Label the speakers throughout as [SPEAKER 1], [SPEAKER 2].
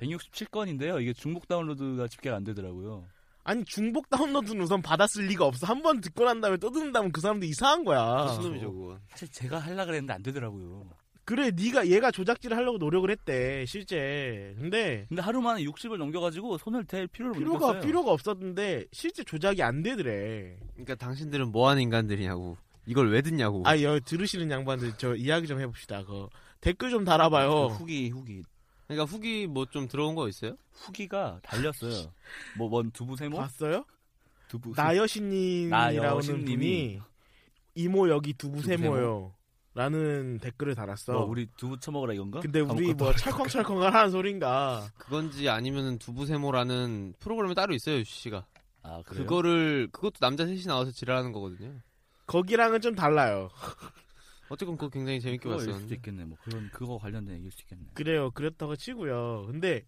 [SPEAKER 1] 167건인데요. 이게 중복 다운로드가 집계가 안 되더라고요.
[SPEAKER 2] 아니 중복 다운로드는 우선 받았을 리가 없어. 한 번 듣고 난 다음에 또 듣는다면 그 사람도 이상한
[SPEAKER 1] 아,
[SPEAKER 2] 거야.
[SPEAKER 3] 무슨 놈이죠 그건.
[SPEAKER 1] 사실 제가 하려 그랬는데 안 되더라고요.
[SPEAKER 2] 그래 네가 얘가 조작질을 하려고 노력을 했대 실제. 근데
[SPEAKER 1] 근데 하루 만에 60을 넘겨가지고 손을 댈 필요를 못
[SPEAKER 2] 필요가
[SPEAKER 1] 느꼈어요.
[SPEAKER 2] 필요가 없었는데 실제 조작이 안 되더래.
[SPEAKER 3] 그러니까 당신들은 뭐하는 인간들이냐고. 이걸 왜 듣냐고.
[SPEAKER 2] 아 여 들으시는 양반들 저 이야기 좀 해봅시다. 그 댓글 좀
[SPEAKER 1] 그
[SPEAKER 2] 달아봐요.
[SPEAKER 1] 후기 후기
[SPEAKER 3] 그러니까 후기 뭐 좀 들어온 거 있어요?
[SPEAKER 1] 후기가 달렸어요. 뭐 뭔 두부 세모?
[SPEAKER 2] 봤어요?
[SPEAKER 1] 두부 세-
[SPEAKER 2] 나여신님이라는 분이
[SPEAKER 1] 나여신님이
[SPEAKER 2] 이모 여기 두부
[SPEAKER 1] 두부세모?
[SPEAKER 2] 세모요. 라는 댓글을 달았어.
[SPEAKER 1] 뭐 우리 두부 처먹으라 이건가?
[SPEAKER 2] 근데 우리
[SPEAKER 1] 아무것도
[SPEAKER 2] 뭐 찰컹찰컹 하는 소린가.
[SPEAKER 3] 그건지 아니면은 두부세모라는 프로그램이 따로 있어요 유씨 씨가.
[SPEAKER 1] 아 그래요?
[SPEAKER 3] 그거를 그것도 남자 셋이 나와서 지랄하는 거거든요.
[SPEAKER 2] 거기랑은 좀 달라요.
[SPEAKER 3] 어쨌건 그거 굉장히 재밌게
[SPEAKER 1] 그거일 수도
[SPEAKER 3] 봤었는데.
[SPEAKER 1] 있겠네. 뭐 그런 그거 관련된 얘기일 수 있겠네.
[SPEAKER 2] 그래요. 그렇다고 치고요. 근데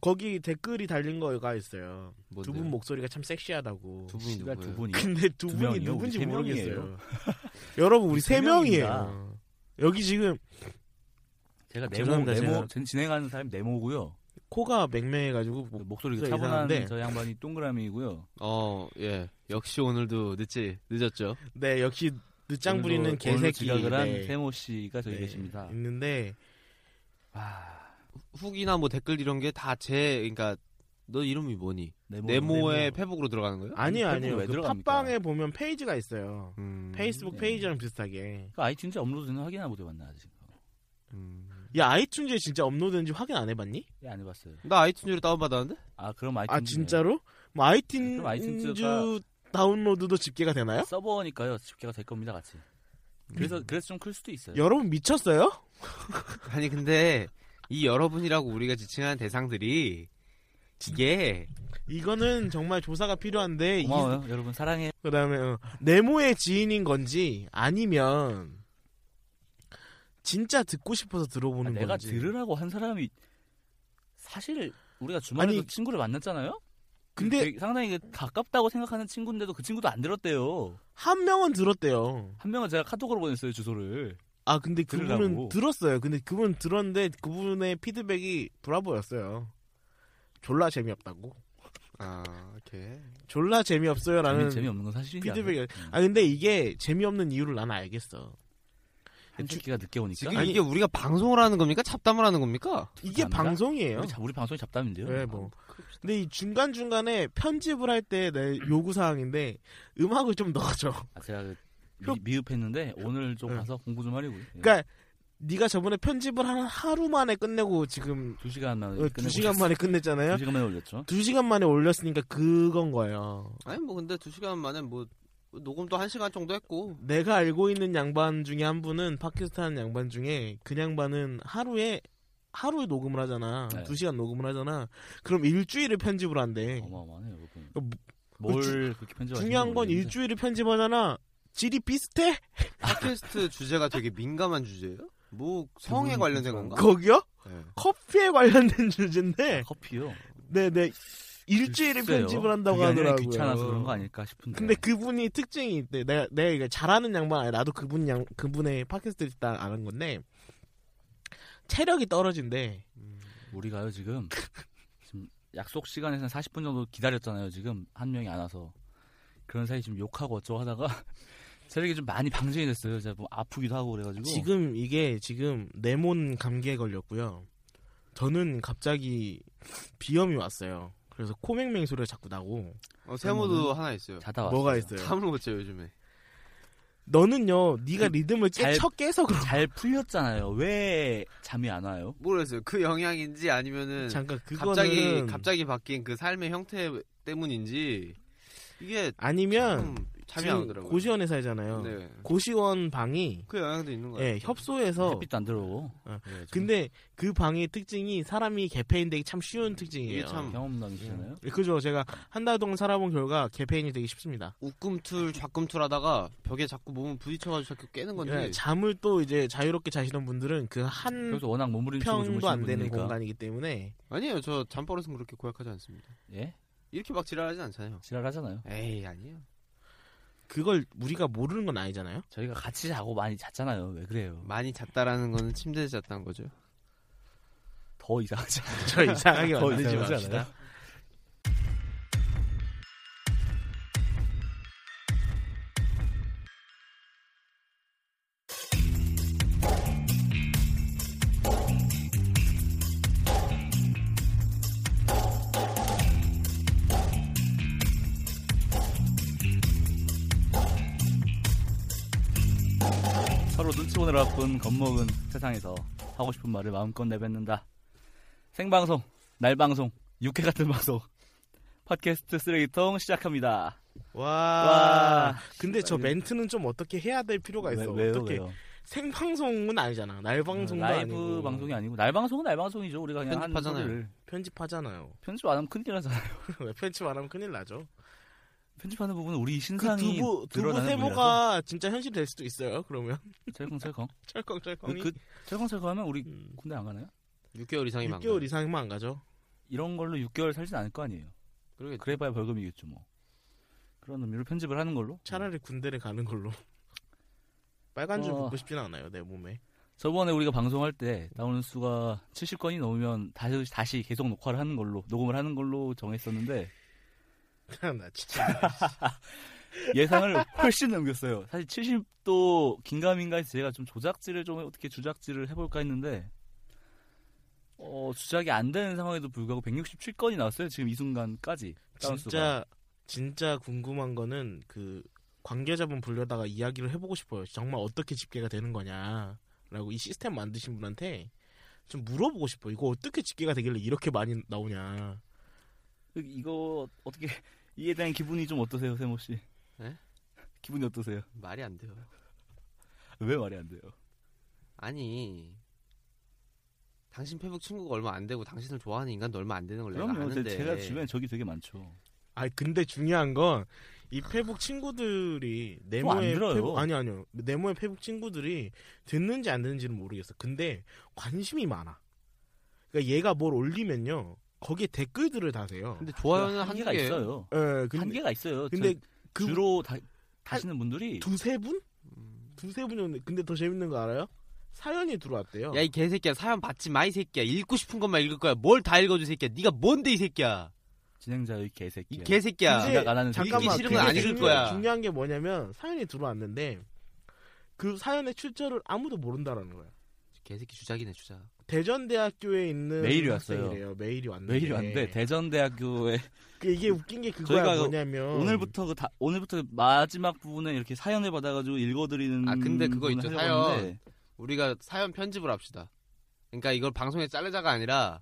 [SPEAKER 2] 거기 댓글이 달린 거가 있어요.
[SPEAKER 3] 뭔데요?
[SPEAKER 2] 두 분 목소리가 참 섹시하다고.
[SPEAKER 3] 두 분이
[SPEAKER 1] 씨발,
[SPEAKER 3] 누구예요?
[SPEAKER 1] 두 분이
[SPEAKER 2] 근데 두
[SPEAKER 1] 두
[SPEAKER 2] 분이
[SPEAKER 1] 명이요?
[SPEAKER 2] 누군지
[SPEAKER 1] 우리 세
[SPEAKER 2] 모르겠어요.
[SPEAKER 1] 명이에요.
[SPEAKER 2] 여러분 우리
[SPEAKER 1] 우리
[SPEAKER 2] 세
[SPEAKER 1] 세
[SPEAKER 2] 명이에요.
[SPEAKER 1] 명입니다.
[SPEAKER 2] 여기 지금
[SPEAKER 1] 제가 네모
[SPEAKER 2] 죄송합니다,
[SPEAKER 1] 네모
[SPEAKER 2] 제가.
[SPEAKER 1] 전 진행하는 사람이 네모고요.
[SPEAKER 2] 코가 맹맹해가지고 뭐-
[SPEAKER 1] 목소리가
[SPEAKER 2] 목소리가
[SPEAKER 1] 차분한
[SPEAKER 2] 이상한데.
[SPEAKER 1] 저 양반이 동그라미이고요.
[SPEAKER 3] 어, 예. 역시 오늘도 늦지 늦었죠.
[SPEAKER 2] 네 역시 늦장 부리는
[SPEAKER 1] 오늘도- 오늘도
[SPEAKER 2] 개새끼
[SPEAKER 1] 지각을 한
[SPEAKER 2] 네.
[SPEAKER 1] 세모 씨가 저기
[SPEAKER 2] 네,
[SPEAKER 1] 계십니다.
[SPEAKER 2] 있는데
[SPEAKER 1] 와,
[SPEAKER 3] 후기나 뭐 댓글 이런 게 다 제 그러니까 너 이름이 뭐니?
[SPEAKER 1] 네모,
[SPEAKER 3] 네모의 페북으로 들어가는 거예요?
[SPEAKER 2] 아니요
[SPEAKER 1] 아니,
[SPEAKER 2] 아니요
[SPEAKER 1] 왜
[SPEAKER 2] 그
[SPEAKER 1] 들어갑니까?
[SPEAKER 2] 팟빵에 보면 페이지가 있어요.
[SPEAKER 3] 음,
[SPEAKER 2] 페이스북
[SPEAKER 1] 네.
[SPEAKER 2] 페이지랑 비슷하게.
[SPEAKER 1] 그 아이튠즈 업로드는 확인하고 못해봤나 아직.
[SPEAKER 3] 음.
[SPEAKER 2] 야 아이튠즈에 진짜 업로드인지 확인 안 해봤니?
[SPEAKER 1] 예, 안 해봤어요.
[SPEAKER 3] 나 아이튠즈로 다운받았는데?
[SPEAKER 1] 아 그럼 아이튠즈
[SPEAKER 2] 아 진짜로? 뭐
[SPEAKER 1] 그럼
[SPEAKER 2] 아이튠즈
[SPEAKER 1] 아이튠즈가-
[SPEAKER 2] 다운로드도 집계가 되나요?
[SPEAKER 1] 서버니까요 집계가 될 겁니다 같이. 그래서 그래서 좀 클 수도 있어요.
[SPEAKER 2] 음. 여러분 미쳤어요?
[SPEAKER 3] 아니 근데 이 여러분이라고 우리가 지칭하는 대상들이 이게
[SPEAKER 2] 이거는 정말 조사가 필요한데 이-
[SPEAKER 1] 고마워요 여러분 사랑해.
[SPEAKER 2] 그다음에 어, 네모의 지인인 건지 아니면 진짜 듣고 싶어서
[SPEAKER 1] 아,
[SPEAKER 2] 들어보는
[SPEAKER 1] 내가
[SPEAKER 2] 건지
[SPEAKER 1] 들으라고 한 사람이 사실 우리가 주말에도
[SPEAKER 2] 아니,
[SPEAKER 1] 친구를 만났잖아요.
[SPEAKER 2] 근데
[SPEAKER 1] 되게 상당히 그 가깝다고 생각하는 친구인데도 그 친구도 안 들었대요.
[SPEAKER 2] 한 명은 들었대요.
[SPEAKER 1] 한 명은 제가 카톡으로 보냈어요 주소를.
[SPEAKER 2] 아 근데 그분은
[SPEAKER 1] 들으라고.
[SPEAKER 2] 들었어요. 근데 그분 들었는데 그분의 피드백이 브라보였어요. 졸라 재미없다고.
[SPEAKER 3] 아, 이렇게
[SPEAKER 2] 졸라 재미없어요라는
[SPEAKER 1] 재미, 재미없는 건 사실이야.
[SPEAKER 2] 피드백이-
[SPEAKER 1] 음.
[SPEAKER 2] 아 근데 이게 재미없는 이유를 난 알겠어.
[SPEAKER 1] 한 새끼가 늦게 오니까.
[SPEAKER 3] 지금
[SPEAKER 2] 아니-
[SPEAKER 3] 이게 우리가 방송을 하는 겁니까? 잡담을 하는 겁니까?
[SPEAKER 2] 이게
[SPEAKER 1] 감사합니다.
[SPEAKER 2] 방송이에요.
[SPEAKER 1] 우리, 자- 우리 방송이 잡담인데요. 아,
[SPEAKER 2] 네, 뭐. 근데 이 중간 중간에 편집을 할 때 내 요구 사항인데 음악을 좀 넣어줘.
[SPEAKER 1] 아, 제가 그
[SPEAKER 2] 효-
[SPEAKER 1] 미, 흡했는데 오늘 좀
[SPEAKER 2] 응.
[SPEAKER 1] 가서 공부 좀 하려고요. 예.
[SPEAKER 2] 네. 그러니까 네가 저번에 편집을 한 하루 만에 끝내고 지금
[SPEAKER 1] 두 시간 만에
[SPEAKER 2] 어, 두 시간 만에 끝냈잖아요.
[SPEAKER 1] 네, 두 시간 만에 올렸죠.
[SPEAKER 2] 두 시간 만에 올렸으니까 그건 거예요.
[SPEAKER 3] 아니 뭐 근데 두 시간 만에 뭐 녹음도 한 시간 정도 했고
[SPEAKER 2] 내가 알고 있는 양반 중에 한 분은 팟캐스트 하는 양반 중에 그 양반은 하루에 하루에 녹음을 하잖아.
[SPEAKER 1] 네.
[SPEAKER 2] 두 시간 녹음을 하잖아. 그럼 일주일을 편집을 한대.
[SPEAKER 1] 어마어마하네요, 여러분.
[SPEAKER 2] 뭐-
[SPEAKER 1] 뭘
[SPEAKER 2] 주-
[SPEAKER 1] 그렇게 편집하시는지
[SPEAKER 2] 중요한 건
[SPEAKER 1] 모르겠는데.
[SPEAKER 2] 일주일을 편집하잖아. 질이 비슷해?
[SPEAKER 3] 팟캐스트 주제가 되게 민감한 주제예요? 뭐 성에 관련된 건가?
[SPEAKER 2] 거기요?
[SPEAKER 3] 네.
[SPEAKER 2] 커피에 관련된 주제인데.
[SPEAKER 1] 커피요.
[SPEAKER 2] 네네 일주일에
[SPEAKER 1] 글쎄요.
[SPEAKER 2] 편집을 한다고
[SPEAKER 1] 그게 아니라
[SPEAKER 2] 하더라고요.
[SPEAKER 1] 귀찮아서 그런 거 아닐까 싶은데.
[SPEAKER 2] 근데 그분이 특징이 있대. 내가 내가 이거 잘하는 양반 아니 나도 그분 양 그분의 팟캐스트를 일단 아는 건데 체력이 떨어진대.
[SPEAKER 1] 우리가요 지금 지금 약속 시간에서 40분 정도 기다렸잖아요. 지금 한 명이 안 와서 그런 사이 지금 욕하고 어쩌고 하다가 체력이 좀 많이 방전이 됐어요. 제가 뭐 아프기도 하고 그래가지고
[SPEAKER 2] 지금 이게 지금 네몬 감기에 걸렸고요. 저는 갑자기 비염이 왔어요. 그래서 코맹맹 소리가 자꾸 나고
[SPEAKER 3] 어, 세모도 하나 있어요.
[SPEAKER 1] 자다 왔어요.
[SPEAKER 2] 뭐가 있어요?
[SPEAKER 3] 잠을 못 자요 요즘에.
[SPEAKER 2] 너는요,
[SPEAKER 3] 그
[SPEAKER 2] 네가 리듬을
[SPEAKER 1] 잘-
[SPEAKER 2] 깨쳐 깨서 그런
[SPEAKER 1] 잘 풀렸잖아요. 왜 잠이 안 와요?
[SPEAKER 3] 모르겠어요. 그 영향인지 아니면은
[SPEAKER 2] 잠깐
[SPEAKER 3] 갑자기
[SPEAKER 2] 그거는
[SPEAKER 3] 갑자기 바뀐 그 삶의 형태 때문인지 이게
[SPEAKER 2] 아니면
[SPEAKER 3] 참 잠이 안
[SPEAKER 2] 지금
[SPEAKER 3] 음, 오더라고요.
[SPEAKER 2] 고시원 회사잖아요.
[SPEAKER 3] 네.
[SPEAKER 2] 고시원 방이
[SPEAKER 3] 그 영향도 있는 거예요.
[SPEAKER 2] 예, 협소해서
[SPEAKER 1] 햇빛도 안 들어오고
[SPEAKER 3] 네,
[SPEAKER 2] 근데 그 방의 특징이 사람이 개폐인 되기 참 쉬운 특징이에요.
[SPEAKER 3] 이게 참-
[SPEAKER 1] 경험담이시잖아요.
[SPEAKER 2] 그죠. 제가 한 달 동안 살아본 결과 개폐인이 되기 쉽습니다.
[SPEAKER 3] 웃꿈틀 좌꿈틀 하다가 벽에 자꾸 몸을 부딪혀가지고 자꾸 깨는 건데
[SPEAKER 2] 예, 잠을 또 이제 자유롭게 자시던 분들은 그 한
[SPEAKER 1] 그래서 워낙 몸부림치고
[SPEAKER 2] 평도 안
[SPEAKER 1] 주무시는
[SPEAKER 2] 되는
[SPEAKER 1] 분이니까.
[SPEAKER 2] 공간이기 때문에
[SPEAKER 3] 아니에요. 저 잠버릇은 그렇게 고약하지 않습니다.
[SPEAKER 1] 예?
[SPEAKER 3] 이렇게 막 지랄하지 않잖아요.
[SPEAKER 1] 지랄하잖아요.
[SPEAKER 3] 에이 아니에요.
[SPEAKER 2] 그걸 우리가 모르는 건 아니잖아요.
[SPEAKER 1] 저희가 같이 자고 많이 잤잖아요. 왜 그래요?
[SPEAKER 3] 많이 잤다라는 거는 침대에 잤다는 거죠.
[SPEAKER 1] 더 이상하지 않아요?
[SPEAKER 2] 저 이상하게
[SPEAKER 1] 더
[SPEAKER 2] 만들지
[SPEAKER 1] 이상하지
[SPEAKER 2] 맙시다.
[SPEAKER 1] 않아요? 서로 눈치 보느라 바쁜 겁먹은 세상에서 하고 싶은 말을 마음껏 내뱉는다. 생방송, 날방송, 육회 같은 방송. 팟캐스트 쓰레기통 시작합니다.
[SPEAKER 2] 와.
[SPEAKER 1] 아, 와.
[SPEAKER 2] 근데 저 멘트는 좀 어떻게 해야 될 필요가 있어.
[SPEAKER 1] 왜, 요
[SPEAKER 2] 어떻게
[SPEAKER 1] 왜요?
[SPEAKER 2] 생방송은 아니잖아. 날 방송도
[SPEAKER 1] 라이브
[SPEAKER 2] 아니고
[SPEAKER 1] 방송이 아니고 날 방송은 날 방송이죠. 우리가 그냥 하는
[SPEAKER 3] 편집하잖아요.
[SPEAKER 1] 소리를
[SPEAKER 2] 편집하잖아요.
[SPEAKER 1] 편집 안 하면 큰일 나잖아요.
[SPEAKER 2] 왜 편집 안 하면 큰일 나죠.
[SPEAKER 1] 편집하는 부분은 우리
[SPEAKER 2] 그
[SPEAKER 1] 신상이
[SPEAKER 2] 두부 두부
[SPEAKER 1] 드러나는
[SPEAKER 2] 세모가 진짜 현실 될 수도 있어요. 그러면
[SPEAKER 1] 분이라서. 철컹철컹.
[SPEAKER 2] 철컹철컹이
[SPEAKER 1] 그 철컹철컹하면 우리
[SPEAKER 2] 음,
[SPEAKER 1] 군대 안 가나요?
[SPEAKER 3] 6개월 이상이 만
[SPEAKER 2] 6개월 이상이면 안 가죠.
[SPEAKER 1] 이런 걸로 6개월 살진 않을 거 아니에요.
[SPEAKER 3] 그러게
[SPEAKER 1] 그래봐야 벌금이겠죠 뭐. 그런 의미로 편집을 하는 걸로.
[SPEAKER 2] 차라리 군대를 가는 걸로. 빨간 줄
[SPEAKER 1] 음. 어.
[SPEAKER 2] 붙고 싶진 않아요 내 몸에.
[SPEAKER 1] 저번에 우리가 방송할 때 나오는 수가 70건이 넘으면 다시 다시 계속 녹화를 하는 걸로 녹음을 하는 걸로 정했었는데
[SPEAKER 2] 나 진짜
[SPEAKER 1] 예상을 훨씬 넘겼어요. 사실 70도 긴가민가해서 제가 좀 조작질을 좀 어떻게 주작질을 해볼까 했는데 어, 주작이 안 되는 상황에도 불구하고 167건이 나왔어요. 지금 이 순간까지. 다운 수가.
[SPEAKER 2] 진짜 진짜 궁금한 거는 그 관계자분 불려다가 이야기를 해보고 싶어요. 정말 어떻게 집계가 되는 거냐라고 이 시스템 만드신 분한테 좀 물어보고 싶어. 요 이거 어떻게 집계가 되길래 이렇게 많이 나오냐.
[SPEAKER 1] 그 이거 어떻게 이에 대한 기분이 좀 어떠세요, 세모 씨?
[SPEAKER 3] 네?
[SPEAKER 1] 기분이 어떠세요?
[SPEAKER 3] 말이 안 돼요.
[SPEAKER 1] 왜 말이 안 돼요?
[SPEAKER 3] 아니 당신 페북 친구가 얼마 안 되고 당신을 좋아하는 인간도 얼마 안 되는 걸 내가
[SPEAKER 1] 그럼요. 제-
[SPEAKER 3] 아는데
[SPEAKER 1] 제가 주변에 적이 되게 많죠.
[SPEAKER 2] 아 근데 중요한 건 이 페북 친구들이
[SPEAKER 1] 아. 안
[SPEAKER 2] 네모의
[SPEAKER 1] 들어요.
[SPEAKER 2] 페북 아니 아니요 네모의 페북 친구들이 듣는지 안 듣는지는 모르겠어. 근데 관심이 많아. 그러니까 얘가 뭘 올리면요 거기에 댓글들을 다세요.
[SPEAKER 3] 근데 좋아요는 한
[SPEAKER 1] 그러니까 한계가
[SPEAKER 3] 개.
[SPEAKER 1] 있어요.
[SPEAKER 2] 예, 어, 근데,
[SPEAKER 1] 한계가 있어요.
[SPEAKER 2] 근데
[SPEAKER 1] 저
[SPEAKER 2] 그
[SPEAKER 1] 주로 다, 다시는 분들이
[SPEAKER 2] 두세 분?
[SPEAKER 3] 음.
[SPEAKER 2] 두세 분 정도. 근데 더 재밌는 거 알아요? 사연이 들어왔대요.
[SPEAKER 3] 야이 개새끼야 사연 받지 마 이 새끼야 읽고 싶은 것만 읽을 거야 뭘 다 읽어줘 이 새끼야 네가 뭔데 이 새끼야
[SPEAKER 1] 진행자의 개새끼.
[SPEAKER 3] 이 개새끼야
[SPEAKER 2] 근데
[SPEAKER 1] 지각 안 하는 새끼.
[SPEAKER 2] 잠깐만
[SPEAKER 3] 읽기 싫은 건
[SPEAKER 2] 되게
[SPEAKER 3] 안 읽을
[SPEAKER 2] 중요-
[SPEAKER 3] 거야.
[SPEAKER 2] 중요한 게 뭐냐면 사연이 들어왔는데 그 사연의 출처를 아무도 모른다라는 거야.
[SPEAKER 3] 개새끼 주작이네 주작
[SPEAKER 2] 대전대학교에 있는
[SPEAKER 1] 메일이 왔어요.
[SPEAKER 2] 학생이래요. 메일이 왔는데.
[SPEAKER 1] 메일이 왔는데 대전대학교에
[SPEAKER 2] 그 이게 웃긴 게 그거야
[SPEAKER 1] 저희가
[SPEAKER 3] 어.
[SPEAKER 2] 뭐냐면
[SPEAKER 1] 오늘부터 그 다, 오늘부터 마지막 부분에 이렇게 사연을 받아가지고 읽어드리는
[SPEAKER 3] 아, 근데 그거
[SPEAKER 1] 부분을
[SPEAKER 3] 있죠,
[SPEAKER 1] 하려고
[SPEAKER 3] 사연.
[SPEAKER 1] 했는데
[SPEAKER 3] 우리가 사연 편집을 합시다 그러니까 이걸 방송에 자르자가 아니라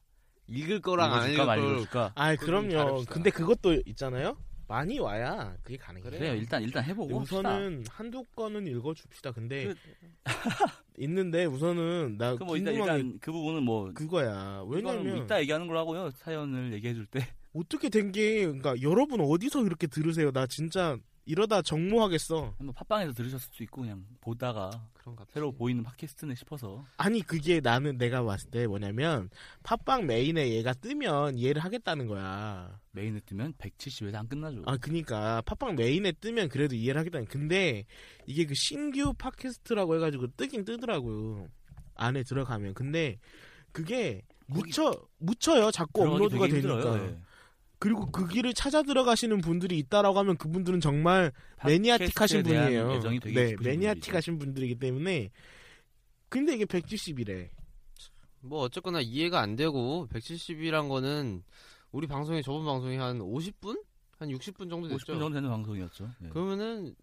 [SPEAKER 3] 읽을 거랑 안 읽을
[SPEAKER 1] 읽어줄까 말
[SPEAKER 3] 걸
[SPEAKER 1] 읽어줄까
[SPEAKER 2] 아
[SPEAKER 3] 그건 좀
[SPEAKER 2] 그럼요.
[SPEAKER 3] 다릅시다.
[SPEAKER 2] 근데 그것도 있잖아요. 많이 와야 그게 가능해요.
[SPEAKER 1] 그래요 뭐 일단 일단 해보고 합시다. 그
[SPEAKER 2] 우선은 한두 건은 읽어줍시다. 근데 있는데 우선은 나
[SPEAKER 1] 그뭐 일단,
[SPEAKER 2] 궁금한 게
[SPEAKER 1] 일단 그 부분은 뭐
[SPEAKER 2] 그거야.
[SPEAKER 1] 그거는 뭐
[SPEAKER 2] 왜냐면
[SPEAKER 1] 이따 얘기하는 걸로 하고요 사연을 얘기해줄 때
[SPEAKER 2] 어떻게 된 게 그러니까 여러분 어디서 이렇게 들으세요? 나 진짜 이러다 정모하겠어.
[SPEAKER 1] 한번 팟빵에서 들으셨을 수도 있고 그냥 보다가
[SPEAKER 3] 그런가 보지.
[SPEAKER 1] 새로 보이는 팟캐스트네 싶어서
[SPEAKER 2] 아니 그게 나는 내가 봤을 때 뭐냐면 팟빵 메인에 얘가 뜨면 이해를 하겠다는 거야.
[SPEAKER 1] 메인에 뜨면 170에서 안 끝나죠.
[SPEAKER 2] 아 그니까 팟빵 메인에 뜨면 그래도 이해를 하겠다는. 근데 이게 그 신규 팟캐스트라고 해가지고 뜨긴 뜨더라고요. 안에 들어가면. 근데 그게 묻혀 묻혀요. 자꾸
[SPEAKER 1] 들어가기
[SPEAKER 2] 업로드가
[SPEAKER 1] 되게
[SPEAKER 2] 되니까.
[SPEAKER 1] 힘들어요, 예.
[SPEAKER 2] 그리고 그 길을 찾아 들어가시는 분들이 있다라고 하면 그분들은 정말 매니아틱하신
[SPEAKER 1] 팟캐스트에 대한
[SPEAKER 2] 분이에요.
[SPEAKER 1] 애정이 되게
[SPEAKER 2] 네,
[SPEAKER 1] 깊으신
[SPEAKER 2] 매니아틱하신 분들이기 때문에 근데 이게 170이래.
[SPEAKER 3] 뭐 어쨌거나 이해가 안 되고 170이란 거는 우리 방송에 저번 방송이 한 50분? 한 60분 정도
[SPEAKER 1] 분이죠. 50분
[SPEAKER 3] 됐죠
[SPEAKER 1] 정도 되는 방송이었죠. 예.
[SPEAKER 3] 그러면은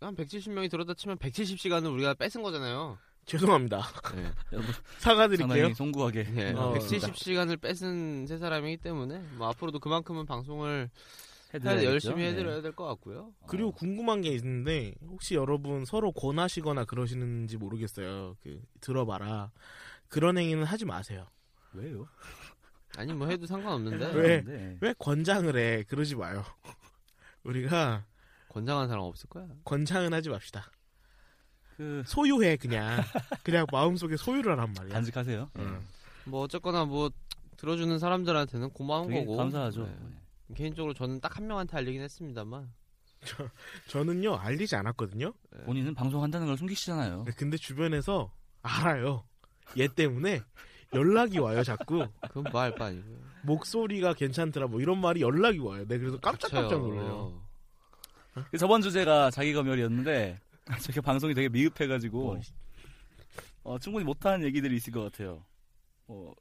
[SPEAKER 3] 한 170명이 들었다 치면 170시간을 우리가 뺏은 거잖아요.
[SPEAKER 2] 죄송합니다.
[SPEAKER 3] 네.
[SPEAKER 1] 여러분
[SPEAKER 2] 사과드릴게요.
[SPEAKER 1] 상당히 송구하게
[SPEAKER 3] 예,
[SPEAKER 2] 어,
[SPEAKER 1] 그러니까.
[SPEAKER 3] 170시간을 뺏은 세 사람이기 때문에 뭐 앞으로도 그만큼은 방송을 해야
[SPEAKER 1] 해드려야겠죠?
[SPEAKER 3] 열심히
[SPEAKER 1] 네.
[SPEAKER 3] 해드려야 될 것 같고요.
[SPEAKER 2] 그리고
[SPEAKER 1] 어.
[SPEAKER 2] 궁금한 게 있는데 혹시 여러분 서로 권하시거나 그러시는지 모르겠어요. 그 들어봐라. 그런 행위는 하지 마세요.
[SPEAKER 1] 왜요?
[SPEAKER 3] 아니 뭐 해도 상관없는데
[SPEAKER 2] 왜?
[SPEAKER 1] 네.
[SPEAKER 2] 왜 권장을 해? 그러지 마요. 우리가
[SPEAKER 3] 권장한 사람 없을 거야.
[SPEAKER 2] 권장은 하지 맙시다.
[SPEAKER 1] 그
[SPEAKER 2] 소유해 그냥. 그냥 마음속에 소유를 하란 말이야. 어.
[SPEAKER 1] 간직하세요.
[SPEAKER 2] 응.
[SPEAKER 3] 뭐 어쨌거나 뭐 들어주는 사람들한테는 고마운
[SPEAKER 1] 되게
[SPEAKER 3] 거고
[SPEAKER 1] 감사하죠.
[SPEAKER 3] 네. 개인적으로 저는 딱 한 명한테 알리긴 했습니다만
[SPEAKER 2] 저는요 알리지 않았거든요.
[SPEAKER 1] 본인은 방송한다는 걸 숨기시잖아요.
[SPEAKER 2] 네, 근데 주변에서 알아요. 얘 때문에 연락이 와요 자꾸.
[SPEAKER 3] 그건 뭐 할 바 아니고요.
[SPEAKER 2] 목소리가 괜찮더라 뭐 이런 말이 연락이 와요. 내가 그래서 깜짝깜짝 놀라요.
[SPEAKER 3] 그쵸.
[SPEAKER 1] 그 저번 주제가 자기 검열이었는데 제가 방송이 되게 미흡해가지고 어, 충분히 못한 얘기들이 있을 것 같아요. 뭐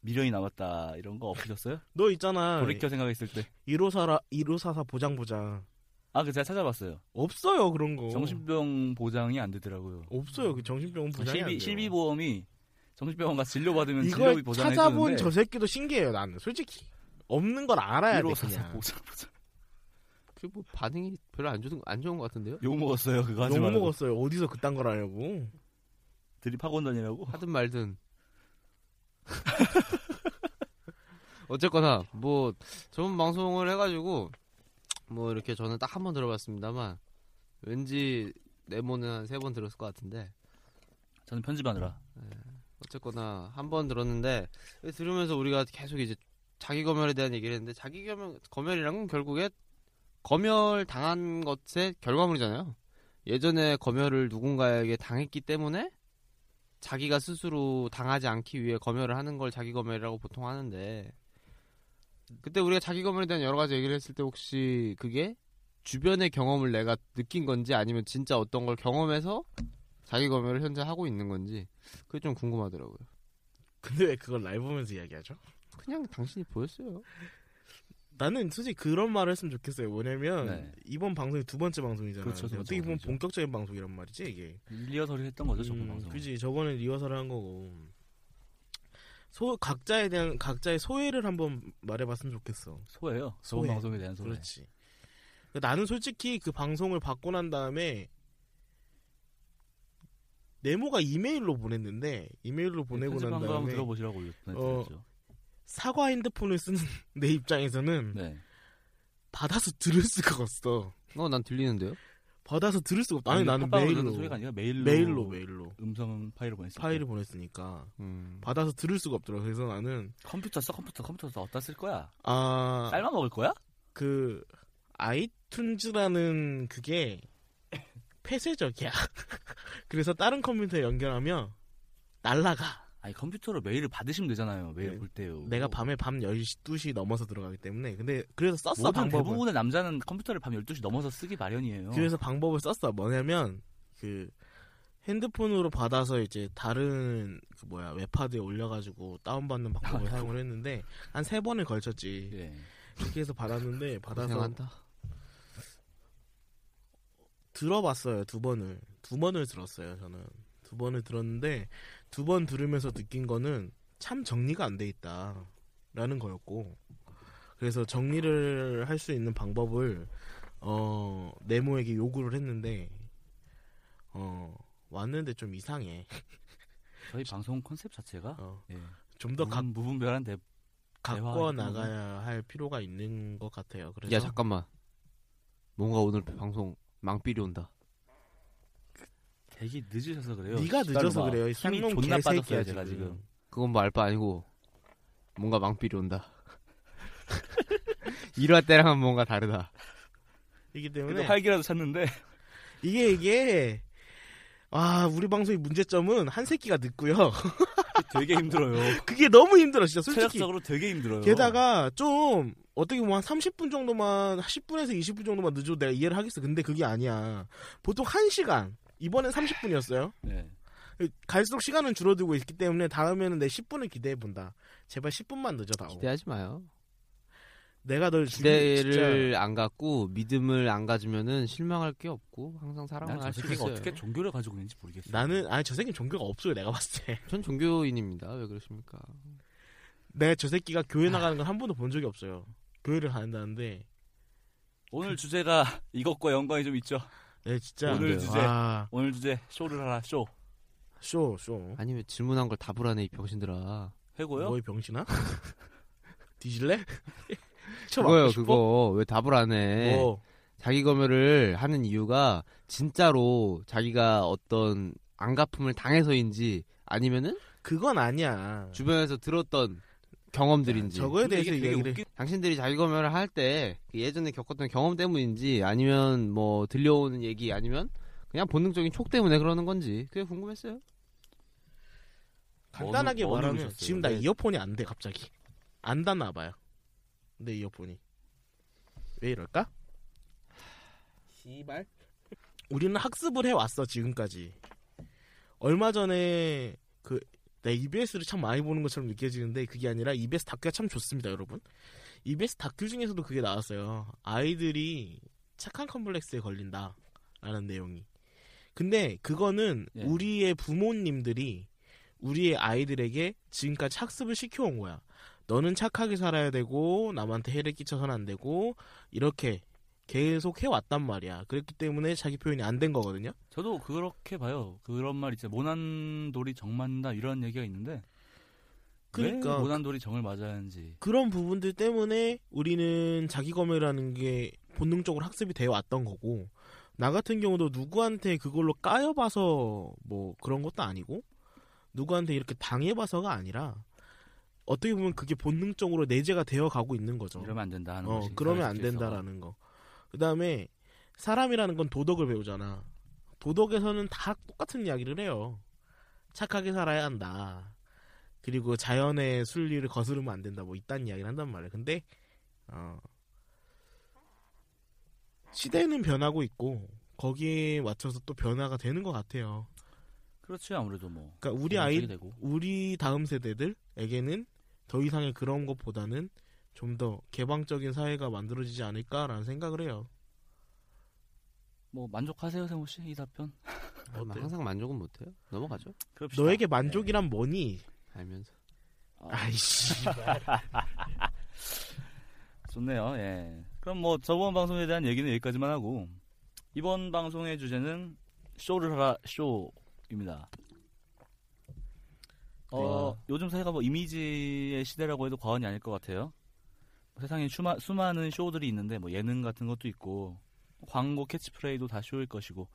[SPEAKER 1] 미련이 남았다 이런 거 없으셨어요?
[SPEAKER 2] 너 있잖아. 예.
[SPEAKER 1] 돌이켜 생각했을 때.
[SPEAKER 2] 1544 1544 보장 보장
[SPEAKER 1] 아, 그 제가 찾아봤어요.
[SPEAKER 2] 없어요 그런 거.
[SPEAKER 1] 정신병 보장이 안 되더라고요.
[SPEAKER 2] 없어요 그 정신병원 보장이 안 돼요.
[SPEAKER 1] 실비 실비 보험이 정신병원 가서 진료 받으면 진료비
[SPEAKER 2] 이걸
[SPEAKER 1] 보장해
[SPEAKER 2] 찾아본
[SPEAKER 1] 주는데
[SPEAKER 2] 저 새끼도 신기해요 나는 솔직히 없는 걸 알아야 돼
[SPEAKER 1] 사서
[SPEAKER 2] 그냥.
[SPEAKER 1] 보장 보장.
[SPEAKER 3] 그게 뭐 반응이 별로 안 좋은 안 좋은 것 같은데요.
[SPEAKER 1] 욕 먹었어요. 그거 하지
[SPEAKER 2] 욕
[SPEAKER 1] 말고.
[SPEAKER 2] 먹었어요 어디서 그딴 걸 하냐고.
[SPEAKER 1] 드립 학원 다니라고.
[SPEAKER 3] 하든 말든 어쨌거나 뭐 좋은 방송을 해가지고 뭐 이렇게 저는 딱 한 번 들어봤습니다만 왠지 네모는 한 세 번 들었을 것 같은데
[SPEAKER 1] 저는 편집하느라.
[SPEAKER 3] 어쨌거나 한 번 들었는데 들으면서 우리가 계속 이제 자기 검열에 대한 얘기를 했는데 자기 검열 검열이란 건 결국에 검열 당한 것의 결과물이잖아요. 예전에 검열을 누군가에게 당했기 때문에 자기가 스스로 당하지 않기 위해 검열을 하는 걸 자기 검열이라고 보통 하는데 그때 우리가 자기 검열에 대한 여러 가지 얘기를 했을 때 혹시 그게 주변의 경험을 내가 느낀 건지 아니면 진짜 어떤 걸 경험해서 자기 검열을 현재 하고 있는 건지 그게 좀 궁금하더라고요.
[SPEAKER 2] 근데 왜 그걸 라이브 보면서 이야기하죠?
[SPEAKER 3] 그냥 당신이 보였어요.
[SPEAKER 2] 나는 솔직히 그런 말을 했으면 좋겠어요. 뭐냐면
[SPEAKER 1] 네.
[SPEAKER 2] 이번 방송이 두 번째 방송이잖아요.
[SPEAKER 1] 그렇죠, 두 번째
[SPEAKER 2] 어떻게 보면
[SPEAKER 1] 방송이죠.
[SPEAKER 2] 본격적인 방송이란 말이지 이게.
[SPEAKER 1] 리허설을 했던 거죠, 저번
[SPEAKER 2] 음,
[SPEAKER 1] 방송.
[SPEAKER 2] 그지 저번에 리허설을 한 거고 소 각자에 대한 각자의 소외를 한번 말해봤으면 좋겠어.
[SPEAKER 1] 소예요. 저번
[SPEAKER 2] 소예.
[SPEAKER 1] 방송에 대한 소예.
[SPEAKER 2] 그렇지. 나는 솔직히 그 방송을 받고 난 다음에 네모가 이메일로 보냈는데 이메일로 보내고
[SPEAKER 1] 네, 편집
[SPEAKER 2] 난
[SPEAKER 1] 방송 한번
[SPEAKER 2] 다음에
[SPEAKER 1] 들어보시라고 올렸죠.
[SPEAKER 2] 사과 핸드폰을 쓰는 내 입장에서는
[SPEAKER 1] 네.
[SPEAKER 2] 받아서 들을 수가 없어.
[SPEAKER 3] 어, 난 들리는데요.
[SPEAKER 2] 받아서 들을 수가 없다. 아니 나는
[SPEAKER 1] 팟빵으로 듣는
[SPEAKER 2] 메일로
[SPEAKER 1] 소리가 아니라 메일로
[SPEAKER 2] 메일로 메일로
[SPEAKER 1] 음성 파일을 보냈어요.
[SPEAKER 2] 파일을 보냈으니까
[SPEAKER 3] 음.
[SPEAKER 2] 받아서 들을 수가 없더라고. 그래서 나는
[SPEAKER 1] 컴퓨터 써 컴퓨터 컴퓨터 써 어디다 쓸 거야?
[SPEAKER 2] 아
[SPEAKER 1] 쌀만 먹을 거야?
[SPEAKER 2] 그 아이튠즈라는 그게 폐쇄적이야. 그래서 다른 컴퓨터에 연결하면 날라가.
[SPEAKER 1] 아니 컴퓨터로 메일을 받으시면 되잖아요. 메일
[SPEAKER 2] 네.
[SPEAKER 1] 볼 때요.
[SPEAKER 2] 내가 밤에 밤 10시, 2시 넘어서 들어가기 때문에. 근데 그래서 썼어
[SPEAKER 1] 모든
[SPEAKER 2] 방법을.
[SPEAKER 1] 대부분의 남자는 컴퓨터를 밤 12시 넘어서 쓰기 마련이에요.
[SPEAKER 2] 그래서 방법을 썼어. 뭐냐면 그 핸드폰으로 받아서 이제 다른 그 뭐야 웹하드에 올려가지고 다운받는 방법을 사용을 했는데 한 세 번에 걸쳤지.
[SPEAKER 1] 예.
[SPEAKER 2] 그렇게 해서 받았는데 받아서
[SPEAKER 3] 고생한다.
[SPEAKER 2] 들어봤어요 두 번을 두 번을 들었어요 저는 두 번을 들었는데 두 번 들으면서 느낀 거는 참 정리가 안 돼 있다라는 거였고 그래서 정리를 할 수 있는 방법을 어 네모에게 요구를 했는데 어 왔는데 좀 이상해
[SPEAKER 1] 저희 방송 컨셉 자체가 예.
[SPEAKER 2] 좀 더 어. 각,
[SPEAKER 1] 무분- 무분별한 대
[SPEAKER 2] 가꿔
[SPEAKER 1] 대화이구나.
[SPEAKER 2] 나가야 할 필요가 있는 것 같아요 그래서
[SPEAKER 3] 야 잠깐만. 뭔가 오늘 방송 망필이 온다.
[SPEAKER 1] 되게 늦으셔서 그래요.
[SPEAKER 2] 네가 늦어서
[SPEAKER 1] 씨발로마.
[SPEAKER 2] 그래요 이
[SPEAKER 1] 힘이
[SPEAKER 2] 쌍놈
[SPEAKER 1] 존나
[SPEAKER 2] 개새끼야
[SPEAKER 1] 빠졌어요 제가
[SPEAKER 2] 지금. 네.
[SPEAKER 1] 지금.
[SPEAKER 3] 그건 뭐 알 바 아니고 뭔가 망필이 온다. 1화 때랑은 뭔가 다르다.
[SPEAKER 2] 이기
[SPEAKER 1] 그래도
[SPEAKER 2] 때문에
[SPEAKER 1] 활기라도 찾는데
[SPEAKER 2] 이게 이게 아 우리 방송의 문제점은 한 새끼가 늦고요.
[SPEAKER 1] 되게 힘들어요.
[SPEAKER 2] 그게 너무 힘들어 진짜 솔직히.
[SPEAKER 1] 체력적으로 되게 힘들어요.
[SPEAKER 2] 게다가 좀 어떻게 보면 한 30분 정도만 10분에서 20분 정도만 늦어도 내가 이해를 하겠어. 근데 그게 아니야. 보통 1시간. 이번엔 30분이었어요.
[SPEAKER 1] 네.
[SPEAKER 2] 갈수록 시간은 줄어들고 있기 때문에 다음에는 내 10분을 기대해 본다. 제발 10분만 늦어 다오.
[SPEAKER 3] 기대하지 마요.
[SPEAKER 2] 내가 널 죽이 진짜
[SPEAKER 3] 기대를 안 갖고 믿음을 안 가지면은 실망할 게 없고 항상 사랑을
[SPEAKER 1] 난저
[SPEAKER 3] 할수
[SPEAKER 1] 새끼가
[SPEAKER 3] 있어요.
[SPEAKER 1] 어떻게 종교를 가지고 있는지 모르겠어요.
[SPEAKER 2] 나는 아니 저 새끼는 종교가 없어요 내가 봤을 때
[SPEAKER 3] 전 종교인입니다. 왜 그러십니까?
[SPEAKER 2] 내가 저 새끼가
[SPEAKER 1] 아.
[SPEAKER 2] 교회 나가는 건 한 번도 본 적이 없어요 교회를 다닌다는데
[SPEAKER 1] 오늘 주제가 이것과 연관이 좀 있죠.
[SPEAKER 2] 내 네, 진짜
[SPEAKER 1] 오늘 주제.
[SPEAKER 2] 아,
[SPEAKER 1] 오늘 주제 쇼를 하라 쇼.
[SPEAKER 2] 쇼, 쇼.
[SPEAKER 3] 아니면 질문한 걸 답을 하네 이 병신들아.
[SPEAKER 1] 해고요?
[SPEAKER 2] 뭐의 병신아? 뒤질래? 쳐
[SPEAKER 3] 그거요 네.
[SPEAKER 2] 맞고 싶어?
[SPEAKER 3] 그거 왜 답을 안 해?
[SPEAKER 2] 뭐,
[SPEAKER 3] 자기 검열을 하는 이유가 진짜로 자기가 어떤 안갚음을 당해서인지 아니면은
[SPEAKER 2] 그건 아니야.
[SPEAKER 3] 주변에서 들었던 경험들인지
[SPEAKER 2] 저거에 대해서
[SPEAKER 1] 이게 되게
[SPEAKER 2] 얘기를
[SPEAKER 1] 웃긴
[SPEAKER 3] 당신들이 자기 검열을 할 때그 예전에 겪었던 경험 때문인지 아니면 뭐 들려오는 얘기 아니면 그냥 본능적인 촉 때문에 그러는 건지 그게 궁금했어요.
[SPEAKER 2] 간단하게
[SPEAKER 1] 어느- 어느
[SPEAKER 2] 말하면
[SPEAKER 1] 그러셨어요?
[SPEAKER 2] 지금 나
[SPEAKER 1] 네.
[SPEAKER 2] 이어폰이 안 돼 갑자기 안 닿나 봐요. 내 이어폰이 왜 이럴까? 시발. 우리는 학습을 해 왔어 지금까지. 얼마 전에 그 내 EBS를 참 많이 보는 것처럼 느껴지는데 그게 아니라 EBS 다큐가 참 좋습니다, 여러분. EBS 다큐 중에서도 그게 나왔어요. 아이들이 착한 컴플렉스에 걸린다라는 내용이. 근데 그거는
[SPEAKER 1] 예.
[SPEAKER 2] 우리의 부모님들이 우리의 아이들에게 지금까지 학습을 시켜온 거야. 너는 착하게 살아야 되고 남한테 해를 끼쳐서는 안 되고 이렇게 계속 해왔단 말이야. 그랬기 때문에 자기 표현이 안 된 거거든요.
[SPEAKER 1] 저도 그렇게 봐요. 그런 말 있죠. 모난 돌이 정 맞는다 이런 얘기가 있는데
[SPEAKER 2] 그러니까
[SPEAKER 1] 왜 모난 돌이 정을 맞아야 하는지
[SPEAKER 2] 그런 부분들 때문에 우리는 자기 검열이라는 게 본능적으로 학습이 되어 왔던 거고 나 같은 경우도 누구한테 그걸로 까여봐서 뭐 그런 것도 아니고 누구한테 이렇게 당해봐서가 아니라 어떻게 보면 그게 본능적으로 내재가 되어 가고 있는 거죠.
[SPEAKER 1] 이러면 안 된다 하는
[SPEAKER 2] 어,
[SPEAKER 1] 것이
[SPEAKER 2] 그러면 안
[SPEAKER 1] 사회적인
[SPEAKER 2] 된다라는 거. 그 다음에 사람이라는 건 도덕을 배우잖아. 도덕에서는 다 똑같은 이야기를 해요. 착하게 살아야 한다. 그리고 자연의 순리를 거스르면 안 된다. 뭐 이딴 이야기를 한단 말이야. 근데 어, 시대는 변하고 있고 거기에 맞춰서 또 변화가 되는 것 같아요.
[SPEAKER 1] 그렇지 아무래도 뭐
[SPEAKER 2] 그러니까 우리
[SPEAKER 1] 그런
[SPEAKER 2] 아이
[SPEAKER 1] 쪽이 되고.
[SPEAKER 2] 우리 다음 세대들에게는 더 이상의 그런 것보다는 좀 더 개방적인 사회가 만들어지지 않을까라는 생각을 해요.
[SPEAKER 1] 뭐 만족하세요 세모 씨이 답변
[SPEAKER 2] 어때요?
[SPEAKER 3] 아, 항상 만족은 못해요. 넘어가죠.
[SPEAKER 1] 그럽시다.
[SPEAKER 2] 너에게 만족이란 뭐니?
[SPEAKER 3] 알면서
[SPEAKER 1] 네. 아,
[SPEAKER 2] 아이씨.
[SPEAKER 1] 좋네요 예 그럼 뭐 저번 방송에 대한 얘기는 여기까지만 하고 이번 방송의 주제는 쇼를 하라 쇼입니다 어
[SPEAKER 2] 네.
[SPEAKER 1] 요즘 사회가 뭐 이미지의 시대라고 해도 과언이 아닐 것 같아요 세상에 수마, 수많은 쇼들이 있는데 뭐 예능 같은 것도 있고 광고 캐치프레이도 다 쇼일 것이고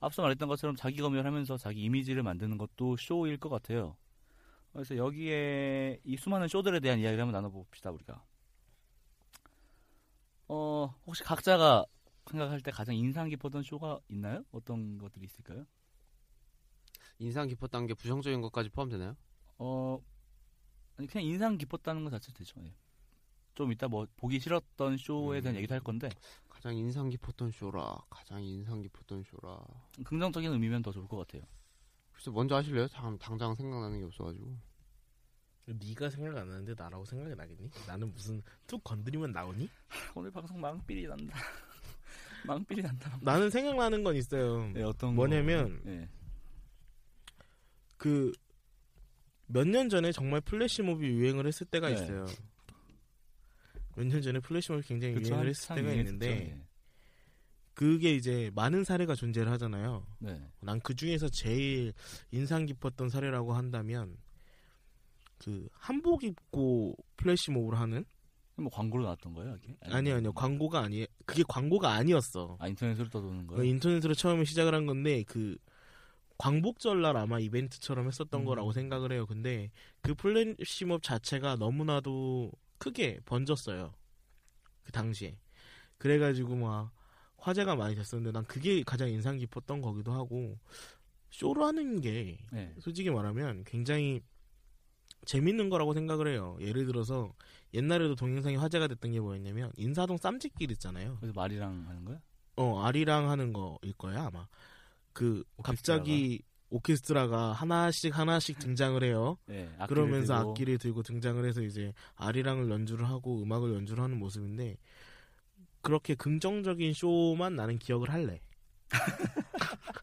[SPEAKER 1] 앞서 말했던 것처럼 자기 검열하면서 자기 이미지를 만드는 것도 쇼일 것 같아요. 그래서 여기에 이 수많은 쇼들에 대한 이야기를 한번 나눠봅시다 우리가. 어 혹시 각자가 생각할 때 가장 인상 깊었던 쇼가 있나요? 어떤 것들이 있을까요?
[SPEAKER 3] 인상 깊었던 게 부정적인 것까지 포함되나요?
[SPEAKER 1] 어 아니 그냥 인상 깊었다는 것 자체 되죠. 예. 좀 이따 뭐 보기 싫었던 쇼에 대한
[SPEAKER 3] 음.
[SPEAKER 1] 얘기도 할 건데
[SPEAKER 3] 가장 인상 깊었던 쇼라. 가장 인상 깊었던 쇼라.
[SPEAKER 1] 긍정적인 의미면 더 좋을 것 같아요.
[SPEAKER 3] 글쎄 먼저 하실래요? 당, 당장 생각나는 게 없어가지고.
[SPEAKER 2] 네가 생각 안 나는데 나라고 생각이 나겠니? 나는 무슨 툭 건드리면 나오니?
[SPEAKER 1] 오늘 방송 망삐리 난다. 망삐리 난다.
[SPEAKER 2] 나는 생각나는 건 있어요.
[SPEAKER 1] 네, 어떤
[SPEAKER 2] 뭐냐면
[SPEAKER 1] 거. 예.
[SPEAKER 2] 그 몇 년 전에 정말 플래시몹이 유행을 했을 때가
[SPEAKER 1] 네.
[SPEAKER 2] 있어요. 몇 년 전에 플래시몹이 굉장히
[SPEAKER 1] 그쵸,
[SPEAKER 2] 유행을 했을
[SPEAKER 1] 한창
[SPEAKER 2] 때가
[SPEAKER 1] 유행했었죠. 예.
[SPEAKER 2] 있는데 그게 이제 많은 사례가 존재를 하잖아요.
[SPEAKER 1] 예. 네.
[SPEAKER 2] 난 그 중에서 제일 인상 깊었던 사례라고 한다면 그 한복 입고 플래시몹을 하는
[SPEAKER 1] 뭐 광고로 나왔던 거예요, 이게?
[SPEAKER 2] 아니 아니요 광고가 아니 그게 광고가 아니었어.
[SPEAKER 1] 아 인터넷으로 떠도는
[SPEAKER 2] 그
[SPEAKER 1] 거예요.
[SPEAKER 2] 인터넷으로 처음에 시작을 한 건데 그 광복절 날 아마 이벤트처럼 했었던
[SPEAKER 1] 음.
[SPEAKER 2] 거라고 생각을 해요. 근데 그 플래시몹 자체가 너무나도 크게 번졌어요. 그 당시에. 그래가지고 막 화제가 많이 됐었는데 난 그게 가장 인상 깊었던 거기도 하고 쇼로 하는 게
[SPEAKER 1] 네.
[SPEAKER 2] 솔직히 말하면 굉장히 재밌는 거라고 생각을 해요. 예를 들어서 옛날에도 동영상이 화제가 됐던 게 뭐였냐면 인사동 쌈짓길 있잖아요.
[SPEAKER 1] 그래서 말이랑 하는 거야?
[SPEAKER 2] 어 아리랑 하는 거일 거야 아마 그
[SPEAKER 1] 오케스트라가?
[SPEAKER 2] 갑자기 오케스트라가 하나씩 하나씩 등장을 해요.
[SPEAKER 1] 예, 악기를
[SPEAKER 2] 그러면서
[SPEAKER 1] 들고.
[SPEAKER 2] 악기를 들고 등장을 해서 이제 아리랑을 연주를 하고 음악을 연주를 하는 모습인데 그렇게 긍정적인 쇼만 나는 기억을 할래.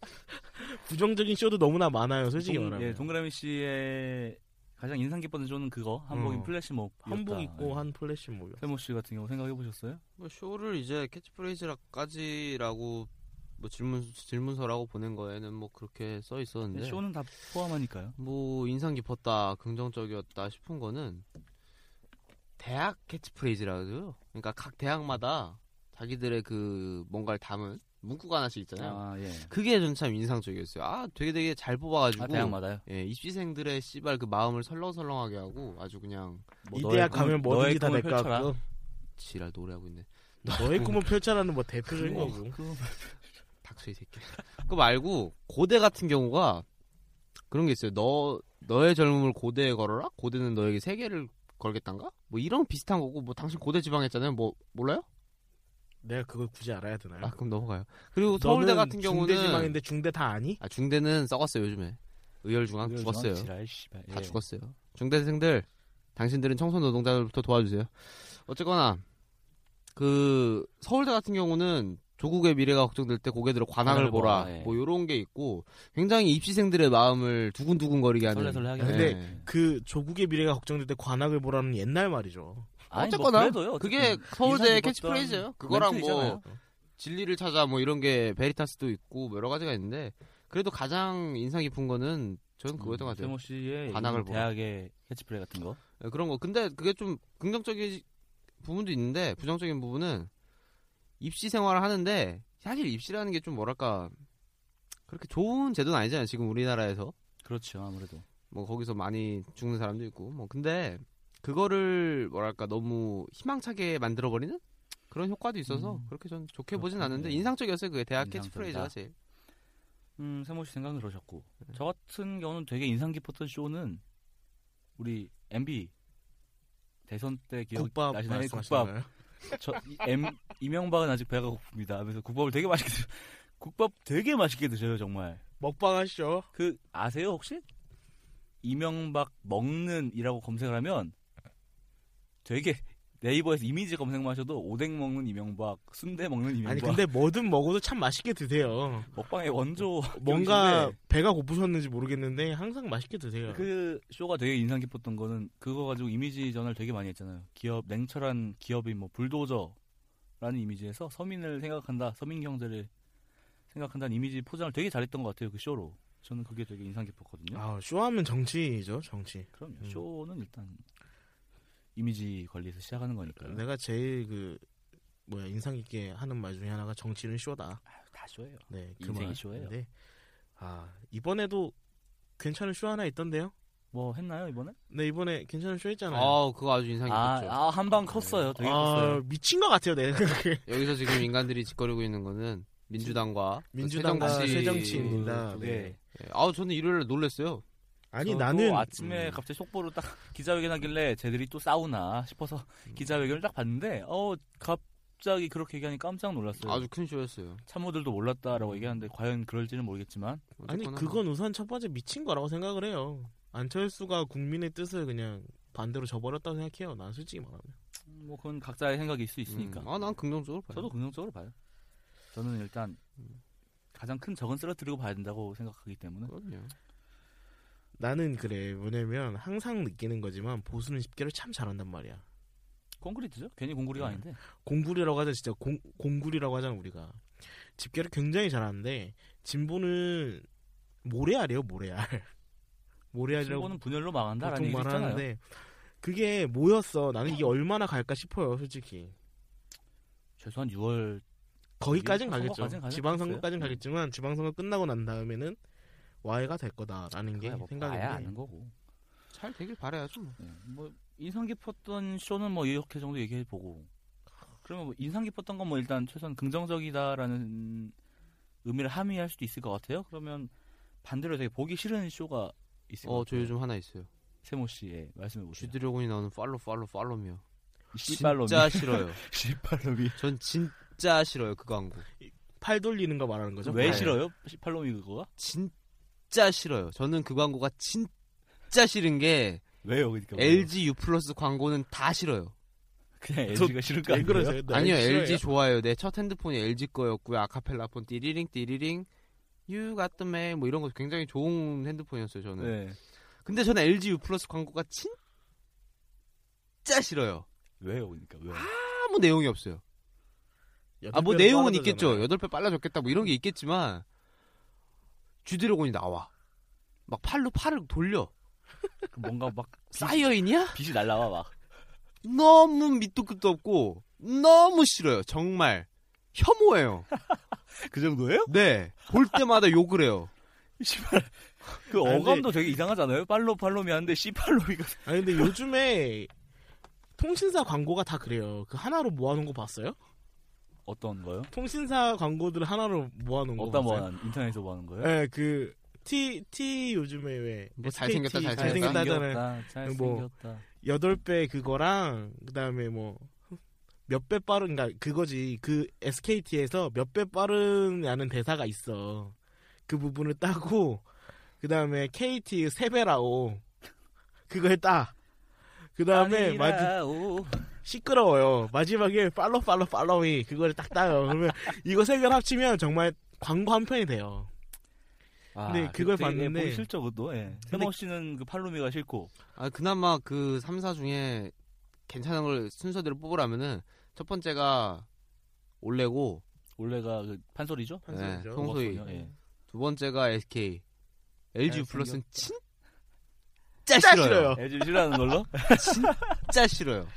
[SPEAKER 2] 부정적인 쇼도 너무나 많아요, 솔직히
[SPEAKER 1] 동,
[SPEAKER 2] 말하면.
[SPEAKER 1] 예, 동그라미 씨의 가장 인상 깊었던 쇼는 그거 한복인
[SPEAKER 3] 음.
[SPEAKER 2] 어.
[SPEAKER 1] 플래시 몹
[SPEAKER 2] 한복
[SPEAKER 1] 예.
[SPEAKER 2] 입고 한 플래시 모요.
[SPEAKER 1] 세모 씨 같은 경우 생각해 보셨어요?
[SPEAKER 3] 뭐 쇼를 이제 캐치프레이즈까지라고 뭐 질문 질문서라고 보낸 거에는 뭐 그렇게 써 있었는데
[SPEAKER 1] 네, 쇼는 다 포함하니까요.
[SPEAKER 3] 뭐 인상 깊었다, 긍정적이었다 싶은 거는 대학 캐치프레이즈라고요. 그러니까 각 대학마다 자기들의 그 뭔가를 담은 문구가 하나씩 있잖아요.
[SPEAKER 1] 아 예.
[SPEAKER 3] 그게 전 참 인상적이었어요. 아, 되게 되게 잘 뽑아가지고
[SPEAKER 1] 아 대학마다요.
[SPEAKER 3] 예, 입시생들의 씨발 그 마음을 설렁설렁하게 하고 아주 그냥
[SPEAKER 1] 뭐
[SPEAKER 2] 이
[SPEAKER 1] 너의
[SPEAKER 2] 대학
[SPEAKER 1] 꿈을-
[SPEAKER 2] 가면
[SPEAKER 1] 너의
[SPEAKER 2] 뭐든지 다
[SPEAKER 1] 꿈을
[SPEAKER 2] 될 것
[SPEAKER 1] 펼쳐라.
[SPEAKER 2] 같고
[SPEAKER 3] 지랄 노래하고 있네.
[SPEAKER 2] 너의 꿈을 펼쳐라는 뭐 대표적인
[SPEAKER 1] 어,
[SPEAKER 2] 거고.
[SPEAKER 1] 그거
[SPEAKER 3] 닥쳐 이 새끼. 그 말고 고대 같은 경우가 그런 게 있어요. 너 너의 젊음을 고대에 걸어라. 고대는 너에게 세계를 걸겠단가? 뭐 이런 비슷한 거고 뭐 당신 고대 지방했잖아요. 뭐 몰라요?
[SPEAKER 2] 내가 그걸 굳이 알아야 되나요?
[SPEAKER 3] 아 그럼 넘어가요. 그리고 서울대
[SPEAKER 2] 네. 너는
[SPEAKER 3] 같은 경우는
[SPEAKER 2] 중대 지망인데 중대 다 아니?
[SPEAKER 3] 아 중대는 썩었어요 요즘에. 의열중앙
[SPEAKER 1] 그거
[SPEAKER 3] 아, 죽었어요.
[SPEAKER 1] 지랄 씨발.
[SPEAKER 3] 다
[SPEAKER 1] 예.
[SPEAKER 3] 죽었어요. 중대생들, 당신들은 청소 노동자들부터 도와주세요. 어쨌거나 그 서울대 같은 경우는 조국의 미래가 걱정될 때 고개 들어 관악을
[SPEAKER 1] 관악을
[SPEAKER 3] 보라.
[SPEAKER 1] 보라, 예.
[SPEAKER 3] 뭐 요런 게 있고 굉장히 입시생들의 마음을 두근두근거리게 하는.
[SPEAKER 1] 설레설레하게
[SPEAKER 2] 하는.
[SPEAKER 3] 예.
[SPEAKER 2] 그 조국의 미래가 걱정될 때 관악을 보라는 옛날 말이죠.
[SPEAKER 1] 아니, 뭐
[SPEAKER 3] 어쨌거나
[SPEAKER 1] 그래도요, 어쨌든.
[SPEAKER 3] 그게
[SPEAKER 1] 인상 깊었던
[SPEAKER 3] 서울대의 캐치프레이즈예요. 그거랑 뭐
[SPEAKER 1] 멘트이잖아요.
[SPEAKER 3] 진리를 찾아 뭐 이런 게 베리타스도 있고 뭐 여러 가지가 있는데 그래도 가장 인상 깊은 거는 저는 그거였던 것 같아요.
[SPEAKER 1] 세모 씨의
[SPEAKER 3] 관악을
[SPEAKER 1] 이
[SPEAKER 3] 보라.
[SPEAKER 1] 대학의 캐치플레이 같은 거.
[SPEAKER 3] 예, 그런 거. 근데 그게 좀 긍정적인 부분도 있는데 부정적인 부분은 입시 생활을 하는데 사실 입시라는 게 좀 뭐랄까 그렇게 좋은 제도는 아니잖아요. 지금 우리나라에서
[SPEAKER 1] 그렇죠 아무래도.
[SPEAKER 3] 뭐 거기서 많이 죽는 사람도 있고 뭐 근데 그거를 뭐랄까 너무 희망차게 만들어 버리는 그런 효과도 있어서
[SPEAKER 1] 음.
[SPEAKER 3] 그렇게 전 좋게 보진
[SPEAKER 1] 그렇군요.
[SPEAKER 3] 않는데 인상적이었어요. 그게 대학
[SPEAKER 1] 인상적이다.
[SPEAKER 3] 캐치프레이즈가 제일.
[SPEAKER 1] 음, 세모 씨 생각은 그러셨고
[SPEAKER 2] 네.
[SPEAKER 1] 저 같은 경우는 되게 인상 깊었던 쇼는 우리 MB 대선 때 기억
[SPEAKER 2] 국밥
[SPEAKER 1] 나시나요? 네, 국밥.
[SPEAKER 2] 말씀하시나요?
[SPEAKER 1] 저 이- M 이명박은 아직 배가 고픕니다. 하면서 국밥을 되게 맛있게 드 국밥 되게 맛있게 드셔요 정말.
[SPEAKER 2] 먹방 하시죠.
[SPEAKER 1] 그 아세요 혹시? 이명박 먹는이라고 검색을 하면 되게 네이버에서 이미지 검색만 하셔도 오뎅 먹는 이명박, 순대 먹는 이명박,
[SPEAKER 2] 아니 근데 뭐든 먹어도 참 맛있게 드세요.
[SPEAKER 1] 먹방의 원조
[SPEAKER 2] 뭔가 배가 고프셨는지 모르겠는데 항상 맛있게 드세요.
[SPEAKER 1] 그 쇼가 되게 인상 깊었던 거는 그거 가지고 이미지 전환을 되게 많이 했잖아요. 기업 냉철한 기업인 뭐 불도저라는 이미지에서 서민을 생각한다, 서민 경제를 생각한다는 이미지 포장을 되게 잘했던 것 같아요. 그 쇼로 저는 그게 되게 인상 깊었거든요.
[SPEAKER 2] 아, 쇼하면 정치죠, 정치.
[SPEAKER 1] 그럼요.
[SPEAKER 2] 음.
[SPEAKER 1] 쇼는 일단 이미지 관리에서 시작하는 거니까요.
[SPEAKER 2] 내가 제일 그 뭐야 인상 깊게 하는 말 중에 하나가 정치는 쇼다.
[SPEAKER 1] 아유, 다 쇼예요.
[SPEAKER 2] 네, 그
[SPEAKER 1] 인생이
[SPEAKER 2] 말.
[SPEAKER 1] 쇼예요.
[SPEAKER 2] 근데 아 이번에도 괜찮은 쇼 하나 있던데요?
[SPEAKER 1] 뭐 했나요 이번에?
[SPEAKER 2] 네 이번에 괜찮은 쇼 했잖아요.
[SPEAKER 3] 아 그거 아주 인상
[SPEAKER 1] 아,
[SPEAKER 3] 깊었죠.
[SPEAKER 1] 아, 한 방 컸어요. 되게
[SPEAKER 2] 아,
[SPEAKER 1] 컸어요.
[SPEAKER 2] 미친 것 같아요, 내 생각에.
[SPEAKER 3] 여기서 지금 인간들이 짓거리고 있는 거는 민주당과
[SPEAKER 2] 민주당과
[SPEAKER 3] 새정치.
[SPEAKER 2] 새정치입니다.
[SPEAKER 1] 두
[SPEAKER 2] 네.
[SPEAKER 1] 개.
[SPEAKER 3] 예. 아우 저는 일요일 날 놀랬어요.
[SPEAKER 2] 아니
[SPEAKER 1] 저도
[SPEAKER 2] 나는
[SPEAKER 1] 아침에
[SPEAKER 2] 음,
[SPEAKER 1] 갑자기 속보로 딱 기자회견 하길래 쟤들이 또 싸우나 싶어서
[SPEAKER 3] 음.
[SPEAKER 1] 기자회견을 딱 봤는데 어 갑자기 그렇게 얘기하니 깜짝 놀랐어요.
[SPEAKER 3] 아주 음. 큰 쇼였어요.
[SPEAKER 1] 참모들도 몰랐다라고 얘기하는데 과연 그럴지는 모르겠지만
[SPEAKER 2] 아니
[SPEAKER 3] 어쨌거나 뭐. 음.
[SPEAKER 2] 그건 우선 첫 번째 미친 거라고 생각을 해요. 안철수가 국민의 뜻을 그냥 반대로 저버렸다고 생각해요. 난 솔직히 말하면.
[SPEAKER 1] 뭐 그건 각자의 생각일 수 있으니까.
[SPEAKER 3] 음, 아난 긍정적으로 봐요. 음.
[SPEAKER 1] 저도 긍정적으로 봐요. 저는 일단 가장 큰 적은 쓰러뜨리고 봐야 된다고 생각하기 때문에
[SPEAKER 3] 그럼요.
[SPEAKER 2] 나는 그래 뭐냐면 항상 느끼는 거지만 보수는 집계를 참 잘한단 말이야.
[SPEAKER 1] 콘크리트죠. 괜히 공구리가
[SPEAKER 2] 음.
[SPEAKER 3] 네.
[SPEAKER 1] 아닌데
[SPEAKER 2] 공굴이라고 하자 진짜 공, 공굴이라고 하잖아 우리가 집계를 굉장히 잘하는데 진보는 모래알이에요 모래알 모래알이라고
[SPEAKER 1] 신고는 분열로 망한다라는
[SPEAKER 2] 보통
[SPEAKER 1] 얘기 있잖아요.
[SPEAKER 2] 말하는데 그게 뭐였어 나는 이게 얼마나 갈까 싶어요 솔직히
[SPEAKER 1] 최소한 6월
[SPEAKER 2] 거기까진
[SPEAKER 1] 선거까진
[SPEAKER 2] 가겠죠
[SPEAKER 1] 가지
[SPEAKER 2] 지방선거까진
[SPEAKER 1] 않겠어요?
[SPEAKER 2] 가겠지만 지방선거 끝나고 난 다음에는 와해가 될 거다라는 게
[SPEAKER 1] 그거야 뭐 봐야
[SPEAKER 2] 예, 생각인데
[SPEAKER 1] 아는 거고.
[SPEAKER 3] 잘 되길 바라야죠. 뭐.
[SPEAKER 1] 예, 뭐 인상 깊었던 쇼는 뭐 이렇게 정도 얘기해 보고 그러면 뭐 인상 깊었던 건 뭐 일단 최소한 긍정적이다라는 의미를 함의할 수도 있을 것 같아요. 그러면 반대로 되게 보기 싫은 쇼가 있을 것
[SPEAKER 3] 어저
[SPEAKER 1] 같아요.
[SPEAKER 3] 요즘 하나 있어요.
[SPEAKER 1] 세모 씨의 예, 말씀해 보세요.
[SPEAKER 3] 네. 쥐드래곤이 나오는 팔로 팔로 팔로미요.
[SPEAKER 1] 씨발놈이.
[SPEAKER 3] 진짜 싫어요.
[SPEAKER 1] 시팔로미
[SPEAKER 3] 전 진짜 싫어요 그 광고.
[SPEAKER 2] 팔 돌리는 거 말하는 거죠 네.
[SPEAKER 1] 왜
[SPEAKER 2] 팔.
[SPEAKER 1] 싫어요? 시팔로미 그거가?
[SPEAKER 3] 진짜 진짜 싫어요. 저는 그 광고가 진짜 싫은 게
[SPEAKER 4] 왜요? 그러니까 왜요?
[SPEAKER 3] LG U 플러스 광고는 다 싫어요.
[SPEAKER 4] 그냥
[SPEAKER 2] 저-
[SPEAKER 4] LG가 싫은 거
[SPEAKER 2] 왜
[SPEAKER 4] 아니에요?
[SPEAKER 2] 그러세요? 나
[SPEAKER 3] 아니요
[SPEAKER 2] 네, 싫어요.
[SPEAKER 3] LG 좋아요. 내 첫 핸드폰이 LG 거였고요. 아카펠라 폰 띠리링 띠리링 You got the mail 뭐 이런 거 굉장히 좋은 핸드폰이었어요 저는.
[SPEAKER 4] 네.
[SPEAKER 3] 근데 저는 LG U 플러스 광고가 진짜 싫어요.
[SPEAKER 4] 왜요? 그러니까 왜요?
[SPEAKER 3] 아무 내용이 없어요.
[SPEAKER 2] 여덟
[SPEAKER 3] 아 뭐
[SPEAKER 2] 배로
[SPEAKER 3] 내용은
[SPEAKER 2] 떨어져잖아요.
[SPEAKER 3] 있겠죠. 여덟 배 빨라졌겠다 뭐 이런 게 있겠지만 쥐드래곤이 나와. 막 팔로 팔을 돌려.
[SPEAKER 1] 그 뭔가 막
[SPEAKER 3] 사이어인이야?
[SPEAKER 4] 빛이 날라와 막.
[SPEAKER 3] 너무 밑도 끝도 없고 너무 싫어요. 정말 혐오해요.
[SPEAKER 4] 그 정도예요?
[SPEAKER 3] 네. 볼 때마다 욕을 해요.
[SPEAKER 4] 씨발. 그
[SPEAKER 2] 아니,
[SPEAKER 4] 어감도 되게 이상하잖아요. 팔로 팔로미 하는데 씨팔로미가
[SPEAKER 2] 아니 근데 요즘에 통신사 광고가 다 그래요. 그 하나로 모아놓은 거 봤어요?
[SPEAKER 1] 어떤 거요?
[SPEAKER 2] 통신사 광고들 하나로 모아놓은 거
[SPEAKER 1] 없다
[SPEAKER 2] 봤어요?
[SPEAKER 1] 뭐 하는 인터넷에서 뭐 하는 거예요?
[SPEAKER 2] 예, 그, T, T 요즘에 왜.
[SPEAKER 3] 뭐
[SPEAKER 2] SKT
[SPEAKER 3] 잘생겼다, 잘생겼다.
[SPEAKER 2] 잘생겼다 하잖아요.
[SPEAKER 1] 잘생겼다.
[SPEAKER 2] 뭐.
[SPEAKER 1] 잘생겼다.
[SPEAKER 2] 여덟 배 그거랑, 그 다음에 뭐, 몇 배 빠른가, 그거지. 그 SKT에서 몇 배 빠른이라는 대사가 있어. 그 부분을 따고, 그 다음에 KT 세 배라오. 그걸 따. 그 다음에 마지,
[SPEAKER 1] 아니라오.
[SPEAKER 2] 시끄러워요. 마지막에 팔로 팔로 팔로이 그거를 딱 따요. 그러면 이거 세 개를 합치면 정말 광고 한 편이 돼요.
[SPEAKER 1] 아,
[SPEAKER 2] 네, 그걸
[SPEAKER 1] 그때
[SPEAKER 2] 봤는데-
[SPEAKER 1] 보기 싫죠, 그것도. 예. 세모 씨는 그 팔로미가 싫고.
[SPEAKER 3] 아 그나마 그 3사 중에 괜찮은 걸 순서대로 뽑으라면은 첫 번째가 올레고
[SPEAKER 1] 원래가 그 판소리죠?
[SPEAKER 3] 네,
[SPEAKER 2] 판소리죠.
[SPEAKER 3] 송소희
[SPEAKER 1] 그거군요, 예.
[SPEAKER 3] 두 번째가 SK LG 플러스는 진짜
[SPEAKER 2] 진짜
[SPEAKER 3] 싫어요.
[SPEAKER 2] 싫어요.
[SPEAKER 1] 애들 싫어하는 걸로?
[SPEAKER 3] 진짜 싫어요.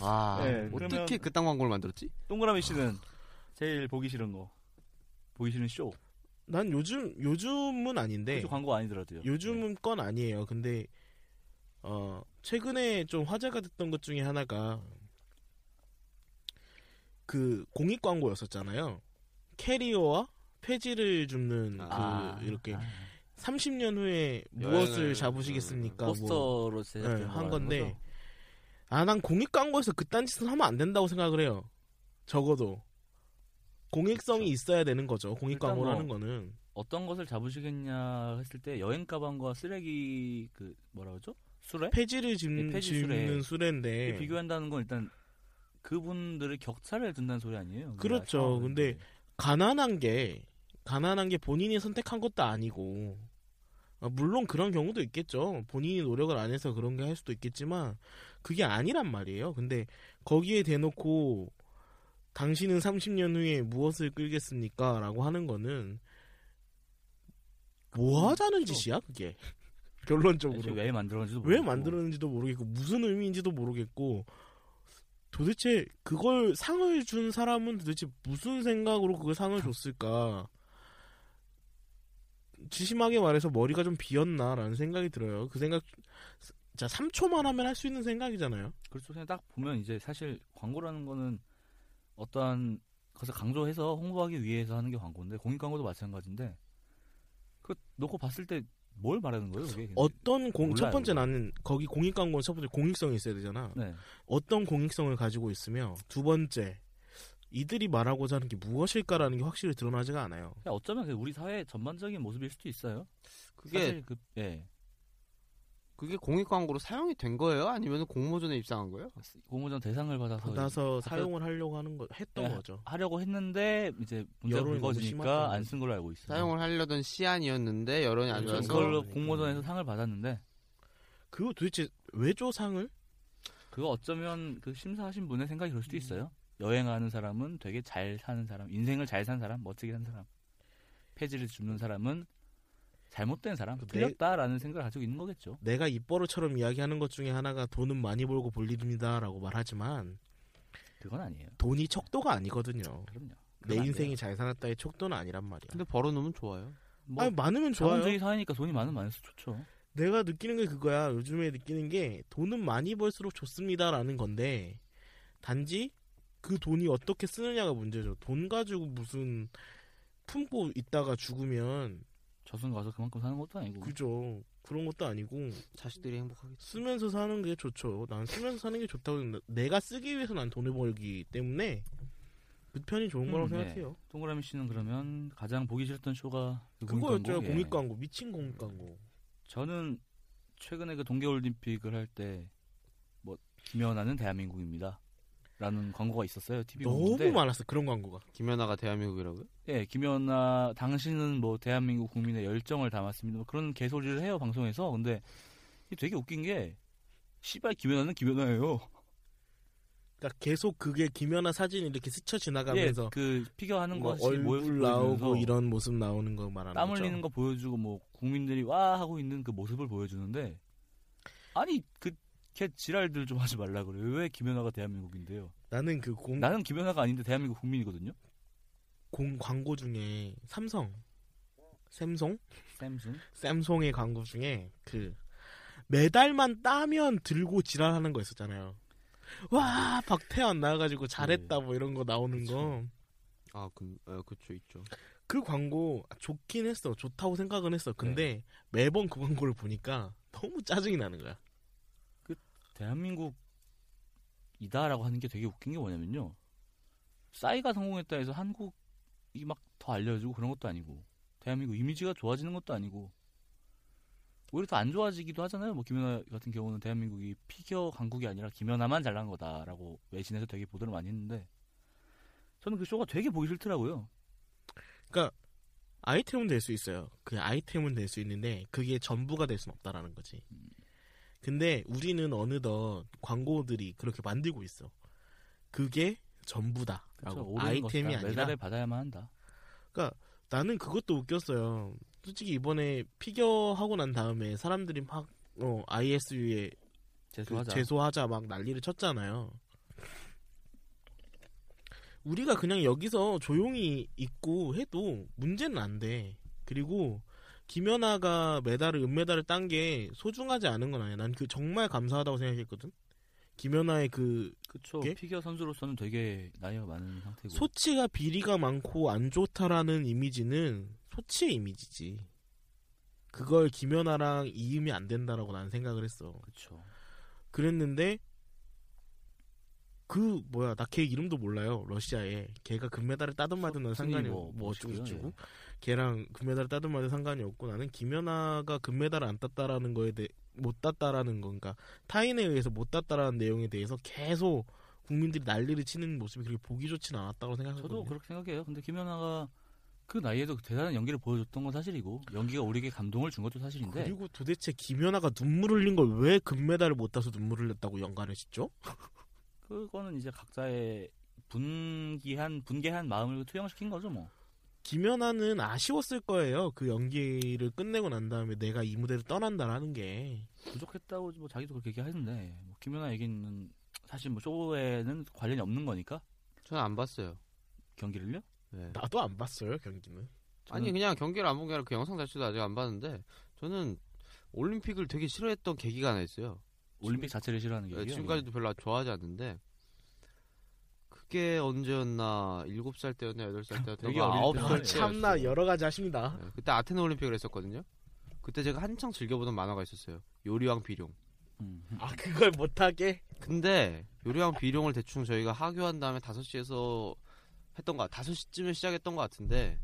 [SPEAKER 3] 와
[SPEAKER 1] 네, 그러면-
[SPEAKER 3] 어떻게 그딴 광고를 만들었지?
[SPEAKER 1] 동그라미 씨는 제일 보기 싫은 거. 보기 싫은 쇼.
[SPEAKER 2] 난 요즘 요즘은 아닌데
[SPEAKER 1] 그죠, 광고 아니더라도요.
[SPEAKER 2] 네.
[SPEAKER 1] 예. 네.
[SPEAKER 2] 요즘은 건 아니에요. 근데 어 최근에 좀 화제가 됐던 것 중에 하나가 그 공익 광고였었잖아요. 캐리어와 폐지를 줍는
[SPEAKER 3] 아,
[SPEAKER 2] 그 이렇게
[SPEAKER 1] 아.
[SPEAKER 2] 30년 후에
[SPEAKER 3] 여행을,
[SPEAKER 2] 무엇을
[SPEAKER 1] 네.
[SPEAKER 2] 잡으시겠습니까? 뭐
[SPEAKER 1] 포스터로 제작된
[SPEAKER 2] 네,
[SPEAKER 1] 거라는
[SPEAKER 2] 한 건데
[SPEAKER 1] 거죠?
[SPEAKER 2] 아 난 공익 광고에서 그딴 짓은 하면 안 된다고 생각을 해요. 적어도 공익성이
[SPEAKER 1] 그쵸.
[SPEAKER 2] 있어야 되는 거죠. 공익
[SPEAKER 1] 일단 뭐-
[SPEAKER 2] 광고라는 거는
[SPEAKER 1] 어떤 것을 잡으시겠냐 했을 때 여행 가방과 쓰레기 그 뭐라 그러죠? 수레?
[SPEAKER 2] 폐지를 집,
[SPEAKER 1] 네, 폐지 수레.
[SPEAKER 2] 는 수레인데
[SPEAKER 1] 이게 비교한다는 건 일단 그분들의 격차를 든다는 소리 아니에요?
[SPEAKER 2] 그렇죠.
[SPEAKER 1] 아,
[SPEAKER 2] 근데
[SPEAKER 1] 네.
[SPEAKER 2] 가난한 게 가난한 게 본인이 선택한 것도 아니고 아, 물론 그런 경우도 있겠죠. 본인이 노력을 안 해서 그런 게 할 수도 있겠지만 그게 아니란 말이에요. 근데 거기에 대놓고 당신은 30년 후에 무엇을 끌겠습니까라고 하는 거는 뭐 하자는 짓이야 그게
[SPEAKER 1] 사실
[SPEAKER 2] 결론적으로
[SPEAKER 1] 왜 만들었는지도
[SPEAKER 2] 왜
[SPEAKER 1] 모르겠고.
[SPEAKER 2] 만들었는지도 모르겠고 무슨 의미인지도 모르겠고 도대체 그걸 상을 준 사람은 도대체 무슨 생각으로 그걸 상을 줬을까 지심하게 말해서 머리가 좀 비었나라는 생각이 들어요 그 생각 자 3초만 하면 할 수 있는 생각이잖아요
[SPEAKER 1] 그렇죠. 그냥 딱 보면 이제 사실 광고라는 거는 어떠한 것을 강조해서 홍보하기 위해서 하는 게 광고인데 공익 광고도 마찬가지인데 그 놓고 봤을 때 뭘 말하는 거예요? 그게?
[SPEAKER 2] 어떤 공, 첫
[SPEAKER 1] 몰라요,
[SPEAKER 2] 번째
[SPEAKER 1] 이거.
[SPEAKER 2] 나는 거기 공익광고는 첫 번째 공익성이 있어야 되잖아
[SPEAKER 1] 네.
[SPEAKER 2] 어떤 공익성을 가지고 있으며 두 번째 이들이 말하고자 하는 게 무엇일까라는 게 확실히 드러나지가 않아요
[SPEAKER 1] 그냥 어쩌면 그게 우리 사회 전반적인 모습일 수도 있어요.
[SPEAKER 3] 그게
[SPEAKER 1] 사실 그 예.
[SPEAKER 3] 그게 공익 광고로 사용이 된 거예요? 아니면 공모전에 입상한 거예요?
[SPEAKER 1] 공모전 대상을 받아서
[SPEAKER 2] 받아서
[SPEAKER 1] 이제
[SPEAKER 2] 사용을 하려고 하는 거 했던
[SPEAKER 1] 예,
[SPEAKER 2] 거죠.
[SPEAKER 1] 하려고 했는데 이제 문제가
[SPEAKER 2] 여론이 너무 심하다는
[SPEAKER 1] 불거지니까 안 쓴 걸로 알고 있어요.
[SPEAKER 3] 사용을 하려던 시안이었는데 여론이 안
[SPEAKER 2] 그렇죠.
[SPEAKER 3] 좋아서
[SPEAKER 1] 네, 그걸로
[SPEAKER 2] 그래서-
[SPEAKER 1] 공모전에서 상을 받았는데
[SPEAKER 2] 그거 도대체 외조상을
[SPEAKER 1] 그거 어쩌면 그 심사하신 분의 생각이 그럴
[SPEAKER 2] 음.
[SPEAKER 1] 수도 있어요. 여행하는 사람은 되게 잘 사는 사람, 인생을 잘 산 사람, 멋지게 산 사람. 폐지를 줍는 사람은 잘못된 사람,
[SPEAKER 2] 네.
[SPEAKER 1] 틀렸다라는 생각을 가지고 있는 거겠죠.
[SPEAKER 2] 내가 입버릇처럼 이야기하는 것 중에 하나가 돈은 많이 벌고 불립니다라고 말하지만
[SPEAKER 1] 그건 아니에요.
[SPEAKER 2] 돈이 척도가 아니거든요.
[SPEAKER 1] 그럼요.
[SPEAKER 2] 내
[SPEAKER 1] 그건 안
[SPEAKER 2] 인생이
[SPEAKER 1] 돼요.
[SPEAKER 2] 잘 살았다의 척도는 아니란 말이야.
[SPEAKER 3] 근데 벌어놓으면 좋아요.
[SPEAKER 1] 뭐
[SPEAKER 2] 아니 많으면 좋아요.
[SPEAKER 1] 자본주의 사회니까 돈이 많으면 많을수록 좋죠.
[SPEAKER 2] 내가 느끼는 게 그거야. 요즘에 느끼는 게 돈은 많이 벌수록 좋습니다라는 건데 단지 그 돈이 어떻게 쓰느냐가 문제죠. 돈 가지고 무슨 품고 있다가 죽으면
[SPEAKER 1] 저승 가서 그만큼 사는 것도 아니고.
[SPEAKER 2] 그죠. 그런 것도 아니고
[SPEAKER 3] 자식들이 행복하겠지.
[SPEAKER 2] 쓰면서 사는 게 좋죠. 난 쓰면서 사는 게 좋다고 생각. 내가 쓰기 위해서 난 돈을 벌기 때문에 그 편이 좋은 거라고
[SPEAKER 1] 음, 네.
[SPEAKER 2] 생각해요.
[SPEAKER 1] 동그라미 씨는 그러면 가장 보기 싫었던 쇼가
[SPEAKER 2] 그거였죠
[SPEAKER 1] 예.
[SPEAKER 2] 공익 광고 미친 공익 광고.
[SPEAKER 1] 저는 최근에 그 동계올림픽을 할 때 뭐 김연아는 대한민국입니다. 라는 광고가 있었어요. TV
[SPEAKER 2] 너무
[SPEAKER 1] 광고인데.
[SPEAKER 2] 많았어 그런 광고가.
[SPEAKER 3] 김연아가 대한민국이라고요?
[SPEAKER 1] 예, 김연아 당신은 뭐 대한민국 국민의 열정을 담았습니다. 뭐 그런 개소리를 해요 방송에서. 근데 이게 되게 웃긴 게 씨발 김연아는 김연아예요.
[SPEAKER 2] 그러니까 계속 그게 김연아 사진 이렇게 스쳐 지나가면서
[SPEAKER 1] 예, 그 피겨 하는
[SPEAKER 2] 뭐
[SPEAKER 1] 거
[SPEAKER 2] 얼굴 나오고 이런 모습 나오는 거 말하는
[SPEAKER 1] 땀
[SPEAKER 2] 거죠.
[SPEAKER 1] 흘리는 거 보여주고 뭐 국민들이 와 하고 있는 그 모습을 보여주는데 아니 그 걔 지랄들 좀 하지 말라 그래. 요왜 김연아가 대한민국인데요?
[SPEAKER 2] 나는 그 공
[SPEAKER 1] 나는 김연아가 아닌데 대한민국 국민이거든요.
[SPEAKER 2] 광고 중에 삼성, 샘송,
[SPEAKER 1] 샘슨.
[SPEAKER 2] 샘송의 광고 중에 그 메달만 따면 들고 지랄하는 거 있었잖아요. 와 박태환 나와가지고 잘했다 뭐 이런 거 나오는 거.
[SPEAKER 1] 그렇죠.
[SPEAKER 3] 아, 그, 에, 그쵸, 있죠.
[SPEAKER 2] 그 광고 좋긴 했어. 좋다고 생각은 했어. 근데
[SPEAKER 1] 네.
[SPEAKER 2] 매번 그 광고를 보니까 너무 짜증이 나는 거야.
[SPEAKER 1] 대한민국이다라고 하는 게 되게 웃긴 게 뭐냐면요. 싸이가 성공했다 해서 한국이 막 더 알려지고 그런 것도 아니고 대한민국 이미지가 좋아지는 것도 아니고 오히려 더 안 좋아지기도 하잖아요. 뭐 김연아 같은 경우는 대한민국이 피겨 강국이 아니라 김연아만 잘난 거다라고 외신에서 되게 보도를 많이 했는데 저는 그 쇼가 되게 보기 싫더라고요.
[SPEAKER 2] 그러니까 아이템은 될 수 있어요. 그 아이템은 될 수 있는데 그게 전부가 될 수는 없다라는 거지. 근데 우리는 어느덧 광고들이 그렇게 만들고 있어. 그게 전부다라고
[SPEAKER 1] 그렇죠. 오래된
[SPEAKER 2] 아이템이
[SPEAKER 1] 것이다.
[SPEAKER 2] 아니라
[SPEAKER 1] 메달을 받아야만 한다.
[SPEAKER 2] 그러니까 나는 그것도 웃겼어요. 솔직히 이번에 피겨 하고 난 다음에 사람들이 막 어, ISU에 그
[SPEAKER 1] 재수하자.
[SPEAKER 2] 재소하자 막 난리를 쳤잖아요. 우리가 그냥 여기서 조용히 있고 해도 문제는 안 돼. 그리고 김연아가 메달을 은메달을 딴 게 소중하지 않은 건 아니야. 난 그 정말 감사하다고 생각했거든. 김연아의 그
[SPEAKER 1] 그쵸.
[SPEAKER 2] 그게?
[SPEAKER 1] 피겨 선수로서는 되게 나이가 많은 상태고.
[SPEAKER 2] 소치가 비리가 많고 안 좋다라는 이미지는 소치의 이미지지. 그걸 김연아랑 이음이 안 된다라고 나는 생각을 했어.
[SPEAKER 1] 그쵸.
[SPEAKER 2] 그랬는데 그 뭐야 나 걔 이름도 몰라요 러시아에 걔가 금메달을 따든 말든 난
[SPEAKER 1] 소통이
[SPEAKER 2] 상관이
[SPEAKER 1] 뭐
[SPEAKER 2] 없고 뭐 어쩌고
[SPEAKER 1] 멋있고요,
[SPEAKER 2] 저쩌고
[SPEAKER 1] 예.
[SPEAKER 2] 걔랑 금메달을 따든 말든 상관이 없고 나는 김연아가 금메달을 안 땄다라는 거에 대해 못 땄다라는 건가 그러니까 타인에 의해서 못 땄다라는 내용에 대해서 계속 국민들이 난리를 치는 모습이 그렇게 보기 좋진 않았다고 생각하거든요.
[SPEAKER 1] 저도 그렇게 생각해요. 근데 김연아가 그 나이에도 대단한 연기를 보여줬던 건 사실이고 연기가 우리에게 감동을 준 것도 사실인데
[SPEAKER 2] 그리고 도대체 김연아가 눈물 흘린 걸 왜 금메달을 못 따서 눈물 흘렸다고 연관을 짓죠?
[SPEAKER 1] 그거는 이제 각자의 분기한 분개한 마음을 투영시킨 거죠 뭐.
[SPEAKER 2] 김연아는 아쉬웠을 거예요. 그 연기를 끝내고 난 다음에 내가 이 무대를 떠난다라는 게.
[SPEAKER 1] 부족했다고 뭐 자기도 그렇게 얘기하는데 뭐 김연아 얘기는 사실 뭐 쇼에는 관련이 없는 거니까
[SPEAKER 3] 저는 안 봤어요.
[SPEAKER 1] 경기를요.
[SPEAKER 3] 네.
[SPEAKER 2] 나도 안 봤어요, 경기는.
[SPEAKER 3] 아니, 그냥 경기를 안 본 게 아니라 그 영상 자체도 아직 안 봤는데, 저는 올림픽을 되게 싫어했던 계기가 하나 있어요.
[SPEAKER 1] 올림픽 자체를 싫어하는 게
[SPEAKER 3] 예, 지금까지도 별로 좋아하지 않는데 그게 언제였나 일곱 살 때였나 여덟 살
[SPEAKER 1] 되게
[SPEAKER 3] 때였나
[SPEAKER 1] 어릴
[SPEAKER 3] 아홉
[SPEAKER 1] 때였네.
[SPEAKER 3] 살
[SPEAKER 2] 참나
[SPEAKER 3] 때였어요.
[SPEAKER 2] 여러 가지 하십니다.
[SPEAKER 3] 예, 그때 아테네 올림픽을 했었거든요. 그때 제가 한창 즐겨보던 만화가 있었어요. 요리왕 비룡.
[SPEAKER 1] 음.
[SPEAKER 3] 음.
[SPEAKER 2] 아 그걸 못하게.
[SPEAKER 3] 근데 요리왕 비룡을 대충 저희가 하교한 다음에 5시에서 했던 것 같- 5시쯤에 시작했던 것 같은데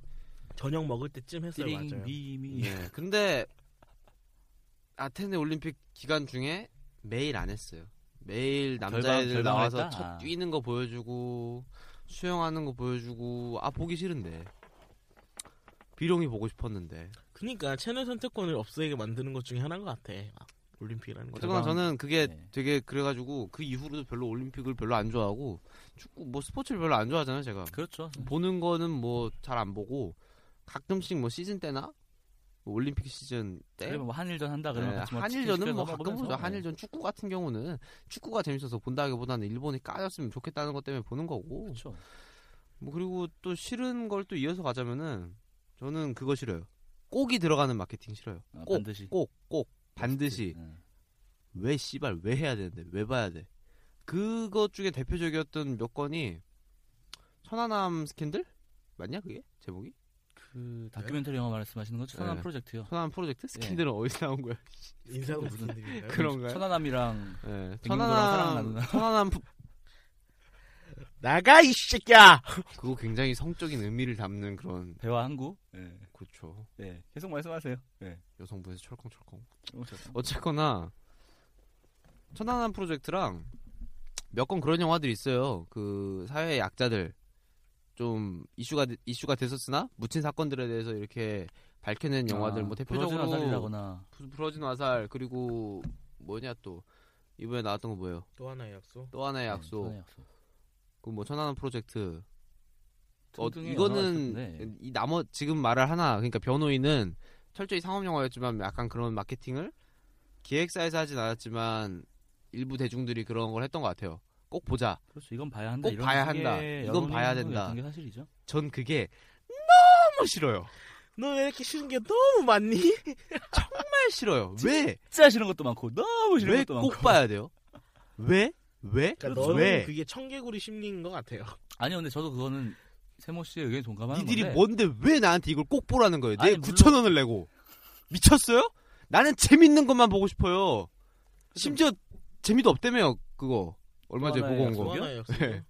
[SPEAKER 2] 저녁 먹을 때쯤 했어요, 맞아요.
[SPEAKER 1] 띠링미미
[SPEAKER 3] 예. 근데 아테네 올림픽 기간 중에 매일 안 했어요. 매일 남자애들
[SPEAKER 1] 아, 결방-
[SPEAKER 3] 나와서
[SPEAKER 1] 결방했다? 아.
[SPEAKER 3] 첫 뛰는 거 보여주고 수영하는 거 보여주고 아 보기 싫은데 비룡이 보고 싶었는데
[SPEAKER 2] 그러니까 채널 선택권을 업소에게 만드는 것 중에 하나인 것 같아. 막 올림픽이라는 거.
[SPEAKER 3] 어쨌거나 저는 그게
[SPEAKER 1] 네.
[SPEAKER 3] 되게 그래가지고 그 이후로도 별로 올림픽을 별로 안 좋아하고 축구 뭐 스포츠를 별로 안 좋아하잖아요 제가
[SPEAKER 1] 그렇죠.
[SPEAKER 3] 보는 거는 뭐 잘 안 보고 가끔씩 뭐 시즌 때나 뭐 올림픽 시즌 때
[SPEAKER 1] 그러면 뭐 한일전 한다
[SPEAKER 3] 네,
[SPEAKER 1] 그러면 같이 막 치킨
[SPEAKER 3] 한일전은
[SPEAKER 1] 시켜
[SPEAKER 3] 뭐
[SPEAKER 1] 먹으면서
[SPEAKER 3] 가끔 보죠.
[SPEAKER 1] 네.
[SPEAKER 3] 한일전 축구 같은 경우는 축구가 재밌어서 본다기보다는 일본이 까졌으면 좋겠다는 것 때문에 보는 거고.
[SPEAKER 1] 그렇죠.
[SPEAKER 3] 뭐 그리고 또 싫은 걸 또 이어서 가자면은 저는 그거 싫어요. 꼭이 들어가는 마케팅 싫어요.
[SPEAKER 1] 아,
[SPEAKER 3] 꼭,
[SPEAKER 1] 반드시.
[SPEAKER 3] 꼭, 꼭 반드시
[SPEAKER 1] 네.
[SPEAKER 3] 왜 씨발 왜 해야 되는데 왜 봐야 돼. 그것 중에 대표적이었던 몇 건이 천안함 스캔들 맞냐 그게 제목이?
[SPEAKER 1] 그 다큐멘터리 영화 말씀하시는 거죠? 천안
[SPEAKER 3] 네.
[SPEAKER 1] 프로젝트요.
[SPEAKER 3] 천안함 프로젝트
[SPEAKER 1] 예.
[SPEAKER 3] 스캔들은 어디서 나온 거야?
[SPEAKER 2] 인사도
[SPEAKER 1] 무슨-
[SPEAKER 2] 부탁드립니다.
[SPEAKER 3] 그런가요?
[SPEAKER 1] 천안함이랑
[SPEAKER 3] 예,
[SPEAKER 1] 백령도랑 사랑 나누나?
[SPEAKER 3] 천안함 천안함 프-
[SPEAKER 2] 나가 이 새끼야.
[SPEAKER 3] 그거 굉장히 성적인 의미를 담는 그런
[SPEAKER 4] 배와 항구. 예.
[SPEAKER 3] 그렇죠.
[SPEAKER 4] 네. 계속 말씀하세요.
[SPEAKER 3] 여성분에서 철컹철컹. 어쨌거나 천안함 프로젝트랑 몇 건 그런 영화들이 있어요. 그 사회 의 약자들 좀 이슈가 이슈가 됐었으나 묻힌 사건들에 대해서 이렇게 밝혀낸
[SPEAKER 1] 아,
[SPEAKER 3] 영화들 뭐 대표적으로
[SPEAKER 1] 살이라거나
[SPEAKER 3] 부- 부러진 화살 그리고 뭐냐 또 이번에 나왔던 거 뭐예요?
[SPEAKER 2] 또 하나의 약속.
[SPEAKER 3] 또
[SPEAKER 1] 네,
[SPEAKER 3] 하나의 네, 약속 그 뭐 천안함 프로젝트 어,
[SPEAKER 1] 등등의 영화가 있었는데.
[SPEAKER 3] 이거는 이 나머 지금 말할 하나 그러니까 변호인은 철저히 상업 영화였지만 약간 그런 마케팅을 기획사에서 하진 않았지만 일부 대중들이 그런 걸 했던 것 같아요. 꼭 보자.
[SPEAKER 1] 그렇죠. 이건 봐야 한다.
[SPEAKER 3] 꼭
[SPEAKER 1] 이런
[SPEAKER 3] 봐야
[SPEAKER 1] 식의
[SPEAKER 3] 한다. 이건 봐야
[SPEAKER 1] 여론이
[SPEAKER 3] 된다.
[SPEAKER 1] 있던 게 사실이죠.
[SPEAKER 3] 전 그게 너무 싫어요.
[SPEAKER 2] 너 왜 이렇게 싫은 게 너무 많니?
[SPEAKER 3] 정말 싫어요. 왜?
[SPEAKER 1] 진짜 싫은 것도 많고 너무 싫은
[SPEAKER 3] 왜
[SPEAKER 1] 것도 많고.
[SPEAKER 3] 꼭 봐야 돼요? 왜? 왜?
[SPEAKER 2] 그러니까 너는
[SPEAKER 3] 그렇죠. 왜?
[SPEAKER 2] 그게 청개구리 심리인 것 같아요.
[SPEAKER 1] 아니요, 근데 저도 그거는 세모 씨의 의견 동감하는
[SPEAKER 3] 니들이
[SPEAKER 1] 건데.
[SPEAKER 3] 뭔데 왜 나한테 이걸 꼭 보라는 거예요? 내
[SPEAKER 1] 아니, 물론-
[SPEAKER 3] 9천 원을 내고 미쳤어요? 나는 재밌는 것만 보고 싶어요. 심지어 재미도 없다며요 그거 얼마 전에
[SPEAKER 1] 또
[SPEAKER 3] 보고 온
[SPEAKER 2] 또
[SPEAKER 3] 거.
[SPEAKER 2] 하나의 약속.
[SPEAKER 3] 네.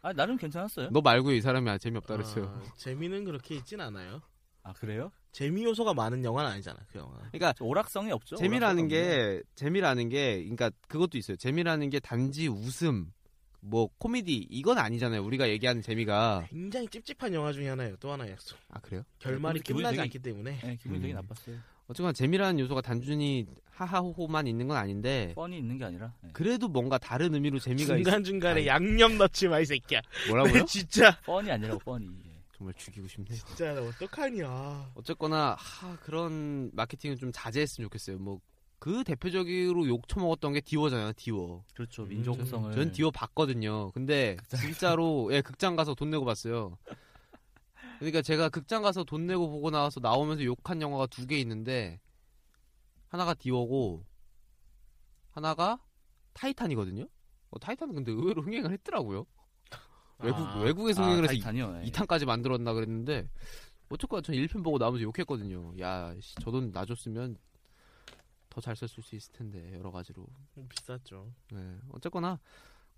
[SPEAKER 1] 아, 나름 괜찮았어요.
[SPEAKER 3] 너 말고 이 사람이 아 재미없다 그랬어요.
[SPEAKER 2] 아, 재미는 그렇게 있진 않아요.
[SPEAKER 1] 아 그래요?
[SPEAKER 2] 재미 요소가 많은 영화는 아니잖아 그 영화.
[SPEAKER 3] 그러니까
[SPEAKER 1] 저 오락성이 없죠.
[SPEAKER 3] 재미라는
[SPEAKER 1] 오락성이 없는데.
[SPEAKER 3] 게 재미라는 게 그러니까 그것도 있어요. 재미라는 게 단지 웃음 뭐 코미디 이건 아니잖아요. 우리가 얘기하는 재미가
[SPEAKER 2] 굉장히 찝찝한 영화 중에 하나예요. 또 하나의 약속.
[SPEAKER 3] 아 그래요?
[SPEAKER 2] 결말이
[SPEAKER 1] 근데 기분이
[SPEAKER 2] 끝나지
[SPEAKER 1] 되게-
[SPEAKER 2] 않기 때문에
[SPEAKER 1] 네, 기분이 되게
[SPEAKER 3] 음.
[SPEAKER 1] 나빴어요.
[SPEAKER 3] 어쨌거나 재미라는 요소가 단순히 하하호호만 있는 건 아닌데
[SPEAKER 1] 뻔히 있는 게 아니라. 네.
[SPEAKER 3] 그래도 뭔가 다른 의미로 재미가 있...
[SPEAKER 2] 중간 중간에 양념 넣지 마 이 새끼야.
[SPEAKER 3] 뭐라고요?
[SPEAKER 2] 진짜
[SPEAKER 1] 뻔히 아니라고 뻔히. 예.
[SPEAKER 3] 정말 죽이고 싶네.
[SPEAKER 2] 진짜 어떡하냐.
[SPEAKER 3] 어쨌거나 하, 그런 마케팅은 좀 자제했으면 좋겠어요. 뭐 그 대표적으로 욕 처먹었던 게 디워잖아요. 디워.
[SPEAKER 1] 그렇죠.
[SPEAKER 2] 음,
[SPEAKER 1] 민족성을.
[SPEAKER 3] 전 디워 봤거든요. 근데 진짜로 예 극장 가서 돈 내고 봤어요. 그러니까 제가 극장 가서 돈 내고 보고 나와서 나오면서 욕한 영화가 두 개 있는데 하나가 디워고 하나가 타이탄이거든요. 어, 타이탄은 근데 의외로 흥행을 했더라고요. 외국
[SPEAKER 2] 아,
[SPEAKER 3] 외국에서
[SPEAKER 1] 아,
[SPEAKER 3] 흥행을 해서
[SPEAKER 1] 타이탄이요. 예.
[SPEAKER 3] 2탄까지 만들었나 그랬는데 어쨌건 전 1편 보고 나머지 욕했거든요. 야, 저 돈 놔줬으면 더 잘 썼을 수 있을 텐데 여러 가지로.
[SPEAKER 2] 비쌌죠.
[SPEAKER 3] 네, 어쨌거나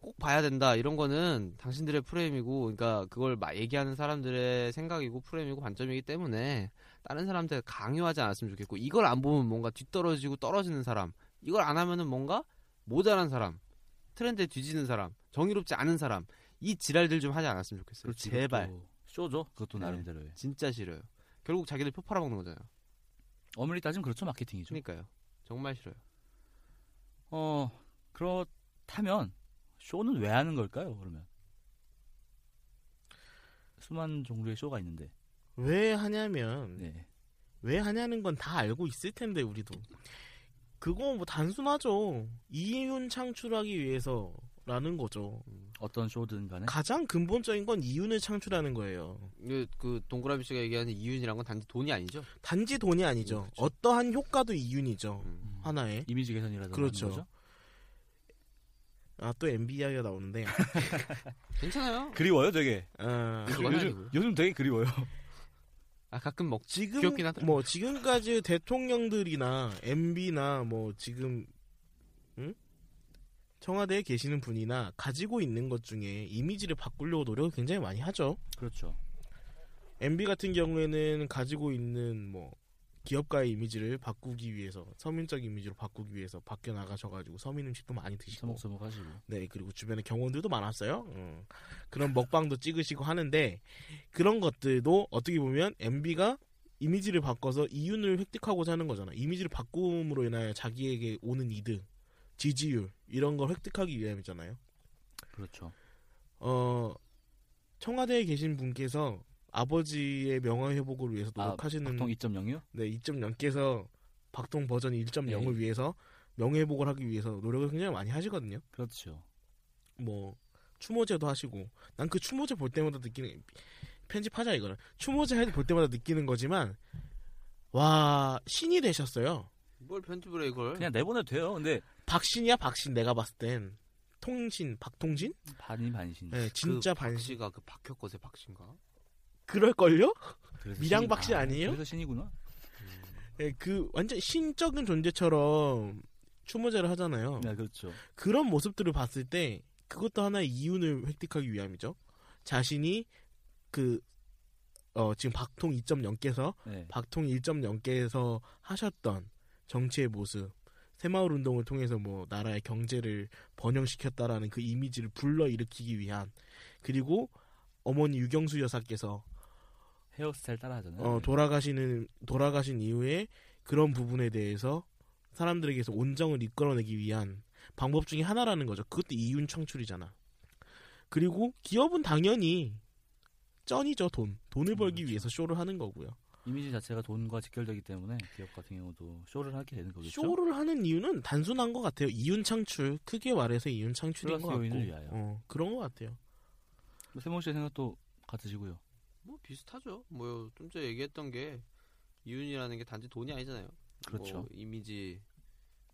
[SPEAKER 3] 꼭 봐야 된다 이런 거는 당신들의 프레임이고, 그러니까 그걸 막 얘기하는 사람들의 생각이고 프레임이고 관점이기 때문에 다른 사람한테 강요하지 않았으면 좋겠고 이걸 안 보면 뭔가 뒤떨어지고 떨어지는 사람, 이걸 안 하면은 뭔가 모자란 사람, 트렌드에 뒤지는 사람, 정의롭지 않은 사람 이 지랄들 좀 하지 않았으면 좋겠어요.
[SPEAKER 1] 그렇지,
[SPEAKER 3] 그렇죠. 제발.
[SPEAKER 1] 그것도 쇼죠. 그것도
[SPEAKER 3] 네.
[SPEAKER 1] 나름대로. 예.
[SPEAKER 3] 진짜 싫어요. 결국 자기들 표 팔아먹는 거잖아요.
[SPEAKER 1] 어머니 따지면 그렇죠 마케팅이죠.
[SPEAKER 2] 네.
[SPEAKER 3] 그러니까요. 정말 싫어요.
[SPEAKER 1] 어 그렇다면 쇼는 왜 하는 걸까요? 그러면 수많은 종류의 쇼가 있는데.
[SPEAKER 2] 왜 하냐면
[SPEAKER 1] 네.
[SPEAKER 2] 왜 하냐는 건 다 알고 있을 텐데 우리도 그거 뭐 단순하죠. 이윤 창출하기 위해서라는 거죠.
[SPEAKER 1] 어떤 쇼든
[SPEAKER 3] 네.
[SPEAKER 1] 간에.
[SPEAKER 2] 가장 근본적인 건 이윤을 창출하는 거예요.
[SPEAKER 3] 그, 그 동그라미 씨가 얘기하는 이윤이란 건 단지 돈이 아니죠.
[SPEAKER 2] 단지 돈이 아니죠.
[SPEAKER 3] 음, 그렇죠.
[SPEAKER 2] 어떠한 효과도 이윤이죠.
[SPEAKER 3] 음.
[SPEAKER 1] 음,
[SPEAKER 2] 하나의
[SPEAKER 1] 이미지 개선이라든가
[SPEAKER 2] 그렇죠.
[SPEAKER 1] 하는 거죠?
[SPEAKER 2] 아 또 MB 이야기가 나오는데
[SPEAKER 3] 괜찮아요.
[SPEAKER 4] 그리워요, 되게.
[SPEAKER 2] 어,
[SPEAKER 3] 그건 아니고요.
[SPEAKER 4] 요즘, 요즘 되게 그리워요.
[SPEAKER 3] 아 가끔 먹.
[SPEAKER 2] 지금
[SPEAKER 3] 귀엽긴 하더라.
[SPEAKER 2] 뭐 지금까지 대통령들이나 MB나 뭐 지금 응? 청와대에 계시는 분이나 가지고 있는 것 중에 이미지를 바꾸려고 노력을 굉장히 많이 하죠.
[SPEAKER 1] 그렇죠.
[SPEAKER 2] MB 같은 경우에는 가지고 있는 뭐 기업가의 이미지를 바꾸기 위해서 서민적 이미지로 바꾸기 위해서 바뀌어 나가셔가지고 서민 음식도 많이 드시고
[SPEAKER 1] 서먹서먹 하시고.
[SPEAKER 2] 네 그리고 주변에 경원들도 많았어요. 음. 그런 먹방도 찍으시고 하는데 그런 것들도 어떻게 보면 MB가 이미지를 바꿔서 이윤을 획득하고자 하는 거잖아. 이미지를 바꿈으로 인하여 자기에게 오는 이득, 지지율 이런 걸 획득하기 위함이잖아요.
[SPEAKER 1] 그렇죠.
[SPEAKER 2] 어 청와대에 계신 분께서 아버지의 명예 회복을 위해서
[SPEAKER 1] 아,
[SPEAKER 2] 노력하시는
[SPEAKER 1] 보통 2.0이요?
[SPEAKER 2] 네 2.0께서 박통 버전 1.0을 위해서 명예 회복을 하기 위해서 노력을 굉장히 많이 하시거든요.
[SPEAKER 1] 그렇죠.
[SPEAKER 2] 뭐 추모제도 하시고 난 그 추모제 볼 때마다 느끼는 편집하자 이거는 추모제 할 볼 때마다 느끼는 거지만 와 신이 되셨어요
[SPEAKER 3] 뭘 편집을 해
[SPEAKER 2] 네.
[SPEAKER 3] 이걸?
[SPEAKER 1] 그냥 내보내도 돼요. 근데
[SPEAKER 2] 박신이야 박신 내가 봤을 땐 통신 박통신
[SPEAKER 1] 반인 반신.
[SPEAKER 2] 네, 진짜
[SPEAKER 3] 박
[SPEAKER 2] 반신
[SPEAKER 3] 씨가 그 박혁거세 박 씨인가?
[SPEAKER 2] 그럴걸요
[SPEAKER 1] 그래서
[SPEAKER 2] 밀양
[SPEAKER 1] 신이-
[SPEAKER 2] 박씨
[SPEAKER 1] 아,
[SPEAKER 2] 아니에요?
[SPEAKER 1] 그래서 신이구나.
[SPEAKER 2] 네, 그 완전 신적인 존재처럼 추모제를 하잖아요
[SPEAKER 1] 네, 그렇죠.
[SPEAKER 2] 그런 모습들을 봤을 때 그것도 하나의 이윤을 획득하기 위함이죠. 자신이 그 어, 지금 박통 2.0께서
[SPEAKER 4] 네.
[SPEAKER 2] 박통 1.0께서 하셨던 정치의 모습, 새마을 운동을 통해서 뭐 나라의 경제를 번영시켰다라는 그 이미지를 불러일으키기 위한 그리고 어머니 유경수 여사께서
[SPEAKER 1] 헤어스타일 따라 하잖아요.
[SPEAKER 2] 어, 돌아가시는 돌아가신 이후에 그런 부분에 대해서 사람들에게서 온정을 이끌어내기 위한 방법 중에 하나라는 거죠. 그것도 이윤 창출이잖아. 그리고 기업은 당연히 쩐이죠 돈 돈을 벌기
[SPEAKER 1] 그렇죠.
[SPEAKER 2] 위해서 쇼를 하는 거고요.
[SPEAKER 1] 이미지 자체가 돈과 직결되기 때문에 기업 같은 경우도 쇼를 하게 되는 거겠죠.
[SPEAKER 2] 쇼를 하는 이유는 단순한 것 같아요. 이윤 창출 크게 말해서 이윤 창출인
[SPEAKER 1] 플러스
[SPEAKER 2] 것 같고
[SPEAKER 1] 요인을 위하여.
[SPEAKER 2] 어, 그런 것 같아요.
[SPEAKER 1] 세모 씨의 생각도 같으시고요.
[SPEAKER 3] 뭐 비슷하죠. 뭐 좀 전에 얘기했던 게 이윤이라는 게 단지 돈이 아니잖아요.
[SPEAKER 1] 그렇죠.
[SPEAKER 3] 뭐 이미지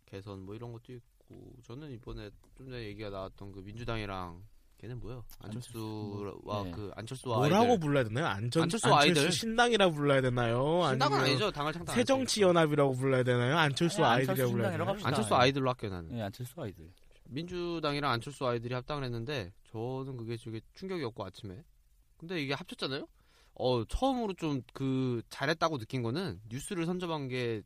[SPEAKER 3] 개선 뭐 이런 것도 있고 저는 이번에 좀 전에 얘기가 나왔던 그 민주당이랑 걔는 뭐요? 안철수와
[SPEAKER 1] 뭐, 네.
[SPEAKER 3] 그 안철수와
[SPEAKER 2] 뭐라고
[SPEAKER 3] 아이들.
[SPEAKER 2] 불러야 되나요? 안전,
[SPEAKER 3] 안철수
[SPEAKER 2] 안철수
[SPEAKER 3] 아이들.
[SPEAKER 2] 신당이라 불러야 되나요?
[SPEAKER 3] 신당은
[SPEAKER 2] 아니면
[SPEAKER 3] 아니죠. 네. 당을 창당. 안 했으니까.
[SPEAKER 2] 새정치연합이라고 불러야 되나요? 안철수
[SPEAKER 1] 아니,
[SPEAKER 2] 아이들이라고 불러야
[SPEAKER 1] 신당이라고
[SPEAKER 2] 되나요?
[SPEAKER 1] 합시다.
[SPEAKER 3] 안철수 아이들로 할게요 나는.
[SPEAKER 1] 네, 안철수 아이들.
[SPEAKER 3] 민주당이랑 안철수 아이들이 합당을 했는데 저는 그게 되게 충격이었고 아침에 근데 이게 합쳤잖아요 어 처음으로 좀 그 잘했다고 느낀 거는 뉴스를 선점한 게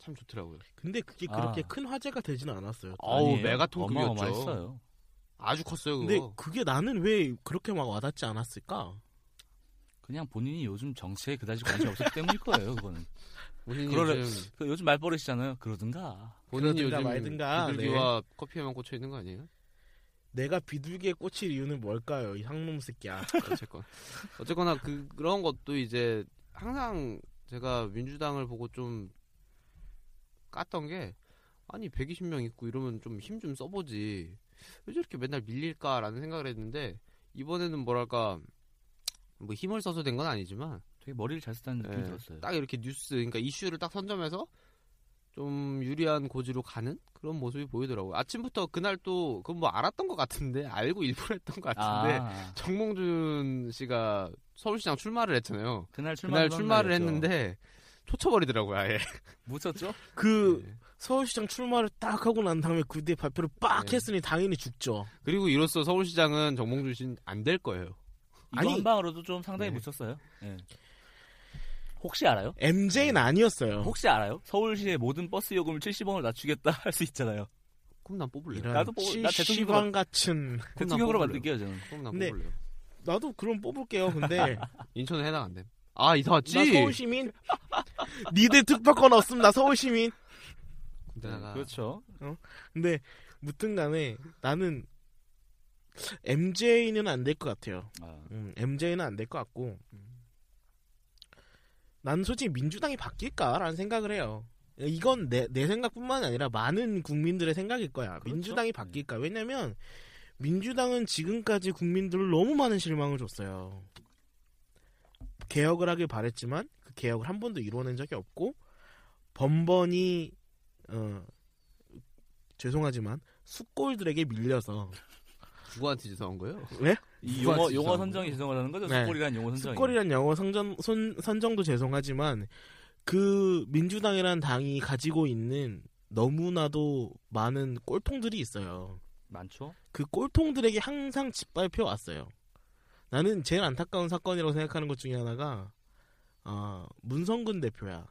[SPEAKER 3] 참 좋더라고요
[SPEAKER 2] 근데 그게 그렇게
[SPEAKER 1] 아.
[SPEAKER 2] 큰 화제가 되지는 않았어요.
[SPEAKER 3] 어우
[SPEAKER 1] 아니에요.
[SPEAKER 3] 메가톤 급이었죠
[SPEAKER 1] 어마어마했어요.
[SPEAKER 3] 아주 컸어요
[SPEAKER 2] 근데
[SPEAKER 3] 그거
[SPEAKER 2] 그게 나는 왜 그렇게 막 와닿지 않았을까?
[SPEAKER 1] 그냥 본인이 요즘 정치에 그다지 관심이 없었기 때문일 거예요. 그거는.
[SPEAKER 3] 본인이
[SPEAKER 1] 그러래-
[SPEAKER 3] 요즘
[SPEAKER 1] 그 요즘 말버릇이잖아요. 그러든가. 네.
[SPEAKER 3] 본인이
[SPEAKER 2] 그러든가
[SPEAKER 3] 요즘
[SPEAKER 2] 말든가,
[SPEAKER 3] 비둘기와 커피에만 꽂혀 있는 거 아니에요?
[SPEAKER 2] 내가 비둘기에 꽂힐 이유는 뭘까요? 이 상놈 새끼야.
[SPEAKER 3] 어쨌건 어쨌거나 그, 그런 것도 이제 항상 제가 민주당을 보고 좀 깠던 게 아니 120명 있고 이러면 좀 힘 좀 써보지 왜 저렇게 맨날 밀릴까라는 생각을 했는데 이번에는 뭐랄까 뭐 힘을 써서 된 건 아니지만
[SPEAKER 1] 되게 머리를 잘 쓰다는 느낌이
[SPEAKER 3] 예,
[SPEAKER 1] 들었어요.
[SPEAKER 3] 딱 이렇게 뉴스 그러니까 이슈를 딱 선점해서 좀 유리한 고지로 가는 그런 모습이 보이더라고요 아침부터 그날 또 그건 뭐 알았던 것 같은데 알고 일부러 했던 것 같은데
[SPEAKER 1] 아,
[SPEAKER 3] 정몽준 씨가 서울시장 출마를 했잖아요.
[SPEAKER 2] 음,
[SPEAKER 1] 그날 출마
[SPEAKER 3] 그날 출마를 했는데 초쳐버리더라고요, 아예.
[SPEAKER 1] 묻혔죠?
[SPEAKER 2] 그
[SPEAKER 3] 네.
[SPEAKER 2] 서울시장 출마를 딱 하고 난 다음에 그 뒤에 발표를 빡
[SPEAKER 3] 네.
[SPEAKER 2] 했으니 당연히 죽죠.
[SPEAKER 3] 그리고 이로써 서울시장은 정몽준 씨는 안 될 거예요.
[SPEAKER 1] 이거
[SPEAKER 2] 아니-
[SPEAKER 1] 한 방으로도 좀 상당히
[SPEAKER 3] 네.
[SPEAKER 1] 묻혔어요. 예. 혹시 알아요?
[SPEAKER 2] MJ는
[SPEAKER 1] 네.
[SPEAKER 2] 아니었어요.
[SPEAKER 1] 혹시 알아요? 서울시의 모든 버스 요금을 70원으로 낮추겠다 할 수 있잖아요.
[SPEAKER 3] 그럼 난 뽑을래요.
[SPEAKER 2] 이런
[SPEAKER 1] 나도 뽑을- 나 대통령 뭐.
[SPEAKER 2] 시방 같은
[SPEAKER 3] 그럼 난
[SPEAKER 1] 대통령으로
[SPEAKER 3] 뽑을래요.
[SPEAKER 1] 만들게요, 저는.
[SPEAKER 3] 그럼 난
[SPEAKER 2] 근데-
[SPEAKER 3] 뽑을래요.
[SPEAKER 2] 나도 그럼 뽑을게요. 근데
[SPEAKER 3] 인천은 해당 안 돼. 아, 이사 왔지?
[SPEAKER 2] 나 서울시민 니들 특파권 없음 나 서울시민
[SPEAKER 3] 근데
[SPEAKER 2] 네,
[SPEAKER 3] 내가
[SPEAKER 1] 그렇죠.
[SPEAKER 2] 근데 무튼간에 나는 MJ는 안 될 것 같아요
[SPEAKER 1] 아,
[SPEAKER 2] MJ는 음, 안 될 것 같고 난 솔직히 민주당이 바뀔까라는 생각을 해요 이건 내, 내 생각뿐만 아니라 많은 국민들의 생각일 거야
[SPEAKER 1] 그렇죠.
[SPEAKER 2] 민주당이 바뀔까 왜냐면 민주당은 지금까지 국민들을 너무 많은 실망을 줬어요 개혁을 하길 바랬지만 그 개혁을 한 번도 이루어낸 적이 없고 번번이 어, 죄송하지만 숙골들에게 밀려서
[SPEAKER 3] 누구한테 지사한 거예요?
[SPEAKER 2] 왜?
[SPEAKER 1] 이
[SPEAKER 3] 누가
[SPEAKER 1] 용어,
[SPEAKER 3] 진짜
[SPEAKER 1] 용어
[SPEAKER 3] 그런
[SPEAKER 1] 선정이 죄송하다는 거죠?
[SPEAKER 2] 네.
[SPEAKER 1] 숙골이란 용어 선정이.
[SPEAKER 2] 숙골이란 영어 선전, 손, 선정도 죄송하지만 그 민주당이란 당이 가지고 있는 너무나도 많은 꼴통들이 있어요.
[SPEAKER 1] 많죠?
[SPEAKER 2] 그 꼴통들에게 항상 짓밟혀 왔어요. 나는 제일 안타까운 사건이라고 생각하는 것 중에 하나가 어, 문성근 대표야.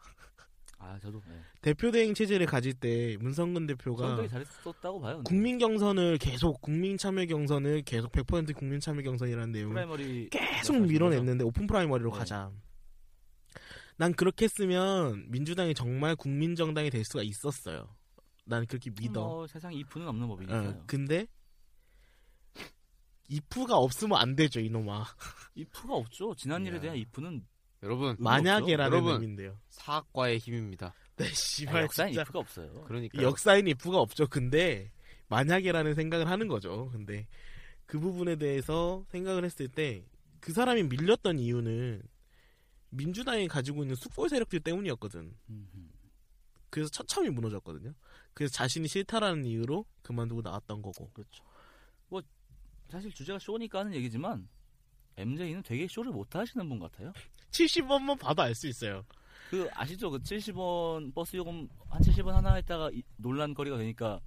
[SPEAKER 1] 아, 저도. 네.
[SPEAKER 2] 대표 대행 체제를 가질 때 문성근 대표가
[SPEAKER 1] 선정이 잘했었다고 봐요. 근데.
[SPEAKER 2] 국민 경선을 계속 국민 참여 경선을 계속 100% 국민 참여 경선이라는 내용을
[SPEAKER 1] 프라이머리
[SPEAKER 2] 계속
[SPEAKER 1] 말씀하신
[SPEAKER 2] 밀어냈는데 오픈 프라이머리로
[SPEAKER 1] 네.
[SPEAKER 2] 가자. 난 그렇게 했으면 민주당이 정말 국민정당이 될 수가 있었어요. 난 그렇게
[SPEAKER 1] 거죠?
[SPEAKER 2] 믿어.
[SPEAKER 1] 뭐, 세상 2푼은 없는
[SPEAKER 2] 어,
[SPEAKER 1] 법이니까요.
[SPEAKER 2] 근데 이프가 없으면 안 되죠 이놈아.
[SPEAKER 1] 2푼가 없죠. 지난 일에
[SPEAKER 3] 야.
[SPEAKER 1] 대한 2푼은
[SPEAKER 3] 여러분,
[SPEAKER 2] 만약에라는
[SPEAKER 3] 그렇죠. 여러분.
[SPEAKER 2] 의미인데요.
[SPEAKER 3] 사학과의 힘입니다.
[SPEAKER 2] 네, 씨발
[SPEAKER 1] 아, 역사에
[SPEAKER 2] 진짜
[SPEAKER 1] 2푼가 없어요.
[SPEAKER 3] 그러니까
[SPEAKER 2] 역사인 이프가 없죠. 근데 만약에라는 생각을 하는 거죠. 근데 그 부분에 대해서 생각을 했을 때 그 사람이 밀렸던 이유는 민주당이 가지고 있는 숙골 세력들 때문이었거든.
[SPEAKER 1] 음,
[SPEAKER 2] 그래서 처참히 무너졌거든요. 그래서 자신이 싫다라는 이유로 그만두고 나왔던 거고.
[SPEAKER 1] 그렇죠. 뭐 사실 주제가 쇼니까 하는 얘기지만 MJ는 되게 쇼를 못 하시는 분 같아요.
[SPEAKER 2] 70원만 뭐 봐도 알 수 있어요.
[SPEAKER 1] 그 아시죠? 그 70원 버스 요금 한 70원 하나 했다가 이- 논란거리가 되니까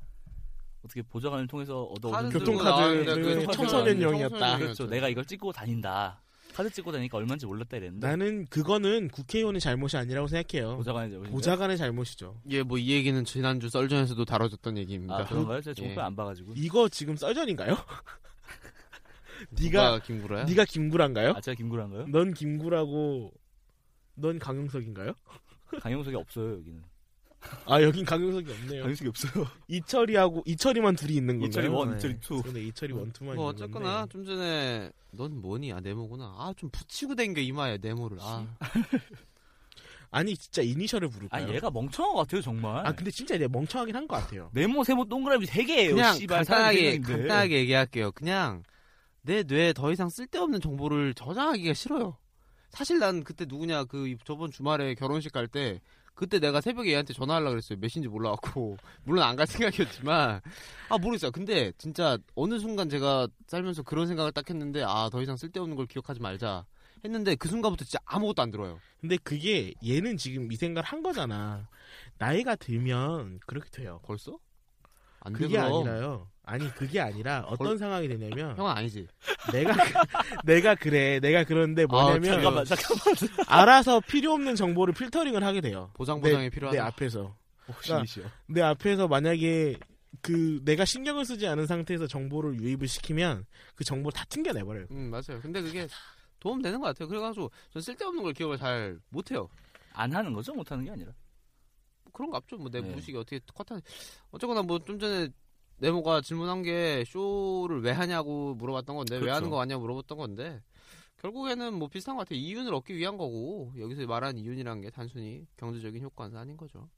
[SPEAKER 1] 어떻게 보좌관을 통해서 얻어오는 그-
[SPEAKER 3] 카드 들고
[SPEAKER 2] 교통카드는
[SPEAKER 3] 나왔는데 그
[SPEAKER 2] 청소년용이었다. 네.
[SPEAKER 1] 그렇죠. 내가 이걸 찍고 다닌다. 카드 찍고 다니니까 얼마인지 몰랐다 이랬는데
[SPEAKER 2] 나는 그거는 국회의원의 잘못이 아니라고 생각해요.
[SPEAKER 1] 보좌관이
[SPEAKER 2] 보좌관의 잘못이죠.
[SPEAKER 3] 예, 뭐 이 얘기는 지난주 썰전에서도 다뤄졌던 얘기입니다.
[SPEAKER 1] 아 그런가요? 제가 종편
[SPEAKER 3] 예.
[SPEAKER 1] 안 봐가지고.
[SPEAKER 2] 이거 지금 썰전인가요?
[SPEAKER 3] 누가
[SPEAKER 2] 네가
[SPEAKER 3] 김구라야?
[SPEAKER 2] 네가 김구란가요?
[SPEAKER 1] 아 제가 김구란가요?
[SPEAKER 2] 넌 김구라고 넌 강용석인가요?
[SPEAKER 1] 강용석이 없어요 여기는.
[SPEAKER 2] 아 여긴 강용석이 없네요.
[SPEAKER 4] 관심이 없어요.
[SPEAKER 2] 이철이하고 이철이만 둘이 있는 건가요?
[SPEAKER 4] 이철이 원, 이철이
[SPEAKER 2] 네.
[SPEAKER 4] 투.
[SPEAKER 2] 그러네, 이철이 원투만
[SPEAKER 3] 뭐
[SPEAKER 2] 있는
[SPEAKER 3] 어쨌거나
[SPEAKER 2] 건데.
[SPEAKER 3] 좀 전에 넌 뭐니? 아 네모구나. 아 좀 붙이고 댕겨 이마에 네모를. 아
[SPEAKER 2] 아니 진짜 이니셜을
[SPEAKER 1] 아
[SPEAKER 2] 부를까요?
[SPEAKER 1] 얘가 멍청한 것 같아요 정말.
[SPEAKER 2] 아, 근데 진짜 얘 멍청하긴 한 것 같아요.
[SPEAKER 1] 네모 세모 동그라미 세 개예요.
[SPEAKER 3] 그냥
[SPEAKER 1] 씨발, 사람이 세
[SPEAKER 3] 간단하게
[SPEAKER 1] 명인데.
[SPEAKER 3] 간단하게 얘기할게요. 그냥 내 뇌에 더 이상 쓸데없는 정보를 저장하기가 싫어요. 사실 난 그때 누구냐 그 저번 주말에 결혼식 갈 때 그때 내가 새벽에 얘한테 전화하려고 그랬어요. 몇인지 몰라갖고 물론 안 갈 생각이었지만 아 모르겠어요. 근데 진짜 어느 순간 제가 살면서 그런 생각을 딱 했는데 아 더 이상 쓸데없는 걸 기억하지 말자 했는데 그 순간부터 진짜 아무것도 안 들어요.
[SPEAKER 2] 근데 그게 얘는 지금 이 생각을 한 거잖아. 나이가 들면 그렇게 돼요.
[SPEAKER 3] 벌써? 안
[SPEAKER 2] 그게
[SPEAKER 3] 되고
[SPEAKER 2] 아니라요. 아니 그게 아니라 어떤
[SPEAKER 3] 벌-
[SPEAKER 2] 상황이 되냐면
[SPEAKER 3] 형은 아니지.
[SPEAKER 2] 내가 그, 내가 그래 내가 그런데
[SPEAKER 3] 아,
[SPEAKER 2] 뭐냐면
[SPEAKER 3] 잠깐만,
[SPEAKER 2] 알아서 필요 없는 정보를 필터링을 하게 돼요.
[SPEAKER 3] 보상
[SPEAKER 2] 내-
[SPEAKER 3] 보상이 필요하다.
[SPEAKER 2] 내 앞에서
[SPEAKER 4] 혹시 시요
[SPEAKER 2] 내 앞에서 만약에 그 내가 신경을 쓰지 않은 상태에서 정보를 유입을 시키면 그 정보를 다 튕겨내 버려요.
[SPEAKER 3] 음 맞아요. 근데 그게 도움 되는 것 같아요. 그래가지고 전 쓸데없는 걸 기억을 잘 못해요.
[SPEAKER 1] 안 하는 거죠? 못 하는 게 아니라.
[SPEAKER 3] 뭐 그런 거 없죠. 뭐 내
[SPEAKER 1] 네.
[SPEAKER 3] 무식이 어떻게 컷한 어쨌거나 뭐 좀 전에 네모가 질문한 게 쇼를 왜 하냐고 물어봤던 건데 왜
[SPEAKER 1] 그렇죠.
[SPEAKER 3] 하는 거 아니냐 고 물어봤던 건데 결국에는 뭐 비슷한 것 같아요. 이윤을 얻기 위한 거고 여기서 말한 이윤이란 게 단순히 경제적인 효과는 아닌 거죠.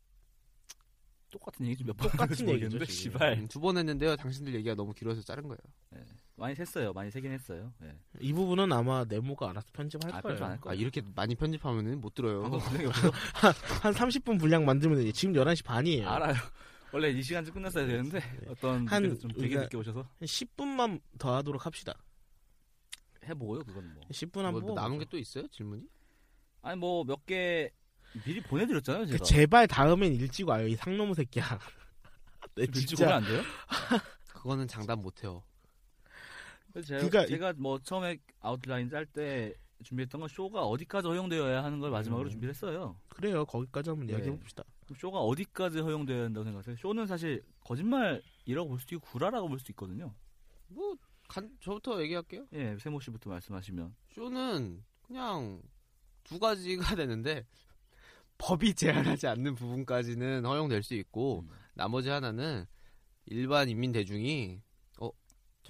[SPEAKER 1] 똑같은 얘기 좀몇번
[SPEAKER 2] 똑같은 얘기죠, 지금.
[SPEAKER 1] 씨발.
[SPEAKER 3] 음, 두 번 했는데요. 당신들 얘기가 너무 길어서 자른 거예요.
[SPEAKER 1] 많이 샜어요. 많이 세긴 했어요. 예.
[SPEAKER 2] 이 부분은 아마 네모가 알아서 편집할
[SPEAKER 1] 아,
[SPEAKER 2] 거예요.
[SPEAKER 1] 편집 안 할 거예요.
[SPEAKER 3] 아 이렇게 많이 편집하면은 못 들어요.
[SPEAKER 1] 방송 분량이 없어.
[SPEAKER 2] 한 30분 분량 만들면 되지. 지금 11시 반이에요.
[SPEAKER 1] 알아요. 원래 이 시간쯤 끝났어야 되는데 어떤
[SPEAKER 2] 예. 한
[SPEAKER 1] 분께서 좀 되게
[SPEAKER 2] 우리가-
[SPEAKER 1] 늦게 오셔서
[SPEAKER 2] 한 10분만 더 하도록 합시다.
[SPEAKER 1] 해보고요. 그건 뭐.
[SPEAKER 2] 10분
[SPEAKER 3] 뭐,
[SPEAKER 2] 한번
[SPEAKER 3] 뭐 남은 게 또 있어요? 질문이?
[SPEAKER 1] 아니 뭐 몇 개 미리 보내드렸잖아요. 제가.
[SPEAKER 2] 그 제발 다음엔 일찍 와요. 이 상놈의 새끼야. 네,
[SPEAKER 1] 일찍 오면
[SPEAKER 2] 진짜
[SPEAKER 1] 안 돼요?
[SPEAKER 3] 그거는 장담 못 해요.
[SPEAKER 1] 그래서 제가,
[SPEAKER 2] 그러니까 이-
[SPEAKER 1] 제가 뭐 처음에 아웃라인 짤 때 준비했던 건 쇼가 어디까지 허용되어야 하는 걸 마지막으로
[SPEAKER 2] 음.
[SPEAKER 1] 준비했어요.
[SPEAKER 2] 그래요. 거기까지 한번
[SPEAKER 1] 네.
[SPEAKER 2] 이야기해 봅시다.
[SPEAKER 1] 그럼 쇼가 어디까지 허용되어야 한다고 생각하세요? 쇼는 사실 거짓말이라고 볼 수도 있고 구라라고 볼 수도 있거든요.
[SPEAKER 3] 뭐 간, 저부터 얘기할게요.
[SPEAKER 1] 예, 세모 씨부터 말씀하시면
[SPEAKER 3] 쇼는 그냥 두 가지가 되는데 법이 제한하지 않는 부분까지는 허용될 수 있고
[SPEAKER 1] 음.
[SPEAKER 3] 나머지 하나는 일반 인민 대중이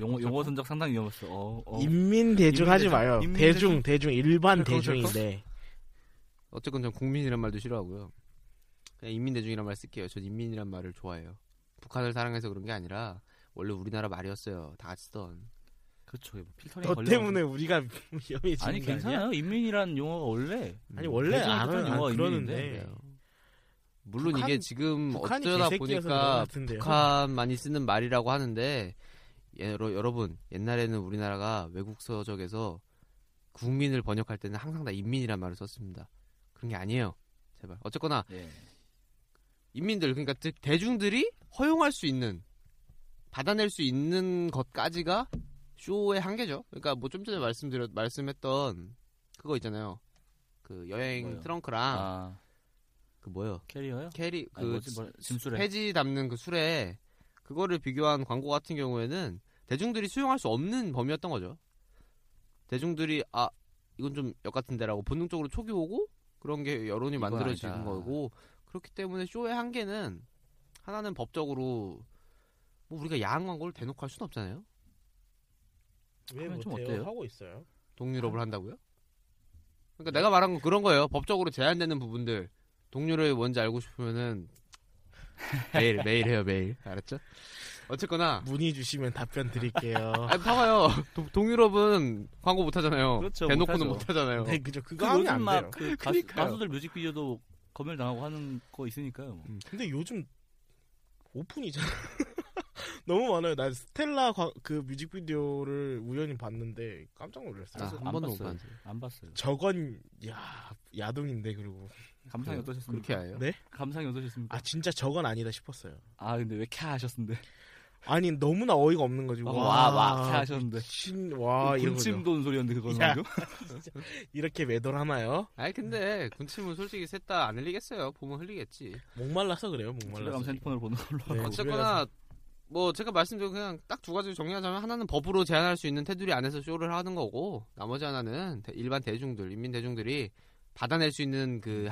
[SPEAKER 1] 용어
[SPEAKER 2] 그렇죠.
[SPEAKER 1] 용어 선적 상당히 위험했어. 어, 어.
[SPEAKER 2] 인민 대중 하지
[SPEAKER 1] 인민
[SPEAKER 2] 마요.
[SPEAKER 1] 대중.
[SPEAKER 2] 대중, 대중, 일반
[SPEAKER 1] 그럴 거,
[SPEAKER 2] 대중인데.
[SPEAKER 3] 어쨌건 전 국민이란 말도 싫어하고요. 그냥 인민 대중이란 말 쓸게요. 전 인민이란 말을 좋아해요. 북한을 사랑해서 그런 게 아니라 원래 우리나라 말이었어요. 다 같이 쓰던.
[SPEAKER 1] 그렇죠. 뭐 필터링
[SPEAKER 2] 너
[SPEAKER 1] 걸려.
[SPEAKER 2] 때문에 우리가 위험해지는
[SPEAKER 1] 아니
[SPEAKER 2] 게 아니야?
[SPEAKER 1] 괜찮아요. 인민이란 용어가 원래
[SPEAKER 2] 아니 원래
[SPEAKER 1] 대중이
[SPEAKER 2] 안
[SPEAKER 1] 뜻하는
[SPEAKER 2] 안
[SPEAKER 1] 용어가
[SPEAKER 2] 그러는데.
[SPEAKER 1] 인민인데.
[SPEAKER 3] 그래요. 물론
[SPEAKER 2] 북한-
[SPEAKER 3] 이게 지금
[SPEAKER 2] 북한이
[SPEAKER 3] 음, 어쩌다
[SPEAKER 2] 개새끼여서 그런 것
[SPEAKER 3] 보니까
[SPEAKER 2] 같은데요.
[SPEAKER 3] 북한 많이 쓰는 말이라고 하는데 여러, 여러분 옛날에는 우리나라가 외국 서적에서 국민을 번역할 때는 항상 다 인민이란 말을 썼습니다. 그런 게 아니에요. 제발 어쨌거나
[SPEAKER 1] 예.
[SPEAKER 3] 인민들 그러니까 즉 대중들이 허용할 수 있는 받아낼 수 있는 것까지가 쇼의 한계죠. 그러니까 뭐 좀 전에 말씀드렸 말씀했던 그거 있잖아요. 그 여행
[SPEAKER 1] 뭐요?
[SPEAKER 3] 트렁크랑
[SPEAKER 1] 아
[SPEAKER 3] 그 뭐요?
[SPEAKER 1] 캐리어요?
[SPEAKER 3] 캐리
[SPEAKER 1] 아니,
[SPEAKER 3] 그
[SPEAKER 1] 뭐지, 뭐, 짐수레.
[SPEAKER 3] 폐지 담는 그 술에 그거를 비교한 광고 같은 경우에는 대중들이 수용할 수 없는 범위였던 거죠. 대중들이 아 이건 좀 역 같은데라고 본능적으로 촉이 오고 그런 게 여론이
[SPEAKER 1] 이건
[SPEAKER 3] 만들어지는
[SPEAKER 1] 아니다.
[SPEAKER 3] 거고 그렇기 때문에 쇼의 한계는 하나는 법적으로 뭐 우리가 야한 광고를 대놓고 할 수는 없잖아요.
[SPEAKER 2] 왜
[SPEAKER 1] 하면 좀
[SPEAKER 2] 못해요?
[SPEAKER 1] 어때요?
[SPEAKER 2] 하고 있어요.
[SPEAKER 3] 동유럽을
[SPEAKER 1] 아.
[SPEAKER 3] 한다고요?
[SPEAKER 1] 네.
[SPEAKER 3] 그러니까 내가 말한 건 그런 거예요. 법적으로 제한되는 부분들 동유럽이 뭔지 알고 싶으면은 매일 매일 해요 매일 알았죠? 어쨌거나
[SPEAKER 2] 문의 주시면 답변 드릴게요.
[SPEAKER 3] 아니 봐봐요 동- 동유럽은 광고 못 하잖아요.
[SPEAKER 1] 뭐. 그렇죠,
[SPEAKER 3] 대놓고는
[SPEAKER 1] 못
[SPEAKER 3] 못 하잖아요.
[SPEAKER 2] 네, 그죠. 그거
[SPEAKER 1] 그
[SPEAKER 2] 하면
[SPEAKER 1] 요즘
[SPEAKER 2] 안 돼요.
[SPEAKER 1] 막그 가수,
[SPEAKER 3] 그러니까요.
[SPEAKER 1] 가수들 뮤직비디오도 검열 당하고 하는 거 있으니까요. 뭐.
[SPEAKER 2] 근데 요즘 오픈이잖아. 너무 많아요. 난 스텔라 과- 그 뮤직비디오를 우연히 봤는데 깜짝 놀랐어요.
[SPEAKER 3] 아,
[SPEAKER 1] 그래서
[SPEAKER 3] 한
[SPEAKER 1] 안
[SPEAKER 3] 번도 못
[SPEAKER 1] 봤어요.
[SPEAKER 3] 봤어요.
[SPEAKER 1] 안 봤어요.
[SPEAKER 2] 저건 야 야동인데 그리고 아,
[SPEAKER 1] 감상이 어떠셨습니까?
[SPEAKER 3] 그렇게 해요.
[SPEAKER 2] 네?
[SPEAKER 1] 그러니까. 감상이 어떠셨습니까?
[SPEAKER 2] 아 진짜 저건 아니다 싶었어요.
[SPEAKER 1] 아 근데 왜 캬 하셨는데?
[SPEAKER 2] 아니 너무나 어이가 없는 거지.
[SPEAKER 1] 와와 하셨는데
[SPEAKER 2] 미친 와 아, 이런
[SPEAKER 1] 군침
[SPEAKER 2] 거죠.
[SPEAKER 1] 도는 소리였는데 그거는
[SPEAKER 2] 야.
[SPEAKER 1] 방금?
[SPEAKER 2] 이렇게 매도를 하나요?
[SPEAKER 3] 아니 근데 군침은 솔직히 셋 다 안 흘리겠어요. 보면 흘리겠지.
[SPEAKER 2] 목말라서 그래요.
[SPEAKER 1] 그럼
[SPEAKER 2] 목말라서.
[SPEAKER 1] 핸드폰으로 보는 걸로
[SPEAKER 2] 네,
[SPEAKER 3] 어쨌거나 뭐 제가 말씀드린 그냥 딱 두 가지로 정리하자면 하나는 법으로 제한할 수 있는 테두리 안에서 쇼를 하는 거고 나머지 하나는 대- 일반 대중들, 인민 대중들이 받아낼 수 있는 그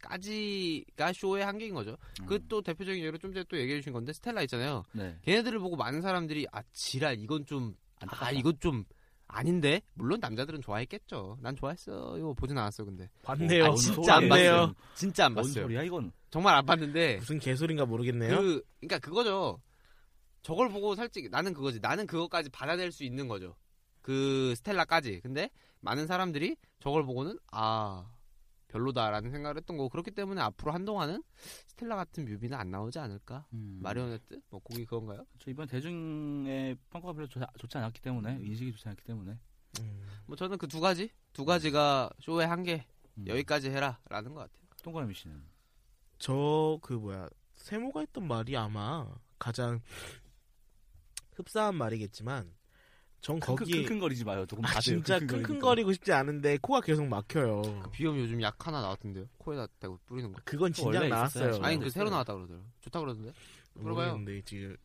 [SPEAKER 3] 한계점까지가 쇼의 한계인 거죠. 그 또 대표적인 예로 좀 전에 또 얘기해 주신 건데 스텔라 있잖아요.
[SPEAKER 1] 네.
[SPEAKER 3] 걔네들을 보고 많은 사람들이 아 지랄 이건 좀 아 이건 좀 아닌데 물론 남자들은 좋아했겠죠. 난 좋아했어. 이거 보진 않았어 근데
[SPEAKER 2] 봤네요.
[SPEAKER 3] 아, 진짜 안
[SPEAKER 2] 봤네요. 네.
[SPEAKER 3] 봤어요. 진짜 안
[SPEAKER 1] 뭔
[SPEAKER 3] 봤어요.
[SPEAKER 1] 소리야 이건?
[SPEAKER 3] 정말 안 봤는데
[SPEAKER 2] 무슨 개소리인가 모르겠네요.
[SPEAKER 3] 그 그러니까 그거죠. 저걸 보고 솔직히 나는 그거지. 나는 그거까지 받아낼 수 있는 거죠. 그 스텔라까지. 근데 많은 사람들이 저걸 보고는 아 별로다라는 생각을 했던 거고 그렇기 때문에 앞으로 한동안은 스텔라 같은 뮤비는 안 나오지 않을까?
[SPEAKER 2] 음.
[SPEAKER 3] 마리오네트? 뭐 곡이 그건가요?
[SPEAKER 1] 저 이번 대중의 평가가 별로 좋, 좋지 않았기 때문에 인식이 좋지 않았기 때문에
[SPEAKER 2] 음.
[SPEAKER 3] 뭐 저는 그 두 가지 두 가지가 쇼의 한계
[SPEAKER 1] 음.
[SPEAKER 3] 여기까지 해라라는 것 같아요.
[SPEAKER 1] 동그라미 씨는
[SPEAKER 2] 저 그 뭐야 세모가 했던 말이 아마 가장 흡사한 말이겠지만 전 거기에
[SPEAKER 1] 킁킁거리지 마요 조금
[SPEAKER 2] 아,
[SPEAKER 1] 자세히
[SPEAKER 2] 진짜
[SPEAKER 1] 킁킁거리니까.
[SPEAKER 2] 킁킁거리고 싶지 않은데 코가 계속 막혀요.
[SPEAKER 3] 비염 요즘 약 하나 나왔던데요? 코에다 대고 뿌리는 거.
[SPEAKER 2] 그, 그건
[SPEAKER 1] 그거 원래
[SPEAKER 2] 진작 나왔어요.
[SPEAKER 1] 있었어요.
[SPEAKER 3] 아니 그 새로 나왔다 그러더라고. 좋다 그러던데. 물어봐요.
[SPEAKER 2] 모르겠는데 지금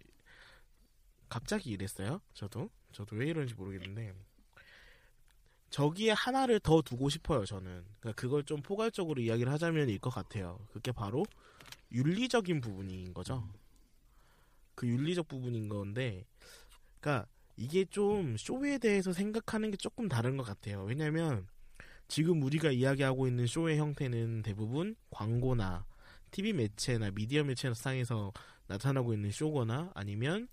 [SPEAKER 2] 갑자기 이랬어요? 저도 저도 왜 이런지 모르겠는데 저기에 하나를 더 두고 싶어요. 저는 그걸좀 포괄적으로 이야기를 하자면 일 것 같아요. 그게 바로 윤리적인 부분인 거죠.
[SPEAKER 3] 음.
[SPEAKER 2] 그 윤리적 부분인 건데, 그러니까 이게 좀 쇼에 대해서 생각하는 게 조금 다른 것 같아요. 왜냐하면 지금 우리가 이야기하고 있는 쇼의 형태는 대부분 광고나 TV 매체나 미디어 매체나 상에서 나타나고 있는 쇼거나 아니면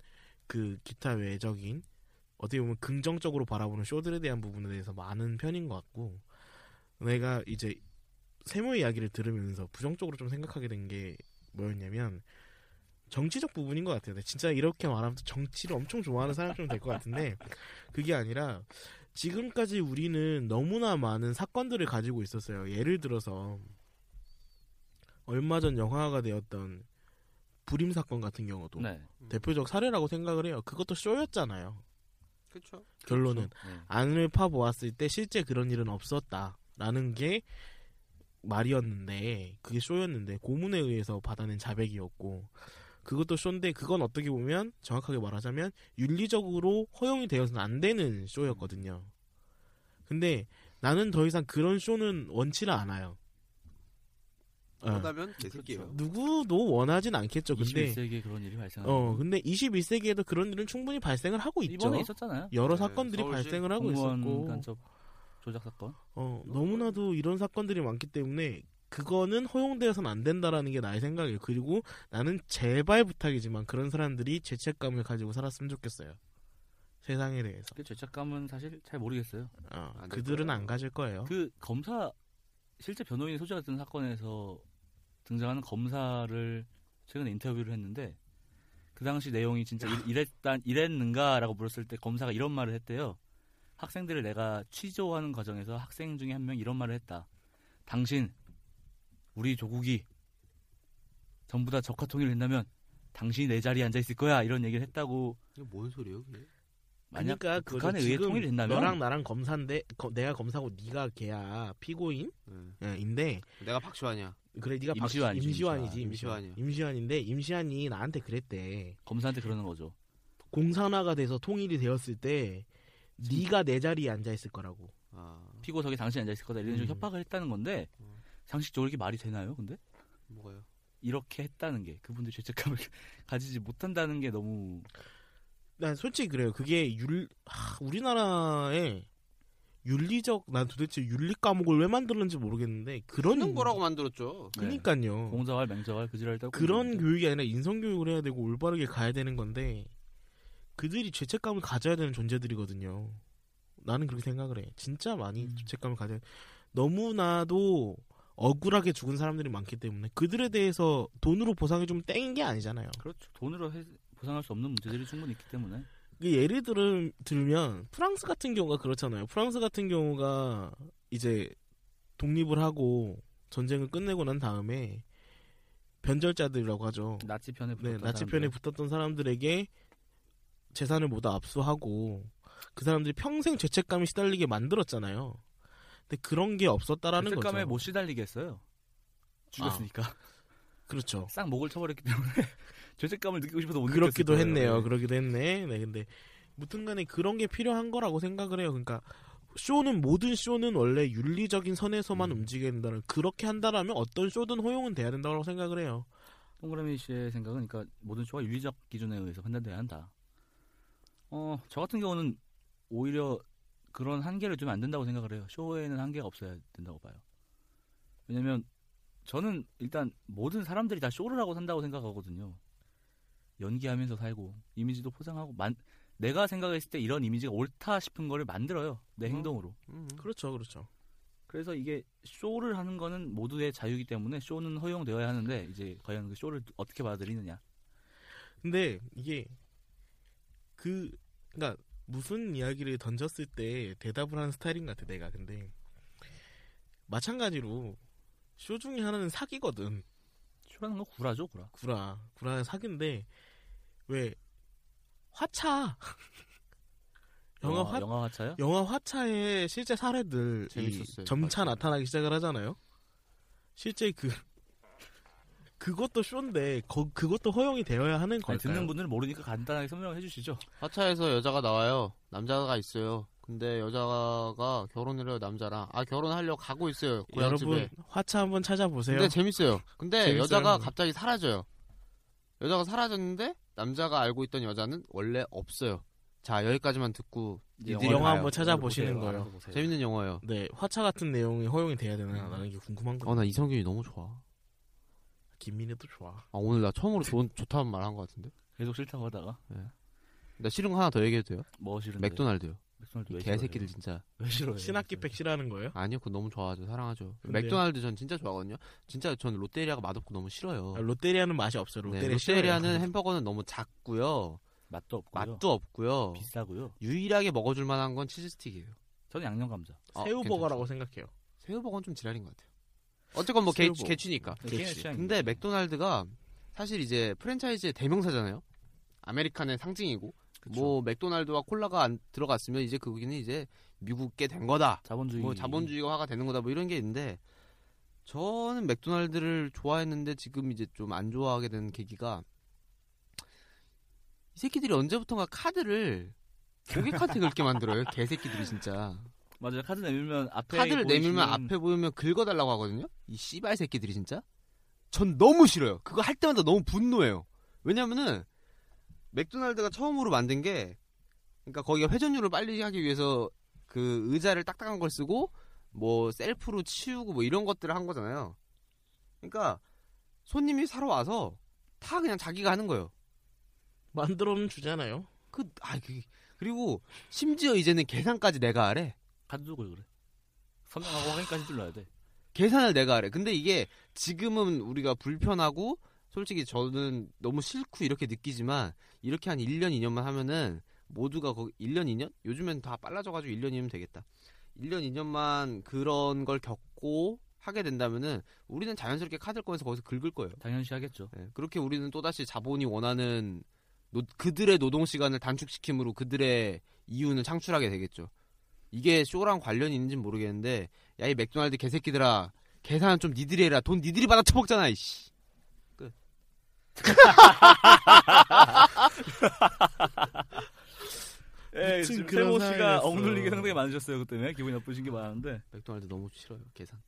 [SPEAKER 2] 그 기타 외적인 어떻게 보면 긍정적으로 바라보는 쇼들에 대한 부분에 대해서 많은 편인 것 같고 내가 이제 세모 의 이야기를 들으면서 부정적으로 좀 생각하게 된 게 뭐였냐면 정치적 부분인 것 같아요. 근데 진짜 이렇게 말하면 또 정치를 엄청 좋아하는 사람처럼 될 것 같은데 그게 아니라 지금까지 우리는 너무나 많은 사건들을 가지고 있었어요. 예를 들어서 얼마 전 영화가 되었던 불임 사건 같은 경우도
[SPEAKER 1] 네.
[SPEAKER 2] 대표적 사례라고 생각을 해요. 그것도 쇼였잖아요.
[SPEAKER 3] 그렇죠.
[SPEAKER 2] 결론은
[SPEAKER 1] 네.
[SPEAKER 2] 안을 파보았을 때 실제 그런 일은 없었다라는 게 말이었는데 그게 쇼였는데 고문에 의해서 받아낸 자백이었고 그것도 쇼인데 그건 어떻게 보면 정확하게 말하자면 윤리적으로 허용이 되어서는 안 되는 쇼였거든요. 근데 나는 더 이상 그런 쇼는 원치를 않아요. 어,
[SPEAKER 3] 그러다면 개새끼예요.
[SPEAKER 2] 누구도 원하진 않겠죠. 근데
[SPEAKER 1] 21세기에 그런 일이 발생하는
[SPEAKER 2] 어 근데 21세기에도 그런 일은 충분히 발생을 하고 있죠.
[SPEAKER 1] 아. 이번에 있었잖아요.
[SPEAKER 2] 여러
[SPEAKER 3] 네,
[SPEAKER 2] 사건들이
[SPEAKER 3] 서울시
[SPEAKER 2] 발생을 하고
[SPEAKER 1] 공무원
[SPEAKER 2] 있었고
[SPEAKER 1] 간첩 조작 사건.
[SPEAKER 2] 어, 너무나도 이런 사건들이 많기 때문에 그거는 허용되어서는 안 된다라는 게 나의 생각이에요. 그리고 나는 제발 부탁이지만 그런 사람들이 죄책감을 가지고 살았으면 좋겠어요. 세상에 대해서.
[SPEAKER 1] 그 죄책감은 사실 잘 모르겠어요.
[SPEAKER 2] 어,
[SPEAKER 3] 안될
[SPEAKER 2] 그들은
[SPEAKER 3] 거예요.
[SPEAKER 2] 안 가질 거예요.
[SPEAKER 1] 그 검사 실제 변호인이 소재가 된 사건에서 등장하는 검사를 최근 에 인터뷰를 했는데 그 당시 내용이 진짜 이- 이랬다 이랬는가라고 물었을 때 검사가 이런 말을 했대요. 학생들을 내가 취조하는 과정에서 학생 중에 한 명 이런 말을 했다. 당신 우리 조국이 전부 다 적화 통일을 했다면 당신이 내 자리에 앉아 있을 거야 이런 얘기를 했다고
[SPEAKER 3] 이게 뭔 소리예요? 그게?
[SPEAKER 1] 만약
[SPEAKER 2] 그러니까 그거죠.
[SPEAKER 1] 북한에 의해
[SPEAKER 2] 지금
[SPEAKER 1] 통일이 된다면
[SPEAKER 2] 너랑 나랑 검사인데 거- 내가 검사고 네가 걔야 피고인?
[SPEAKER 3] 네.
[SPEAKER 2] 예, 인데
[SPEAKER 3] 내가 박시환이야.
[SPEAKER 2] 그래 네가 박-
[SPEAKER 1] 임시완이지,
[SPEAKER 2] 임시완이지
[SPEAKER 3] 임시완.
[SPEAKER 2] 임시완. 임시완인데 임시완이 나한테 그랬대.
[SPEAKER 1] 검사한테 그러는 거죠.
[SPEAKER 2] 공산화가 돼서 통일이 되었을 때 네가 내 자리에 앉아 있을 거라고.
[SPEAKER 3] 아
[SPEAKER 1] 피고석에 당신이 앉아 있을 거다 이런 식으로
[SPEAKER 2] 음.
[SPEAKER 1] 협박을 했다는 건데
[SPEAKER 3] 음.
[SPEAKER 1] 상식적으로 이게 말이 되나요? 근데
[SPEAKER 3] 뭐가요?
[SPEAKER 1] 이렇게 했다는 게 그분들 죄책감을 가지지 못한다는 게 너무
[SPEAKER 2] 난 솔직히 그래요. 그게 윤 하, 우리나라의 윤리적 난 도대체 윤리 과목을 왜 만들었는지 모르겠는데 그런
[SPEAKER 3] 쓰는 거라고 만들었죠.
[SPEAKER 2] 그러니까요.
[SPEAKER 1] 네. 공자왈 맹자왈 그지랄 따고
[SPEAKER 2] 그런 교육이 아니라 인성 교육을 해야 되고 올바르게 가야 되는 건데 그들이 죄책감을 가져야 되는 존재들이거든요. 나는 그렇게 생각을 해. 진짜 많이
[SPEAKER 1] 음.
[SPEAKER 2] 죄책감을 가져. 너무나도 억울하게 죽은 사람들이 많기 때문에 그들에 대해서 돈으로 보상해 주면 땡인 게 아니잖아요.
[SPEAKER 1] 그렇죠 돈으로 해- 보상할 수 없는 문제들이 충분히 있기 때문에
[SPEAKER 2] 그 예를 들음, 들면 프랑스 같은 경우가 그렇잖아요. 프랑스 같은 경우가 이제 독립을 하고 전쟁을 끝내고 난 다음에 변절자들이라고 하죠.
[SPEAKER 1] 나치 편에
[SPEAKER 2] 네,
[SPEAKER 1] 붙었던
[SPEAKER 2] 나치 편에
[SPEAKER 1] 사람들.
[SPEAKER 2] 붙었던 사람들에게 재산을 모두 압수하고 그 사람들이 평생 죄책감에 시달리게 만들었잖아요. 근데 그런 게 없었다라는 거죠.
[SPEAKER 1] 죄책감에 못 시달리겠어요. 죽였으니까
[SPEAKER 2] 그렇죠.
[SPEAKER 1] 싹 목을 쳐버렸기 때문에 죄책감을 느끼고 싶어서 못
[SPEAKER 2] 그렇기도
[SPEAKER 1] 느꼈을 거예요.
[SPEAKER 2] 했네요.
[SPEAKER 1] 네.
[SPEAKER 2] 그러기도 했네. 네, 근데 무튼간에 그런 게 필요한 거라고 생각을 해요. 그러니까 쇼는 모든 쇼는 원래 윤리적인
[SPEAKER 1] 음.
[SPEAKER 2] 선에서만 움직여야 된다는 그렇게 한다라면 어떤 쇼든 호용은 돼야 된다고 생각을 해요.
[SPEAKER 1] 동그라미 씨의 생각은 그러니까 모든 쇼가 윤리적 기준에 의해서 판단돼야 한다. 어, 저 같은 경우는 오히려 그런 한계를 주면 안 된다고 생각을 해요. 쇼에는 한계가 없어야 된다고 봐요. 왜냐면 저는 일단 모든 사람들이 다 쇼를 하고 산다고 생각하거든요. 연기하면서 살고 이미지도 포장하고 만- 내가 생각했을 때 이런 이미지가 옳다 싶은 거를 만들어요. 내
[SPEAKER 3] 음.
[SPEAKER 1] 행동으로.
[SPEAKER 3] 음.
[SPEAKER 2] 그렇죠, 그렇죠.
[SPEAKER 1] 그래서 이게 쇼를 하는 거는 모두의 자유이기 때문에 쇼는 허용되어야 하는데 이제 과연 그 쇼를 어떻게 받아들이느냐.
[SPEAKER 2] 근데 이게 그 그러니까 무슨 이야기를 던졌을 때 대답을 하는 스타일인 것 같아 내가 근데 마찬가지로 쇼 중에 하나는 사기거든
[SPEAKER 1] 쇼라는 건 구라죠, 구라.
[SPEAKER 2] 구라 구라 사기인데 왜 화차 영화 화
[SPEAKER 1] 영화 화차요?
[SPEAKER 2] 영화 화차의 실제 사례들
[SPEAKER 3] 재밌었어요.
[SPEAKER 2] 점차
[SPEAKER 3] 화차.
[SPEAKER 2] 나타나기 시작을 하잖아요. 실제 그 그것도 쇼인데 거- 그것도 허용이 되어야 하는
[SPEAKER 1] 아니,
[SPEAKER 2] 걸까요?
[SPEAKER 1] 듣는 분들은 모르니까 간단하게 설명을 해주시죠.
[SPEAKER 3] 화차에서 여자가 나와요. 남자가 있어요. 근데 여자가 결혼을 해요 남자랑. 아 결혼하려고 가고 있어요. 고향집에.
[SPEAKER 2] 여러분 화차 한번 찾아보세요.
[SPEAKER 3] 그 근데 재밌어요. 근데
[SPEAKER 2] 재밌어요.
[SPEAKER 3] 여자가 갑자기 사라져요. 여자가 사라졌는데 남자가 알고 있던 여자는 원래 없어요. 자 여기까지만 듣고
[SPEAKER 1] 이제
[SPEAKER 3] 이들
[SPEAKER 2] 영화
[SPEAKER 3] 봐요.
[SPEAKER 2] 한번 찾아보시는
[SPEAKER 1] 보세요.
[SPEAKER 2] 거예요.
[SPEAKER 1] 알아서 보세요.
[SPEAKER 3] 재밌는 영화예요.
[SPEAKER 2] 네, 화차 같은 내용이 허용이 돼야 되나라는 게 궁금한 거.
[SPEAKER 3] 어 나 이성균이 너무 좋아.
[SPEAKER 2] 김민희도 좋아.
[SPEAKER 3] 아 오늘 나 처음으로 좋은 좋다는 말 한 것 같은데.
[SPEAKER 1] 계속 싫다고 하다가
[SPEAKER 3] 나 싫은 거 하나 더 얘기해도 돼요? 네,
[SPEAKER 1] 뭐 싫은데?
[SPEAKER 3] 맥도날드요.
[SPEAKER 1] 맥도날드
[SPEAKER 3] 이
[SPEAKER 1] 왜 싫어요?
[SPEAKER 3] 개새끼들 진짜.
[SPEAKER 1] 왜 싫어요?
[SPEAKER 2] 신학기 백 싫어하는 거예요?
[SPEAKER 3] 아니요, 그거 너무 좋아하죠. 사랑하죠.
[SPEAKER 2] 근데요?
[SPEAKER 3] 맥도날드 전 진짜 좋아하거든요. 진짜 전 롯데리아가 맛없고 너무 싫어요.
[SPEAKER 2] 아, 롯데리아는 맛이 없어요.
[SPEAKER 3] 네,
[SPEAKER 2] 롯데리아
[SPEAKER 3] 롯데리아는
[SPEAKER 2] 싫어요.
[SPEAKER 3] 햄버거는 너무 작고요.
[SPEAKER 1] 맛도 없고요.
[SPEAKER 3] 맛도 없고요.
[SPEAKER 1] 비싸고요.
[SPEAKER 3] 유일하게 먹어줄 만한 건 치즈스틱이에요.
[SPEAKER 1] 저는 양념 감자.
[SPEAKER 3] 아,
[SPEAKER 2] 새우버거라고
[SPEAKER 3] 괜찮죠.
[SPEAKER 2] 생각해요.
[SPEAKER 3] 새우버거는 좀 지랄인 것 같아요. 어쨌건 뭐 개,
[SPEAKER 2] 새우버거.
[SPEAKER 3] 개취니까.
[SPEAKER 1] 개인의 취향입니다.
[SPEAKER 3] 근데 맥도날드가 사실 이제 프랜차이즈의 대명사잖아요. 아메리칸의 상징이고. 뭐 맥도날드와 콜라가 안 들어갔으면 이제 거기는 이제 미국게 된 거다.
[SPEAKER 1] 자본주의.
[SPEAKER 3] 뭐 자본주의가 화가 되는 거다 뭐 이런 게 있는데 저는 맥도날드를 좋아했는데 지금 이제 좀 안 좋아하게 된 계기가 이 새끼들이 언제부턴가 카드를 고객한테 긁게 만들어요 개새끼들이 진짜
[SPEAKER 1] 맞아요. 카드 내밀면 앞에
[SPEAKER 3] 카드를 내밀면
[SPEAKER 1] 보이시는-
[SPEAKER 3] 앞에 보이면 긁어달라고 하거든요 이 씨발 새끼들이 진짜 전 너무 싫어요 그거 할 때마다 너무 분노해요 왜냐면은 맥도날드가 처음으로 만든 게 그러니까 거기가 회전율을 빨리 하기 위해서 그 의자를 딱딱한 걸 쓰고 뭐 셀프로 치우고 뭐 이런 것들을 한 거잖아요. 그러니까 손님이 사러 와서 다 그냥 자기가 하는 거예요.
[SPEAKER 2] 만들어는 주잖아요.
[SPEAKER 3] 그, 아, 그, 그리고 심지어 이제는 계산까지 내가 하래.
[SPEAKER 1] 카드 들고 그래. 선정하고 확인까지 둘러야 돼.
[SPEAKER 3] 계산을 내가 하래. 근데 이게 지금은 우리가 불편하고 솔직히 저는 너무 싫고 이렇게 느끼지만 이렇게 한 1년 2년만 하면은 모두가 거기 1년 2년? 요즘엔 다 빨라져가지고 1년이면 되겠다. 1년 2년만 그런 걸 겪고 하게 된다면은 우리는 자연스럽게 카드를 꺼내서 거기서 긁을 거예요.
[SPEAKER 1] 당연시 하겠죠.
[SPEAKER 3] 예, 그렇게 우리는 또다시 자본이 원하는 노- 그들의 노동 시간을 단축시킴으로 그들의 이윤을 창출하게 되겠죠. 이게 쇼랑 관련이 있는지는 모르겠는데 야 이 맥도날드 개새끼들아 계산 좀 니들이 해라 돈 니들이 받아 처먹잖아 이씨.
[SPEAKER 1] 예,
[SPEAKER 2] 무튼
[SPEAKER 1] 지금
[SPEAKER 2] 그런
[SPEAKER 1] 세모 씨가
[SPEAKER 2] 상황이었어.
[SPEAKER 1] 억눌리게 상당히 많으셨어요. 그 때문에 기분이 나쁘신 게 많은데.
[SPEAKER 3] 맥도날드 너무 싫어요 계산.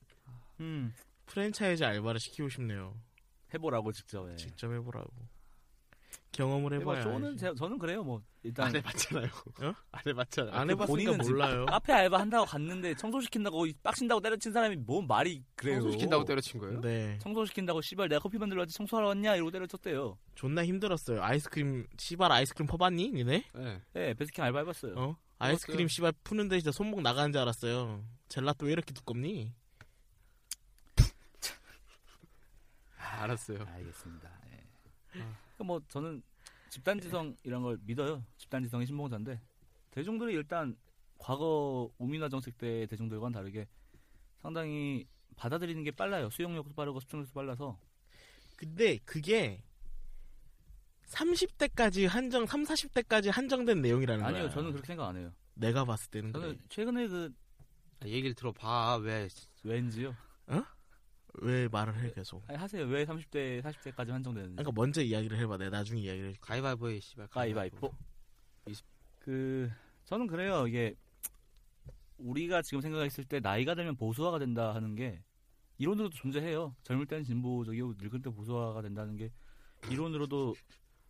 [SPEAKER 1] 음.
[SPEAKER 2] 프랜차이즈 알바를 시키고 싶네요.
[SPEAKER 1] 해보라고 직접. 예.
[SPEAKER 2] 직접 해보라고. 경험을
[SPEAKER 1] 뭐
[SPEAKER 2] 해봐야.
[SPEAKER 1] 저는
[SPEAKER 2] 알지.
[SPEAKER 1] 제- 저는 그래요. 뭐 일단
[SPEAKER 3] 해봤잖아요.
[SPEAKER 2] 어?
[SPEAKER 3] 안 해봤잖아요.
[SPEAKER 2] 안 해봤으니까
[SPEAKER 1] 본인은 지금
[SPEAKER 2] 몰라요.
[SPEAKER 1] 카페 알바 한다고 갔는데 청소시킨다고 이 빡신다고 때려친 사람이 뭔 말이 그래요.
[SPEAKER 3] 시킨다고 때려친 거예요?
[SPEAKER 2] 네,
[SPEAKER 1] 청소시킨다고 씨발 내가 커피 만들러 왔지 청소하러 왔냐 이러고 때려쳤대요.
[SPEAKER 2] 존나 힘들었어요. 아이스크림 씨발 아이스크림 퍼봤니? 니네?
[SPEAKER 3] 네.
[SPEAKER 1] 예, 베스킨 알바 해봤어요.
[SPEAKER 2] 어? 아이스크림
[SPEAKER 3] 그렇죠.
[SPEAKER 2] 씨발 푸는데 진짜 손목 나가는 줄 알았어요. 젤라또 왜 이렇게 두껍니?
[SPEAKER 3] 아, 알았어요.
[SPEAKER 1] 알겠습니다. 예. 그러니까 뭐 저는 집단지성 이런 걸 믿어요. 집단지성의 신봉자인데 대중들이 일단 과거 우민화 정책 때 대중들과는 다르게 상당히 받아들이는 게 빨라요. 수용력도 빠르고 수용력도 빨라서
[SPEAKER 2] 근데 그게 30대까지 한정 3, 40대까지 한정된
[SPEAKER 3] 네.
[SPEAKER 2] 내용이라는 거야.
[SPEAKER 1] 아니요, 저는 그렇게 생각 안 해요.
[SPEAKER 2] 내가 봤을 때는
[SPEAKER 1] 저는
[SPEAKER 2] 그래.
[SPEAKER 1] 최근에 그
[SPEAKER 3] 아, 얘기를 들어봐 왜
[SPEAKER 1] 왠지요.
[SPEAKER 2] 왜 말을 해 계속.
[SPEAKER 1] 아니, 하세요. 왜 30대, 40대까지 한정되는지.
[SPEAKER 2] 그러니까 먼저 이야기를 해봐. 내가 나중에 이야기를 해줄게.
[SPEAKER 3] 가위바위보해 씨발
[SPEAKER 1] 가위바위보. 그 저는 그래요. 이게 우리가 지금 생각했을 때 나이가 들면 보수화가 된다 하는 게 이론으로도 존재해요. 젊을 때는 진보적이고 늙을 때 보수화가 된다는 게 이론으로도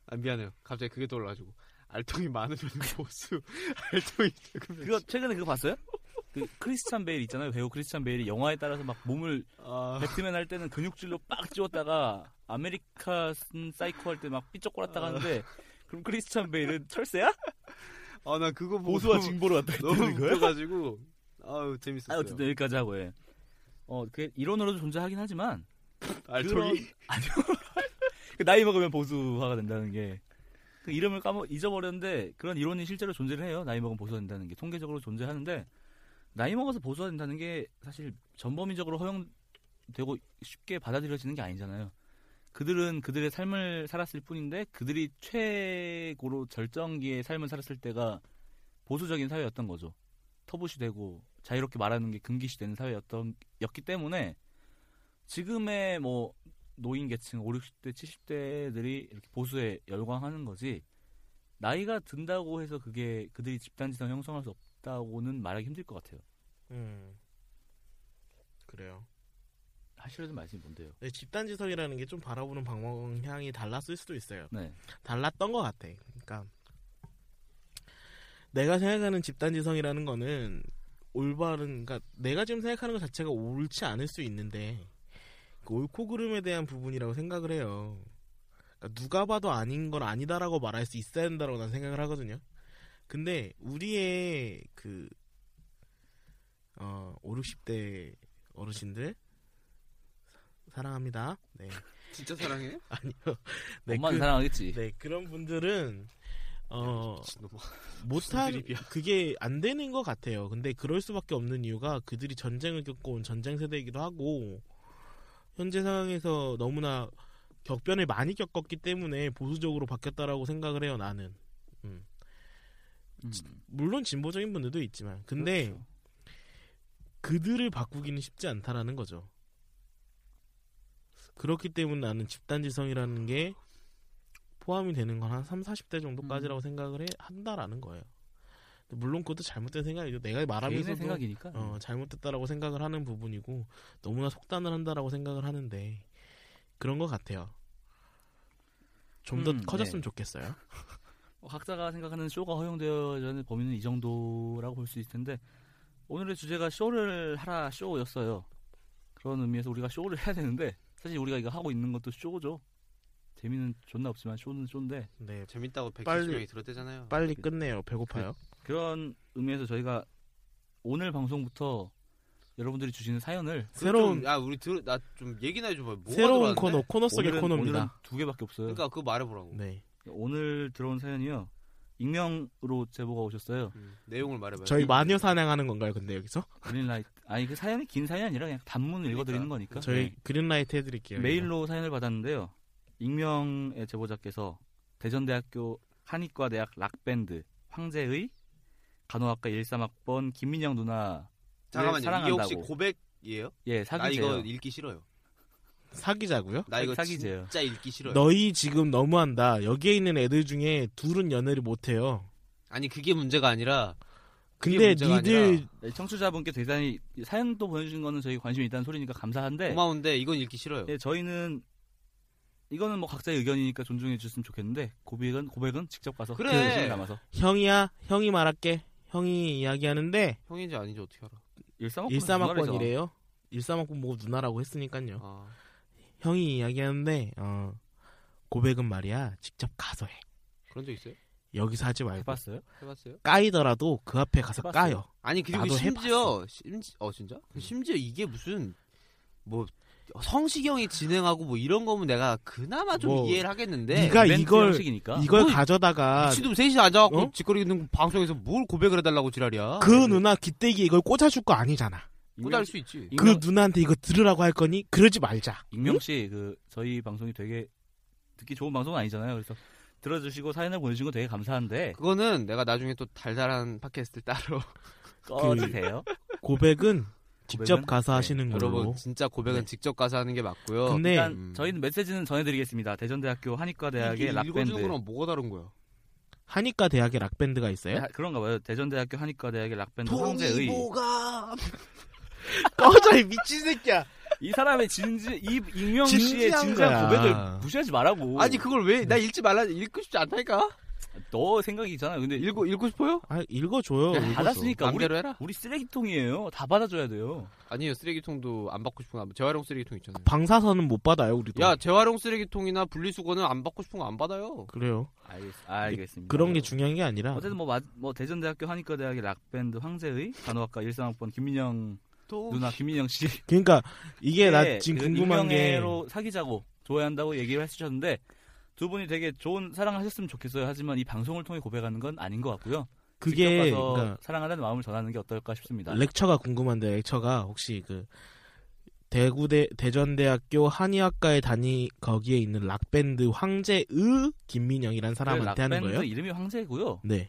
[SPEAKER 3] 아, 미안해요 갑자기 그게 떠올라가지고 알통이 많으면 보수 알통이 적으면
[SPEAKER 1] 그거 최근에 그거 봤어요? 그 크리스찬 베일 있잖아요. 배우 크리스찬 베일이 영화에 따라서 막 몸을
[SPEAKER 3] 아,
[SPEAKER 1] 배트맨 할 때는 근육질로 빡 찌웠다가 아메리카 사이코 할 때 막 삐쩍거렸다가 하는데 그럼 크리스찬 베일은 철새야?
[SPEAKER 3] 아, 나 그거 보고
[SPEAKER 5] 보수와 진보로 왔다 갔다
[SPEAKER 3] 너무
[SPEAKER 5] 하는 거야?
[SPEAKER 3] 웃겨가지고 아유
[SPEAKER 1] 아,
[SPEAKER 3] 재밌었어요
[SPEAKER 1] 어쨌든 여기까지 하고 예. 어, 그게 이론으로도 존재하긴 하지만
[SPEAKER 3] 알통이
[SPEAKER 1] 그런- 아니요. 그 나이 먹으면 보수화가 된다는 게. 그 이름을 까먹 잊어버렸는데 그런 이론이 실제로 존재를 해요. 나이 먹으면 보수화 된다는 게 통계적으로 존재하는데 나이 먹어서 보수화 된다는 게 사실 전범위적으로 허용되고 쉽게 받아들여지는 게 아니잖아요. 그들은 그들의 삶을 살았을 뿐인데 그들이 최고로 절정기의 삶을 살았을 때가 보수적인 사회였던 거죠. 터부시되고 자유롭게 말하는 게 금기시되는 사회였던 였기 때문에 지금의 뭐 노인 계층 5, 60대, 70대들이 이렇게 보수에 열광하는 거지 나이가 든다고 해서 그게 그들이 집단 지성 형성할 수 없다고는 말하기 힘들 것 같아요.
[SPEAKER 2] 음. 그래요.
[SPEAKER 1] 하시려는 말씀이 뭔데요?
[SPEAKER 2] 근데 집단 지성이라는 게 좀 바라보는 방향이 달랐을 수도 있어요.
[SPEAKER 1] 네.
[SPEAKER 2] 달랐던 것 같아. 그러니까 내가 생각하는 집단지성이라는 거는 올바른, 그러니까 내가 지금 생각하는 것 자체가 옳지 않을 수 있는데 그 옳고 그름에 대한 부분이라고 생각을 해요. 그러니까 누가 봐도 아닌 건 아니다라고 말할 수 있어야 된다고 난 생각을 하거든요. 근데 우리의 그 어, 5, 60대 어르신들 사랑합니다. 네.
[SPEAKER 3] 진짜 사랑해?
[SPEAKER 2] 아니요. 그-
[SPEAKER 1] 엄마는 사랑하겠지.
[SPEAKER 2] 네 그런 분들은 어
[SPEAKER 3] 미친놈아.
[SPEAKER 2] 못한 그게 안 되는 것 같아요. 근데 그럴 수밖에 없는 이유가 그들이 전쟁을 겪어온 전쟁 세대이기도 하고 현재 상황에서 너무나 격변을 많이 겪었기 때문에 보수적으로 바뀌었다라고 생각을 해요. 나는
[SPEAKER 1] 음.
[SPEAKER 2] 물론 진보적인 분들도 있지만 근데
[SPEAKER 1] 그렇죠.
[SPEAKER 2] 그들을 바꾸기는 쉽지 않다라는 거죠. 그렇기 때문에 나는 집단지성이라는 게 포함이 되는 건 한 3, 40대 정도까지라고
[SPEAKER 1] 음.
[SPEAKER 2] 생각을 해, 한다라는 거예요. 근데 물론 그것도 잘못된 생각이죠. 내가
[SPEAKER 1] 개인의 음.
[SPEAKER 2] 말하면서도
[SPEAKER 1] 생각이니까.
[SPEAKER 2] 어, 잘못됐다라고 생각을 하는 부분이고 너무나 속단을 한다라고 생각을 하는데 그런 것 같아요. 좀 더
[SPEAKER 1] 음,
[SPEAKER 2] 커졌으면
[SPEAKER 1] 네.
[SPEAKER 2] 좋겠어요.
[SPEAKER 1] 어, 각자가 생각하는 쇼가 허용되어지는 범위는 이 정도라고 볼 수 있을 텐데 오늘의 주제가 쇼를 하라 쇼였어요. 그런 의미에서 우리가 쇼를 해야 되는데 사실 우리가 이거 하고 있는 것도 쇼죠. 재미는 존나 없지만 쇼는 쇼인데
[SPEAKER 2] 네,
[SPEAKER 3] 재밌다고 170명이
[SPEAKER 2] 빨리-
[SPEAKER 3] 들었대잖아요
[SPEAKER 2] 빨리 끝내요. 배고파요.
[SPEAKER 1] 그런 의미에서 저희가 오늘 방송부터 여러분들이 주시는 사연을
[SPEAKER 2] 새로운
[SPEAKER 3] 좀, 야 우리 들, 나좀 얘기나 해줘봐 뭐
[SPEAKER 2] 새로운
[SPEAKER 3] 들어왔는데?
[SPEAKER 2] 코너 코너 속의
[SPEAKER 1] 오늘은- 오늘은
[SPEAKER 2] 코너입니다.
[SPEAKER 1] 두 개밖에 없어요. 그러니까
[SPEAKER 3] 그러니까 그거 말해보라고
[SPEAKER 2] 네.
[SPEAKER 1] 오늘 들어온 사연이요. 익명으로 제보가 오셨어요.
[SPEAKER 3] 음, 내용을 말해봐요
[SPEAKER 2] 저희
[SPEAKER 3] 이-
[SPEAKER 2] 마녀 사냥하는 건가요? 근데 여기서
[SPEAKER 1] 그린라이트. 아니 그 사연이 긴 사연이 아니라 그냥 단문 읽어드리는 거니까.
[SPEAKER 2] 저희
[SPEAKER 1] 네.
[SPEAKER 2] 그린라이트 해드릴게요.
[SPEAKER 1] 메일로 사연을 받았는데요. 익명의 제보자께서 대전대학교 한의과대학 락밴드 황제의 간호학과 13학번 김민영 누나
[SPEAKER 3] 잠깐만요
[SPEAKER 1] 사랑한다고.
[SPEAKER 3] 이게 혹시 고백이에요?
[SPEAKER 1] 예
[SPEAKER 3] 나 이거
[SPEAKER 1] 사귀세요.
[SPEAKER 3] 읽기 싫어요
[SPEAKER 2] 여기서. 사귀자고요?
[SPEAKER 3] 나 이거
[SPEAKER 1] 사기제요.
[SPEAKER 3] 진짜 읽기 싫어요
[SPEAKER 2] 너희 지금 너무한다. 여기에 있는 애들 중에 둘은 연애를 못해요.
[SPEAKER 3] 아니 그게 문제가 아니라 그게
[SPEAKER 2] 근데
[SPEAKER 3] 문제가
[SPEAKER 2] 니들
[SPEAKER 3] 아니라
[SPEAKER 1] 네, 청취자분께 대단히 사연도 보내주신 거는 저희 관심이 있다는 소리니까 감사한데
[SPEAKER 3] 고마운데 이건 읽기 싫어요
[SPEAKER 1] 예, 저희는 이거는 뭐 각자의 의견이니까 존중해 주셨으면 좋겠는데 고백은 고백은 직접 가서
[SPEAKER 3] 그래.
[SPEAKER 1] 진심을 담아서
[SPEAKER 2] 형이야 형이 말할게. 형이 이야기하는데
[SPEAKER 3] 형인지 아닌지 어떻게
[SPEAKER 2] 예.
[SPEAKER 3] 알아
[SPEAKER 1] 일삼학번
[SPEAKER 2] 13학번이래요. 13학번 보고 누나라고 했으니까요.
[SPEAKER 3] 아,
[SPEAKER 2] 형이 이야기하는데 어, 고백은 말이야 직접 가서 해.
[SPEAKER 3] 그런 적 있어요?
[SPEAKER 2] 여기서 하지 말고
[SPEAKER 1] 해봤어요?
[SPEAKER 3] 해봤어요?
[SPEAKER 2] 까이더라도 그 앞에 가서
[SPEAKER 1] 해봤어요.
[SPEAKER 2] 까요.
[SPEAKER 3] 아니 그 그리고
[SPEAKER 2] 나도 음.
[SPEAKER 3] 심지어 심지 어 진짜? 심지어 이게 무슨 뭐 성시경이 진행하고 뭐 이런 거면 내가 그나마 좀
[SPEAKER 2] 뭐,
[SPEAKER 3] 이해를 하겠는데
[SPEAKER 2] 네가
[SPEAKER 1] 이벤트
[SPEAKER 2] 이걸-
[SPEAKER 1] 형식이니까
[SPEAKER 2] 이걸
[SPEAKER 3] 뭘-
[SPEAKER 2] 가져다가
[SPEAKER 3] 미친놈 셋이 앉아갖고
[SPEAKER 2] 어?
[SPEAKER 3] 짓거리 있는 방송에서 뭘 고백을 해달라고 지랄이야
[SPEAKER 2] 그 누나 기대기에 이걸 꽂아줄 거 아니잖아.
[SPEAKER 3] 꾸달 수 있지.
[SPEAKER 2] 그 누나한테 이거 들으라고 할 거니 그러지 말자.
[SPEAKER 1] 익명 씨 그 저희 방송이 되게 듣기 좋은 방송은 아니잖아요. 그래서 들어주시고 사연을 보내주신 거 되게 감사한데
[SPEAKER 3] 그거는 내가 나중에 또 달달한 팟캐스트를 따로
[SPEAKER 1] 써도 그 돼요?
[SPEAKER 2] 고백은 직접
[SPEAKER 1] 고백은?
[SPEAKER 2] 가서
[SPEAKER 1] 네.
[SPEAKER 2] 하시는 걸로.
[SPEAKER 3] 여러분 진짜 고백은
[SPEAKER 1] 네.
[SPEAKER 3] 직접 가서 하는 게 맞고요.
[SPEAKER 2] 근데
[SPEAKER 1] 일단
[SPEAKER 3] 음.
[SPEAKER 1] 저희는 메시지는 전해드리겠습니다. 대전대학교
[SPEAKER 3] 이게
[SPEAKER 1] 한의과대학의 락밴드
[SPEAKER 3] 읽어주는 거랑 뭐가 다른 거야?
[SPEAKER 2] 한의과 대학에 락 밴드가 있어요.
[SPEAKER 1] 네, 그런가 봐요. 대전대학교 한의과대학의 락밴드 황제의
[SPEAKER 2] 꺼져 이 미친 새끼야.
[SPEAKER 1] 이 사람의 진지 이 익명
[SPEAKER 2] 진지한
[SPEAKER 1] 씨의
[SPEAKER 2] 거야.
[SPEAKER 1] 진지한 고백을 무시하지 말라고.
[SPEAKER 3] 아니 그걸 왜 나 읽지 말라 읽고 싶지 않다니까.
[SPEAKER 1] 너 생각이잖아. 근데
[SPEAKER 3] 읽고 읽고 싶어요?
[SPEAKER 2] 아 읽어줘요.
[SPEAKER 3] 야,
[SPEAKER 2] 읽어줘.
[SPEAKER 1] 받았으니까 우리
[SPEAKER 3] 맘대로 해라.
[SPEAKER 1] 우리 쓰레기통이에요. 다 받아줘야 돼요.
[SPEAKER 3] 아니요 쓰레기통도 안 받고 싶은 거 재활용 쓰레기통 있잖아요.
[SPEAKER 2] 방사선은 못 받아요 우리도.
[SPEAKER 3] 야 재활용 쓰레기통이나 분리수거는 안 받고 싶은 거 안 받아요.
[SPEAKER 2] 그래요.
[SPEAKER 1] 알겠, 알겠습니다.
[SPEAKER 2] 그런 게 중요한 게 아니라.
[SPEAKER 1] 어. 어쨌든 뭐, 마- 뭐 대전대학교 한의과대학의 락밴드 황제의 간호학과 일상학번 김민영 누나 김민영 씨
[SPEAKER 2] 그러니까 이게 나
[SPEAKER 1] 네,
[SPEAKER 2] 지금
[SPEAKER 1] 그
[SPEAKER 2] 궁금한 게
[SPEAKER 1] 익명으로 사귀자고 좋아한다고 얘기를 해주셨는데 두 분이 되게 좋은 사랑을 하셨으면 좋겠어요. 하지만 이 방송을 통해 고백하는 건 아닌 것 같고요.
[SPEAKER 2] 그게
[SPEAKER 1] 직접 가서
[SPEAKER 2] 그러니까
[SPEAKER 1] 사랑한다는 마음을 전하는 게 어떨까 싶습니다.
[SPEAKER 2] 렉처가 궁금한데 렉처가 혹시 그 대구대 대전대학교 한의학과에 다니 거기에 있는 락 밴드 황제의 김민영이라는 사람한테 하는
[SPEAKER 1] 그 네, 락밴드
[SPEAKER 2] 거예요?
[SPEAKER 1] 이름이 황제고요.
[SPEAKER 2] 네.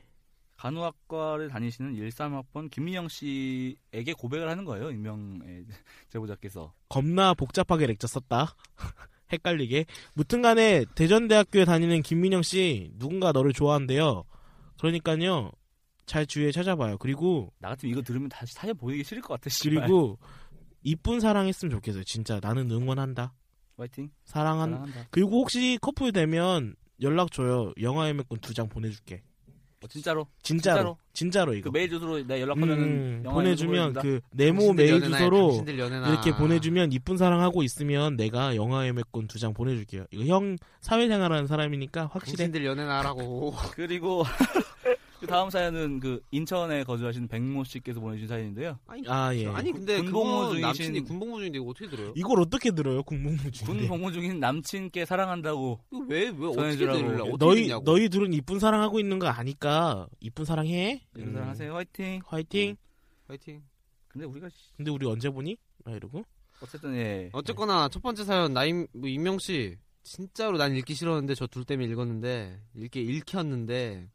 [SPEAKER 1] 간호학과를 다니시는 13학번 김민영 씨에게 고백을 하는 거예요. 익명의 제보자께서.
[SPEAKER 2] 겁나 복잡하게 렉처 썼다. 헷갈리게. 무튼간에 대전대학교에 다니는 김민영 씨 누군가 너를 좋아한대요. 그러니까요 잘 주위에 찾아봐요. 그리고
[SPEAKER 1] 나 같으면 이거 들으면 다시 사연 보내기 싫을 것 같아. 씨발.
[SPEAKER 2] 그리고 이쁜 사랑했으면 좋겠어요. 진짜 나는 응원한다.
[SPEAKER 1] 화이팅.
[SPEAKER 2] 사랑한
[SPEAKER 1] 사랑한다.
[SPEAKER 2] 그리고 혹시 커플 되면 연락 줘요. 영화 예매권 두 장 보내줄게.
[SPEAKER 1] 어, 진짜로.
[SPEAKER 2] 진짜로 진짜로, 이거
[SPEAKER 1] 그 메일 주소로 내 연락 하면은
[SPEAKER 2] 음,
[SPEAKER 1] 영화
[SPEAKER 2] 보내주면
[SPEAKER 1] 보내준다.
[SPEAKER 2] 그 네모
[SPEAKER 3] 당신들
[SPEAKER 2] 메일
[SPEAKER 3] 연애나 해,
[SPEAKER 2] 주소로
[SPEAKER 3] 당신들 연애나.
[SPEAKER 2] 이렇게 보내주면 이쁜 사랑하고 있으면 내가 영화 예매권 두 장 보내줄게요. 이거 형 사회생활하는 사람이니까 확실해.
[SPEAKER 3] 당신들 연애나라고.
[SPEAKER 1] 그리고 그 다음 사연은 그 인천에 거주하시는 백모 씨께서 보내주신 사연인데요.
[SPEAKER 2] 아 예.
[SPEAKER 3] 아니 근데
[SPEAKER 1] 군- 군복무
[SPEAKER 3] 그거
[SPEAKER 1] 중이신-
[SPEAKER 3] 남친이 군복무 중인데 이거 어떻게 들어요?
[SPEAKER 2] 이걸 어떻게 들어요? 국무부
[SPEAKER 1] 군
[SPEAKER 2] 중인데.
[SPEAKER 1] 복무 중인 남친께 사랑한다고.
[SPEAKER 3] 이거 왜 왜 어떻게
[SPEAKER 1] 전해주라고.
[SPEAKER 3] 들으려? 어떻게
[SPEAKER 2] 너희
[SPEAKER 3] 듣냐고.
[SPEAKER 2] 너희 둘은 이쁜 사랑하고 있는 거 아니까 이쁜 사랑해. 음,
[SPEAKER 1] 이런 사랑 하세요. 화이팅.
[SPEAKER 2] 화이팅.
[SPEAKER 3] 파이팅.
[SPEAKER 1] 근데 우리가 씨-
[SPEAKER 2] 근데 우리 언제 보니? 아 이러고.
[SPEAKER 1] 어쨌든 예.
[SPEAKER 3] 어쨌거나 첫 번째 사연 나임 뭐 임명 씨 진짜로 난 읽기 싫었는데 저 둘 때문에 읽었는데 읽게 읽혔는데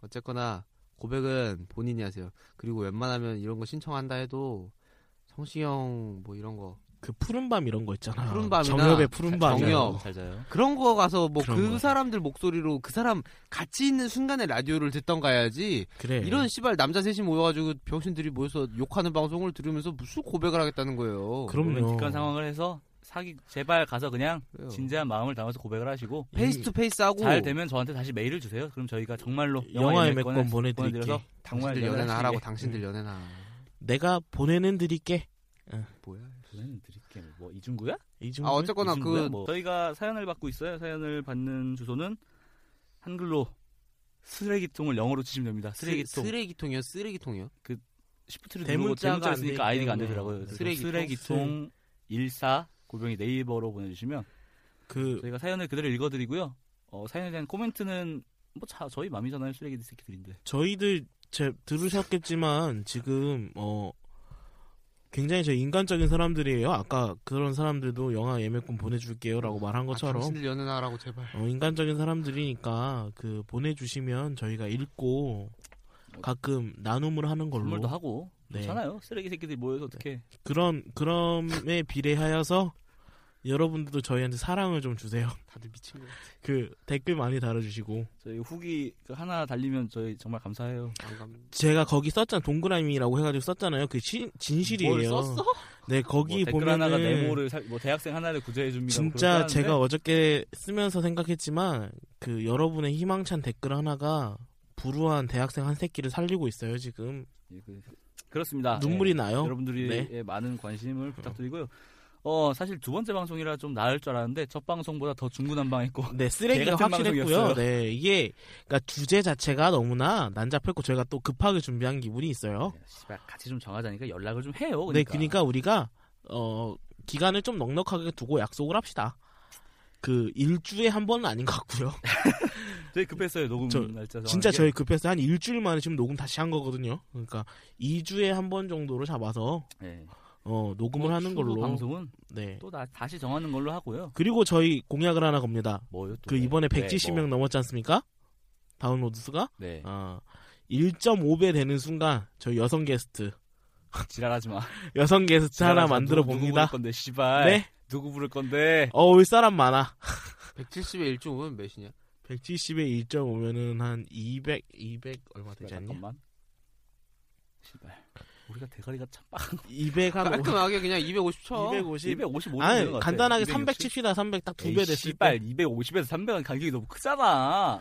[SPEAKER 3] 어쨌거나 고백은 본인이 하세요. 그리고 웬만하면 이런 거 신청한다 해도 성시경 뭐 이런 거
[SPEAKER 2] 그 푸른 밤 이런 거 있잖아.
[SPEAKER 3] 푸른 밤이나
[SPEAKER 2] 정엽의 푸른 밤.
[SPEAKER 3] 정엽.
[SPEAKER 1] 잘 자요.
[SPEAKER 3] 그런 거 가서 뭐
[SPEAKER 2] 그런
[SPEAKER 3] 그
[SPEAKER 2] 거.
[SPEAKER 3] 사람들 목소리로 그 사람 같이 있는 순간에 라디오를 듣던가 해야지
[SPEAKER 2] 그래.
[SPEAKER 3] 이런 씨발 남자 셋이 모여가지고 병신들이 모여서 욕하는 방송을 들으면서 무슨 고백을 하겠다는 거예요.
[SPEAKER 2] 그럼요.
[SPEAKER 1] 로맨틱한 상황을 해서 사기 제발 가서 그냥
[SPEAKER 3] 그래요.
[SPEAKER 1] 진지한 마음을 담아서 고백을 하시고
[SPEAKER 3] 페이스 투 페이스 하고
[SPEAKER 1] 잘 되면 저한테 다시 메일을 주세요. 그럼 저희가 정말로 영화
[SPEAKER 2] 영화의
[SPEAKER 1] 예매권
[SPEAKER 2] 맥권 보내드릴게.
[SPEAKER 1] 보내드려서 정말
[SPEAKER 3] 당신들 연애나
[SPEAKER 1] 연애하시게
[SPEAKER 3] 하라고 당신들 연애나
[SPEAKER 2] 내가 보내는 드릴게.
[SPEAKER 3] 뭐야?
[SPEAKER 1] 보내드릴게. 뭐 이중구야?
[SPEAKER 3] 아
[SPEAKER 2] 이중국.
[SPEAKER 3] 어쨌거나
[SPEAKER 1] 이중구야?
[SPEAKER 3] 그
[SPEAKER 1] 뭐. 저희가 사연을 받고 있어요. 사연을 받는 주소는 한글로 쓰레기통을 영어로 치시면 됩니다. 쓰레기통.
[SPEAKER 3] 쓰레기통. 이요 쓰레기통이요?
[SPEAKER 1] 시프트를 누르고
[SPEAKER 2] 대문자가
[SPEAKER 1] 대문자
[SPEAKER 2] 안
[SPEAKER 1] 쓰니까
[SPEAKER 2] 돼
[SPEAKER 1] 아이디가 안
[SPEAKER 2] 있네요.
[SPEAKER 1] 되더라고요. 그래서
[SPEAKER 3] 쓰레기통?
[SPEAKER 1] 쓰레기통 14 고병이 네이버로 보내주시면
[SPEAKER 2] 그
[SPEAKER 1] 저희가 사연을 그대로 읽어드리고요. 어, 사연에 대한 코멘트는 뭐 자, 저희 맘이잖아요. 쓰레기 새끼들인데.
[SPEAKER 2] 저희들 제, 들으셨겠지만 지금 어 굉장히 저 인간적인 사람들이에요. 아까 그런 사람들도 영화 예매권 보내줄게요라고 말한
[SPEAKER 3] 아,
[SPEAKER 2] 것처럼
[SPEAKER 3] 당신들 연애나 하라고 제발.
[SPEAKER 2] 어, 인간적인 사람들이니까 그 보내주시면 저희가 읽고 가끔 나눔을 하는 걸로
[SPEAKER 1] 선물도 하고
[SPEAKER 2] 네.
[SPEAKER 1] 좋잖아요. 쓰레기 새끼들이 모여서 어떻게
[SPEAKER 2] 그런 그럼에 비례하여서 여러분들도 저희한테 사랑을 좀 주세요.
[SPEAKER 3] 다들 미친 거. 같아.
[SPEAKER 2] 그 댓글 많이 달아주시고
[SPEAKER 1] 저희 후기 그 하나 달리면 저희 정말 감사해요.
[SPEAKER 3] 감-
[SPEAKER 2] 제가 거기 썼잖아 동그라미라고 해가지고 썼잖아요. 그 시- 진실이에요.
[SPEAKER 3] 뭘 썼어?
[SPEAKER 2] 네 거기
[SPEAKER 1] 뭐 댓글
[SPEAKER 2] 보면은
[SPEAKER 1] 하나가 네모를 살- 뭐 대학생 하나를 구제해 줍니다.
[SPEAKER 2] 진짜 제가 어저께 쓰면서 생각했지만 그 여러분의 희망찬 댓글 하나가 불우한 대학생 한 새끼를 살리고 있어요 지금
[SPEAKER 1] 예, 그 그렇습니다.
[SPEAKER 2] 눈물이
[SPEAKER 1] 예.
[SPEAKER 2] 나요. 네.
[SPEAKER 1] 여러분들의 많은 관심을 부탁드리고요. 어 사실 두 번째 방송이라 좀 나을 줄 알았는데 첫 방송보다 더 중구난방했고
[SPEAKER 2] 네 쓰레기가
[SPEAKER 1] 같은
[SPEAKER 2] 확실했고요.
[SPEAKER 1] 방송이었어요.
[SPEAKER 2] 네 이게 그러니까 주제 자체가 너무나 난잡했고 저희가 또 급하게 준비한 기분이 있어요.
[SPEAKER 1] 야, 씨발, 같이 좀 정하자니까 연락을 좀 해요.
[SPEAKER 2] 네
[SPEAKER 1] 그러니까.
[SPEAKER 2] 그러니까 우리가 어 기간을 좀 넉넉하게 두고 약속을 합시다. 그 일주에 한 번은 아닌 것 같고요.
[SPEAKER 1] 되게 네, 급했어요 녹음
[SPEAKER 2] 저-
[SPEAKER 1] 날짜.
[SPEAKER 2] 진짜
[SPEAKER 1] 정하는 게.
[SPEAKER 2] 저희 급해서 한 일주일 만에 지금 녹음 다시 한 거거든요. 그러니까 2주에 한 번 정도로 잡아서
[SPEAKER 1] 예.
[SPEAKER 2] 어, 녹음을
[SPEAKER 1] 뭐
[SPEAKER 2] 하는
[SPEAKER 1] 추후
[SPEAKER 2] 걸로.
[SPEAKER 1] 방송은
[SPEAKER 2] 네.
[SPEAKER 1] 또 나- 다시 정하는 걸로 하고요.
[SPEAKER 2] 그리고 저희 공약을 하나 겁니다.
[SPEAKER 1] 뭐요? 또
[SPEAKER 2] 그 이번에
[SPEAKER 4] 네,
[SPEAKER 2] 170명
[SPEAKER 4] 뭐.
[SPEAKER 2] 넘었지 않습니까? 다운로드 수가
[SPEAKER 1] 네
[SPEAKER 2] 아, 1.5배 되는 순간 저희 여성 게스트
[SPEAKER 1] 지랄하지 마.
[SPEAKER 2] 여성 게스트 하나
[SPEAKER 1] 지랄하지 마.
[SPEAKER 2] 만들어
[SPEAKER 1] 누구- 누구 부를
[SPEAKER 2] 봅니다.
[SPEAKER 1] 건데 씨발.
[SPEAKER 2] 네.
[SPEAKER 1] 누구 부를 건데?
[SPEAKER 2] 어, 올 사람 많아.
[SPEAKER 3] 170에 1.5면 몇이냐?
[SPEAKER 2] 170에 1.5면은 한 200, 200 얼마 되지
[SPEAKER 1] 씨발,
[SPEAKER 2] 않냐?
[SPEAKER 1] 잠깐만. 씨발. 우리가 대가리가 참 빡.
[SPEAKER 2] 200 한,
[SPEAKER 3] 깔끔하게 그냥 250쳐.
[SPEAKER 2] 250.
[SPEAKER 1] 255.
[SPEAKER 2] 아니, 간단하게 300 칩시다. 300 딱 두 배 됐을 때.
[SPEAKER 1] 아, 씨발 250에서 300은 간격이 너무 크잖아.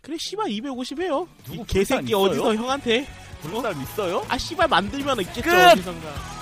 [SPEAKER 2] 그래, 씨발 250 해요.
[SPEAKER 1] 누구
[SPEAKER 2] 개새끼
[SPEAKER 1] 불쌍 있어요?
[SPEAKER 2] 어디서 형한테.
[SPEAKER 1] 부른 사람 있어요?
[SPEAKER 2] 아, 씨발 만들면 있겠죠.
[SPEAKER 1] 끝!
[SPEAKER 2] 어디선가.